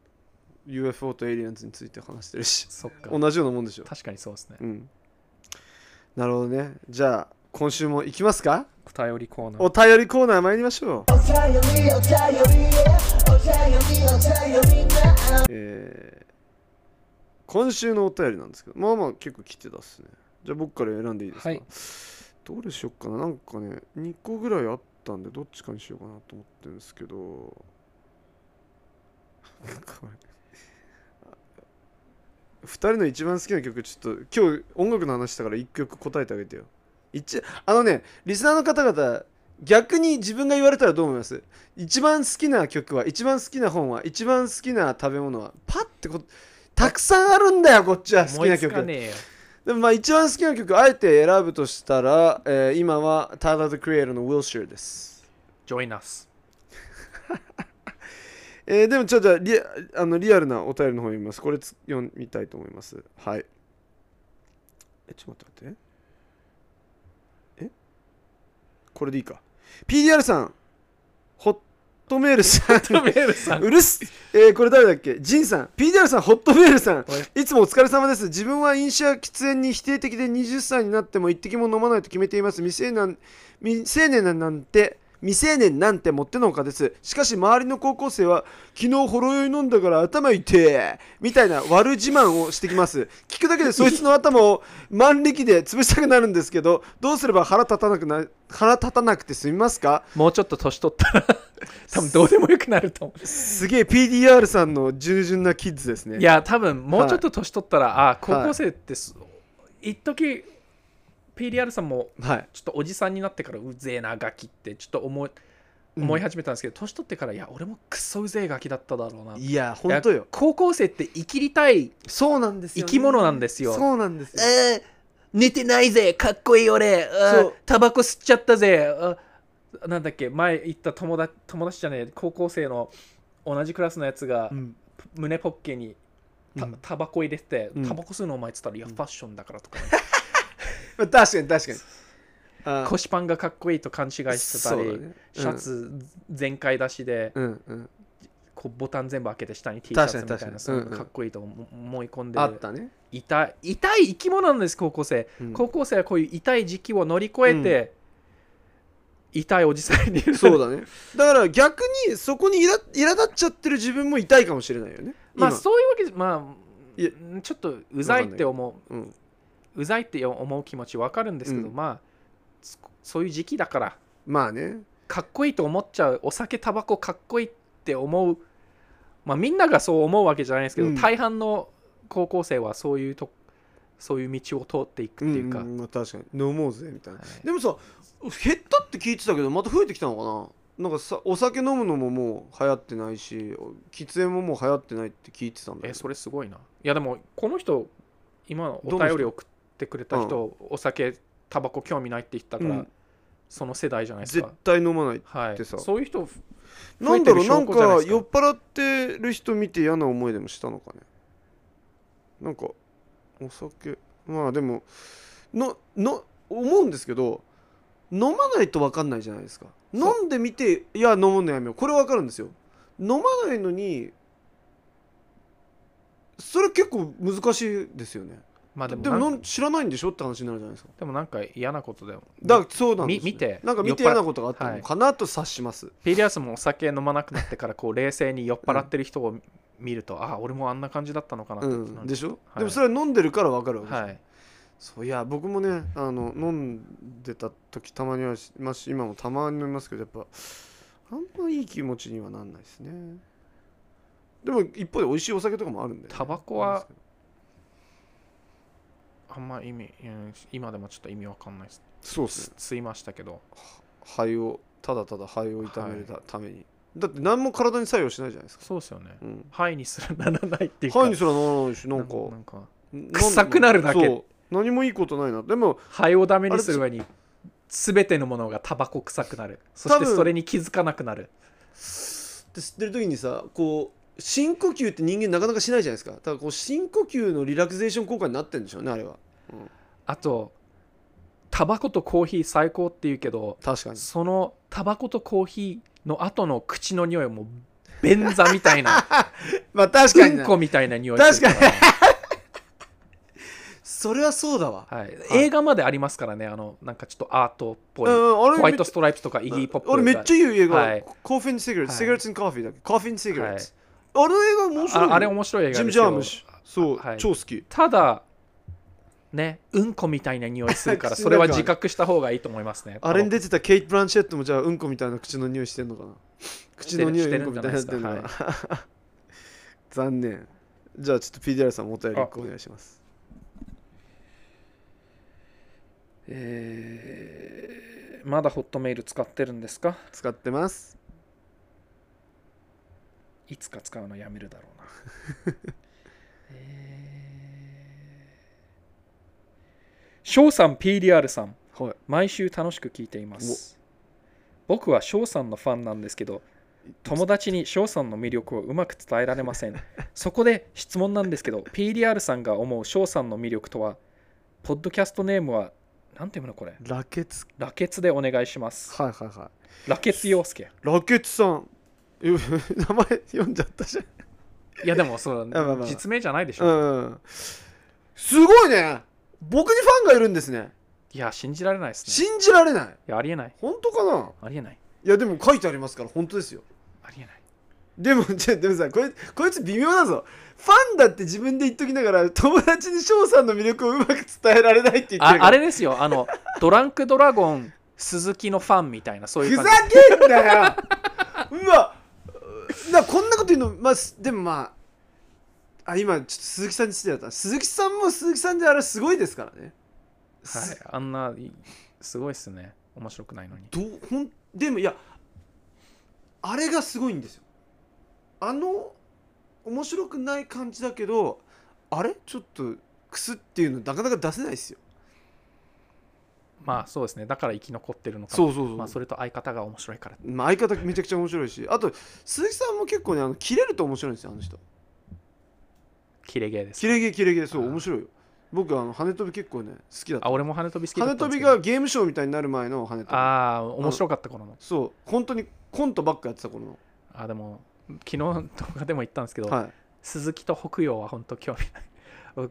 S1: UFO とエイリアンズについて話してるし
S2: そっか
S1: 同じようなもんでしょ
S2: 確かにそうですね
S1: うんなるほどねじゃあ今週も行きますか
S2: お便りコーナー
S1: お便りコーナー参りましょうえー今週のお便りなんですけどまあまあ結構来てたっすねじゃあ僕から選んでいいですか、
S3: はい
S1: どれしよっかななんかね2個ぐらいあったんでどっちかにしようかなと思ってるんですけどこれ2人の一番好きな曲ちょっと今日音楽の話したから1曲答えてあげてよ一あのねリスナーの方々逆に自分が言われたらどう思います一番好きな曲は一番好きな本は一番好きな食べ物はパッてこたくさんあるんだよこっちは好
S2: 思
S1: きない
S2: つ
S1: 曲
S2: かねえよ
S1: でもまあ一番好きな曲あえて選ぶとしたら、えー今はタイラー・クリエイターの Wilshire です、
S2: Join us
S1: えーでもちょっとリアあのリアルなお便りの方読みますこれつ読みたいと思いますはいえちょっと待って待ってえこれでいいか PDR さんホットメール さん
S2: トメールさん
S1: うるす、えーこれ誰だっけジンさん PDR さんホットメールさん
S2: はい
S1: つもお疲れ様です自分は飲酒や喫煙に否定的で20歳になっても一滴も飲まないと決めています未成年未成年なんて未成年なんてもってのほかですしかし周りの高校生は昨日ほろ酔い飲んだから頭痛えみたいな悪自慢をしてきます聞くだけでそいつの頭を万力で潰したくなるんですけどどうすれば腹立たなくな腹立たなくて済みますか
S2: もうちょっと年取ったら 多分どうでもよくなると思
S1: すげえ PDR さんの従順なキッズですね
S2: ういや多分もうちょっと年取ったら、ああ高校生ってす一時 PDR さんも
S1: はい
S2: ちょっとおじさんになってからうぜえなガキってちょっと思い
S1: うん
S2: 思い始めたんですけど、年取ってからいや俺もクソうぜえガキだっただろうない
S1: や、本当
S2: いや
S1: よ。
S2: 高校生って生きりたい
S1: そうなんです
S2: よね生き物なんですよ
S1: そうなんですよ。
S2: えー寝てないぜかっこいい俺あー
S1: そう
S2: タバコ吸っちゃったぜあなんだっけ前行った友達友達じゃねえ高校生の同じクラスのやつが、
S1: うん
S2: 胸ポッケにた
S1: うん
S2: タバコ入れてて、
S1: うん
S2: タバコ吸うのお前っつったらいやファッションだからとか、
S1: まあ確かに確かに。あー
S2: 腰パンがかっこいいと勘違いしてた
S1: そ
S2: り、
S1: うだね
S2: シャ。ツ全開出しで、
S1: うんうんうん。
S2: こうボタン全部開けて下に T シャツみた
S1: 確
S2: い
S1: かに確か
S2: な
S1: に
S2: そういう
S1: う
S2: の
S1: んうん
S2: かっこいいと思思い込んで
S1: あったね。
S2: 痛い痛い生き物なんです高校生、
S1: うん
S2: 高校生はこういう痛い時期を乗り越えて、痛いおじさんに
S1: そう
S2: だ
S1: だね。だから逆にそこにいら苛立っちゃってる自分も痛いかもしれないよね。
S2: まあ
S1: 今
S2: そういうわけでま
S1: いや
S2: あちょっとうざいって思
S1: うん
S2: ううざいって思う気持ちわかるんですけど、
S1: うん
S2: まあそそういう時期だから
S1: まあね。
S2: かっこいいと思っちゃうお酒タバコかっこいいって思うまあみんながそう思うわけじゃないですけど、
S1: うん
S2: 大半の高校生はそういうとそういう道を通っていくっていうか、
S1: んんまあ確かに。飲もうぜみたいな
S2: は。い
S1: でもさ、減ったって聞いてたけど、また増えてきたのかななんかさお酒飲むのももう流行ってないし喫煙ももう流行ってないって聞いてたんだ
S2: え
S1: け
S2: そ
S1: ど
S2: れすごいないやでもこの人今のお
S1: どの
S2: 便
S1: 人
S2: り送ってくれた人、お酒タバコ興味ないって言ったから、
S1: うん
S2: その世代じゃないです
S1: 絶
S2: か
S1: 対飲まない
S2: は
S1: って
S2: い
S1: さ
S2: そういう人増
S1: な
S2: え
S1: ん
S2: て
S1: だ
S2: る
S1: ろうな
S2: 証
S1: ん
S2: 拠じゃない
S1: か
S2: ですか
S1: 酔っ払ってる人見て嫌な思いでもしたのかねなんかお酒まあでものの思うんですけど飲まないと分かんないじゃないですか飲んでみていや飲むのやめようこれ分かるんですよ飲まないのにそれ結構難しいですよね
S2: まあでも
S1: で
S2: なん
S1: もなん知らないんでしょって話になるじゃないですか
S2: でもなんか嫌なことだよ
S1: だからそうなんですよ
S2: み見て
S1: なんか見て
S2: 酔っ払
S1: 嫌なことがあったのかなと察します、
S2: ピリアスもお酒飲まなくなってからこう冷静に酔っ払ってる人を見ると、ああ俺もあんな感じだったのかなって、
S1: うん、でしょ、
S2: はい
S1: でもそれは飲んでるから分かるわけですよ
S2: はい
S1: そういや僕もねあの飲んでた時たまにはしますし今もたまに飲みますけどやっぱあんまいい気持ちにはなんないですねでも一方で美味しいお酒とかもあるんで、ね、
S2: タバコはあんま意味うん今でもちょっと意味わかんないです
S1: そうです
S2: す
S1: ね
S2: 吸いましたけど
S1: 肺をただただ肺を痛めるために、だって何も体に作用しないじゃないですか、
S2: そうですよね
S1: うん、
S2: 肺にすらならないっていうか
S1: 肺にすらならないしなんか
S2: なんか
S1: なん
S2: 臭くなるだけ
S1: そう何もいいことないなでも
S2: 肺をダメにする上に全てのものがタバコ臭くなるそして
S1: 多分
S2: それに気づかなくなる
S1: で吸ってる時にさこう深呼吸って人間なかなかしないじゃないですかだからこう深呼吸のリラクゼーション効果になってるんでしょうねあれは
S2: あとタバコとコーヒー最高っていうけど
S1: 確かに
S2: そのタバコとコーヒーの後の口の匂いも便座みたい な
S1: まあ確かに
S2: うん
S1: な
S2: こみたいな匂いするから
S1: それはそうだわ、
S2: はい、映画までありますからねあのなんかちょっとアートっぽい、
S1: うんあれ
S2: ホワイトストライプとかイギー・ポップ
S1: 俺めっちゃいい映画、
S2: はい
S1: コーフィン・シガレット、
S2: はい
S1: シガレット・コーヒーだっけコーフィン・シガレット、あの映画面白いよ
S2: ああれ面白い映画
S1: ジ
S2: で
S1: ム・
S2: す
S1: ジ
S2: け
S1: ャーム
S2: ど
S1: シそう、
S2: はい
S1: 超好き
S2: ただねうんこみたいな匂いする から
S1: 口
S2: そ
S1: の中
S2: れは自覚した方がいいと思いますね
S1: あれに出てたケイト・ブランシェットもじゃあうんこみたいな口の匂いしてんのかな口の匂いうんこみたいになってんのかな、
S2: してるん
S1: 残念じゃあちょっと PDR さんもお便り一個お願いします
S2: えーまだホットメール使ってるんですか
S1: 使ってます
S2: いつか使うのやめるだろうな、えー、翔さん PDR さん
S1: はい
S2: 毎週楽しく聞いています僕は翔さんのファンなんですけど友達に翔さんの魅力をうまく伝えられませんそこで質問なんですけど PDR さんが思う翔さんの魅力とはポッドキャストネームはなんていうのこれ
S1: ラケツ
S2: ラケツでお願いします
S1: はいはいはい
S2: ラケツ陽介
S1: ラケツさんえ 名前読んじゃったじゃん
S2: いやでもそ
S1: まあまあま
S2: の
S1: あ
S2: 実名じゃないでしょ、
S1: うんすごいね僕にファンがいるんですね
S2: いや信じられないですね
S1: 信じられな
S2: い
S1: い
S2: やありえない
S1: 本当かな
S2: ありえない
S1: いやでも書いてありますから本当ですよ
S2: ありえない
S1: でも じゃでもさこいこいつ微妙だぞファンだって自分で言っときながら友達に翔さんの魅力をうまく伝えられないって言ってる
S2: あ
S1: から
S2: あれですよあ のドランクドラゴン鈴木のファンみたいなそうい
S1: ふ
S2: う
S1: ざ
S2: 感じ
S1: けんなようわなこんなこと言うのまあすでもまああ今ちょっと鈴木さんに失礼だった鈴木さんも鈴木さんであれすごいですからね
S2: はい、あんないすごいっすね面白くないのに
S1: どうほんでもいやあれがすごいんですよあの面白くない感じだけどあれちょっとクスっていうのなかなか出せないですよ
S2: まあそうですねだから生き残ってるのかも
S1: そうそうそう、
S2: まあ、それと相方が面白いから
S1: まあ相方めちゃくちゃ面白いしあと鈴木さんも結構ねあの切れると面白いんですよあの人
S2: キレゲーです
S1: 切れ毛切れ毛そう
S2: あー
S1: 面白いよ僕あの羽飛び結構ね好きだった
S2: あ俺も羽飛び好きだった
S1: 羽
S2: んですけ
S1: 飛び
S2: ど
S1: がゲームショーみたいになる前の羽飛び
S2: ああ面白かった頃の
S1: そう本当にコントばっかやってた頃の、
S2: あでも昨日動画でも言ったんですけど、
S1: は
S2: 鈴木と北陽は本当興味ない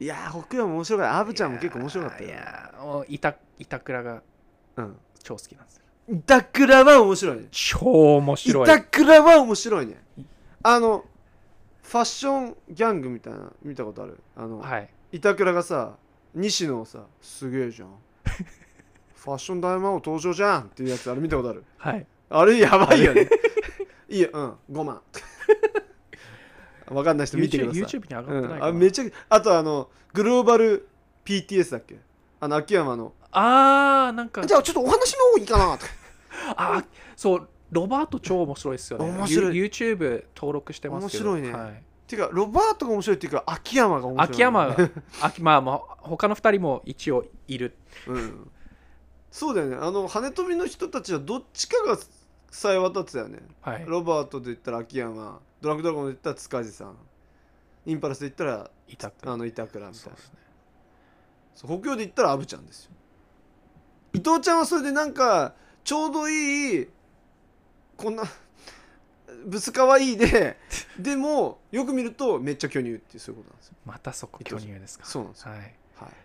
S1: い、いやー北陽も面白かったアブちゃんも結構面白かったよ
S2: いやーもう板板倉が
S1: うん
S2: 超好きなんですよ
S1: 板倉は面白いね
S2: 超面白い
S1: 板倉は面白いねあのファッションギャングみたいな見たことあるあの、
S2: はい
S1: 板倉がさ西野をさすげえじゃんファッション大魔王登場じゃんっていうやつあれ見たことある
S2: はい
S1: あれやばいよねいいようん5万わかんない人見てください
S2: YouTube, YouTube に上がってないか
S1: うん、
S2: な、
S1: あめちゃくあとあのグローバル PTS だっけあの秋山の
S2: あーなんか
S1: じゃあちょっとお話の方いいかなとか
S2: あそうロバート超面白いですよね
S1: 面白い
S2: ユ YouTube 登録してますけど
S1: 面白いね
S2: はい
S1: ていうかロバートが面白いっていうか秋山が面白い、
S2: 秋山 が秋まあまあ他の2人も一応いる
S1: うんそうだよねあの羽飛びの人たちはどっちかがさえ渡ってたよね
S2: はい
S1: ロバートで言ったら秋山ドランクドラゴンで言ったら塚地さんインパルスで言ったら
S2: いたく
S1: あの板倉みた
S2: そ
S1: いうな
S2: ですね
S1: そう北京で言ったらアブちゃんですよ伊藤ちゃんはそれでなんかちょうどいいこんなぶつかわいいででもよく見るとめっちゃ巨乳っていうそういうことなんですよ
S2: またそこ巨乳ですか
S1: そうなんですよ
S2: はい
S1: はい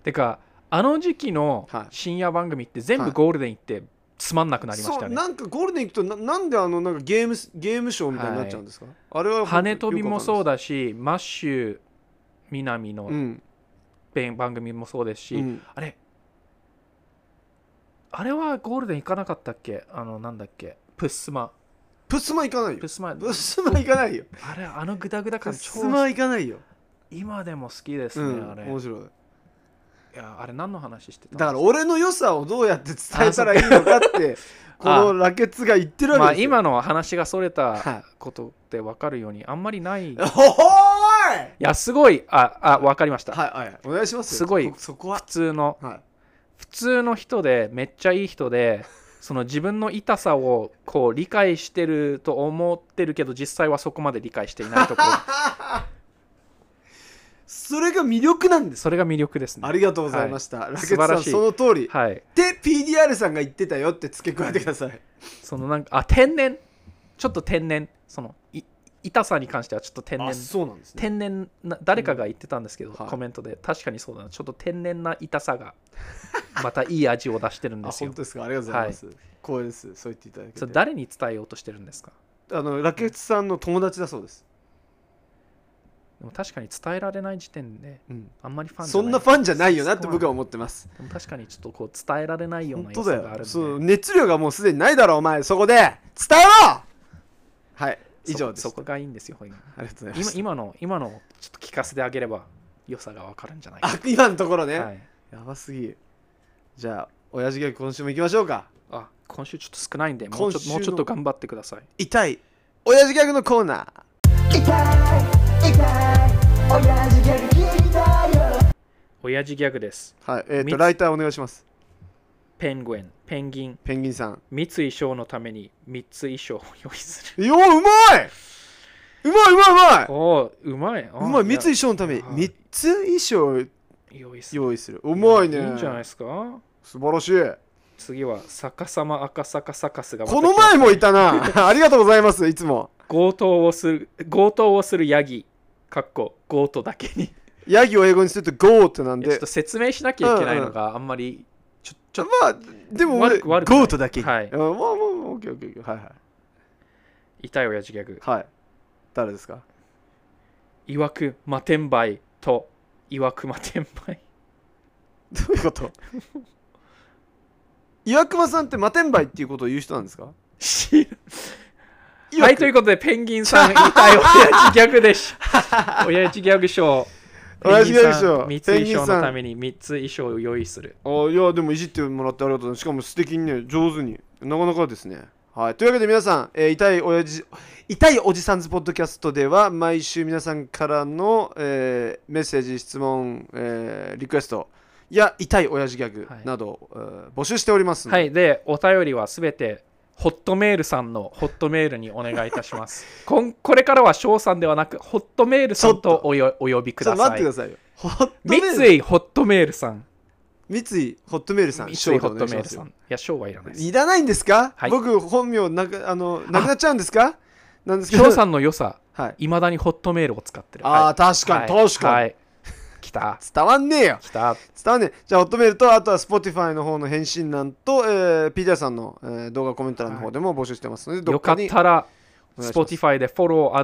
S2: てかあの時期の
S1: はい
S2: 深夜番組って全
S1: はい
S2: 部ゴールデン行ってつまんなくなりました
S1: そう
S2: ね、
S1: なんかゴールデン行くとななんであのなんかゲームスゲームショーみたいになっちゃうんですか、あれは
S2: 羽飛びもそう
S1: だ
S2: だしマッシュ南の
S1: うん、
S2: ペン番組もそうですし、
S1: うん、
S2: あれあれはゴールデン行かなかったっけあのなんだっけプッスマ
S1: プスマ行かないよ
S2: プッスマ
S1: プスマ行かないよ
S2: あれあのグダグダ
S1: プ
S2: 感
S1: ス
S2: 超
S1: マ行かないよ、
S2: 今でも好きです
S1: う
S2: ね、
S1: ん
S2: あれ
S1: 面白い
S2: いやあれ何の話してた
S1: だから俺の良さをどうやって伝えたらいいのかって こ
S2: あ
S1: のラケツが言ってる
S2: ま
S1: わ
S2: あ
S1: けですよ、
S2: 今の話がそれた
S1: は
S2: ことって分かるようにあんまりないい
S1: いほほーい
S2: やすごいああ分かりました、
S1: はいはいお願いしますよ
S2: すごい
S1: そそこは
S2: 普通の
S1: はい
S2: 普通の人でめっちゃいい人でその自分の痛さをこう理解してると思ってるけど実際はそこまで理解していないとこ ろ
S1: それが魅力なんです
S2: それが魅力ですね
S1: ありがとうございました、ラケツ
S2: 素晴
S1: さ
S2: ら
S1: ん
S2: しい
S1: その通り、
S2: はい
S1: で PDR さんが言ってたよって付け加えてください
S2: そのなんかあ天然ちょっと天然そのい痛さに関してはちょっと天然
S1: そうなんです
S2: 天然な誰かが言ってたんですけど、
S1: うんはい
S2: コメントで確かにそうだなちょっと天然な痛さが またいい味を出してるん
S1: あ
S2: です
S1: 本
S2: よ
S1: 当ですかありがとうございます、光栄ですそう言っていただ
S2: そ
S1: け
S2: れ
S1: て
S2: 誰に伝えようとしてるんですか
S1: あのラケツさんの友達だそうです、
S2: でも確かに伝えられない時点で
S1: うん、
S2: あんまりファンじゃ
S1: そ
S2: ない
S1: んなファンじゃないよなって
S2: そこは
S1: 僕は思ってます
S2: でも確かにちょっとこう伝えられないよう
S1: 本
S2: な
S1: 当
S2: 良
S1: だ
S2: さがあるん
S1: よ
S2: で
S1: そう熱量がもうすでにないだろお前そこで伝えろはい
S2: そ
S1: 以上です
S2: そこがいいんですよ今
S1: ありが とうございま
S2: 今
S1: す
S2: 今の今のちょっと聞かせてあげれば良さが分かるんじゃないか
S1: あ今のところね、
S2: はい、
S1: やばすぎじゃあ親父ギャグ今週も行きましょうか
S2: あ今週ちょっと少ないんでもうちょ
S1: 今週の
S2: もうちょっと頑張ってください
S1: 痛い親父ギャグのコーナー
S5: 痛い痛い親父ギャグ聞きたいよ
S2: 親父ギャグです
S1: はいえっ、
S2: み
S1: と
S2: つ
S1: ライターお願いします
S2: ペンギンペンギン
S1: ペンギンさん
S2: 三井翔のために三つ衣装を用意する
S1: よううまいうまいうま いうまい
S2: おーうまいあー
S1: うまい三井
S2: や
S1: 衣装のために
S2: はい
S1: 3つ衣装を
S2: 用意する
S1: 用意するうまいね
S2: いいんじゃないですか
S1: 素晴らしい
S2: 次は逆さま赤坂サカスがまた
S1: この前もいたな ありがとうございますいつも
S2: 強盗をする強盗をするヤギかっこ強盗だけに
S1: ヤギを英語にするとゴーってなん
S2: いやちょっ
S1: で
S2: と説明しなきゃいけないのがあんまりちょちょっ
S1: まあでも俺
S2: 悪く悪くない
S1: ゴーとだけ
S2: はい
S1: うんまあまあまあオッケーオッケーオッケーはいはい
S2: 痛い親父ギャグ
S1: はい誰ですか
S2: いわく摩天梅といわく摩天梅
S1: どういうこと 岩隈さんって摩天梅っていうことを言う人なんですか
S2: 知らんはいということでペンギンさん痛い親父ギャグでし親父ギャグ賞
S1: 親父ギャグ賞
S2: ペンギンさん三つ
S1: ペンギン
S2: 衣
S1: さん
S2: 装のために三つ衣装を用意する
S1: あーいやでもいじってもらってありがとうねしかも素敵にね上手になかなかですねはいというわけで皆さん、えー痛い親父痛いおじさんズポッドキャストでは毎週皆さんからの、えーメッセージ質問、えーリクエストや痛い親父ギャグなど、えー募集しておりますので
S2: はいでお便りはすべてホットメールさんのホットメールにお願いいたしますこんこれからは翔さんではなくホットメールさんとおよお呼びく
S1: ち
S2: だ
S1: ょっと待っ
S2: さ
S1: て
S2: い
S1: くださいよホットメ
S2: 三
S1: ール
S2: 井ホットメールさん
S1: 三井ホットメールさん
S2: 三井
S1: 翔
S2: ホ
S1: 太お
S2: ット
S1: 願いし
S2: メー
S1: ま
S2: ル
S1: す
S2: さ
S1: よ
S2: んいや翔はいらないです
S1: いらないんですか、
S2: はい
S1: 僕本名なくあのなくなっちゃうんですかなんですけ ど
S2: 翔さんの良さ
S1: はい、
S2: いまだにホットメールを使ってる
S1: ああ
S2: はい
S1: 確かに、
S2: はい
S1: 確かに、
S2: はい来た
S1: 伝わんねえよ
S2: 来た
S1: 伝わんねえじゃあホットメールとあとは Spotify の方の返信欄と、えー、PDR さんの、えー動画コメント欄の方でも募集してますので、ど
S2: よ
S1: っ
S2: か
S1: か
S2: っ
S1: に
S2: たら
S1: お願いします
S2: Spotify でフォロー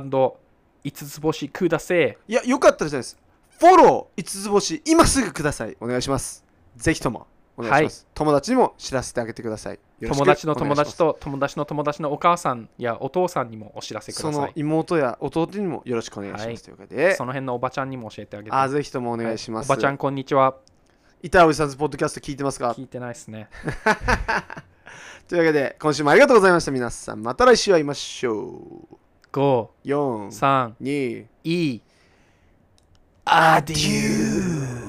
S2: &5 つ星くだせえ
S1: いやよかったらじゃないですフォロー5つ星今すぐくださいお願いしますぜひともお願いします、友達にも知らせてあげてくださいよろしく
S2: 友達の
S1: お願い
S2: 友
S1: します
S2: 達と友達の友達のお母さんやお父さんにもお知らせく
S1: そ
S2: ださ
S1: の
S2: い
S1: 妹や弟にもよろしくお願いします、
S2: はい
S1: ということで
S2: その辺のおばちゃんにも教えてあげて
S1: あーぜひともお願いします、
S2: はいおばちゃんこんにちは
S1: 板尾さんズポッドキャスト聞いてますか
S2: 聞いてないですね
S1: というわけで今週もありがとうございました皆さんまた来週会いましょう
S2: 5
S1: 4
S2: 3
S1: 2
S2: いい
S1: アデュー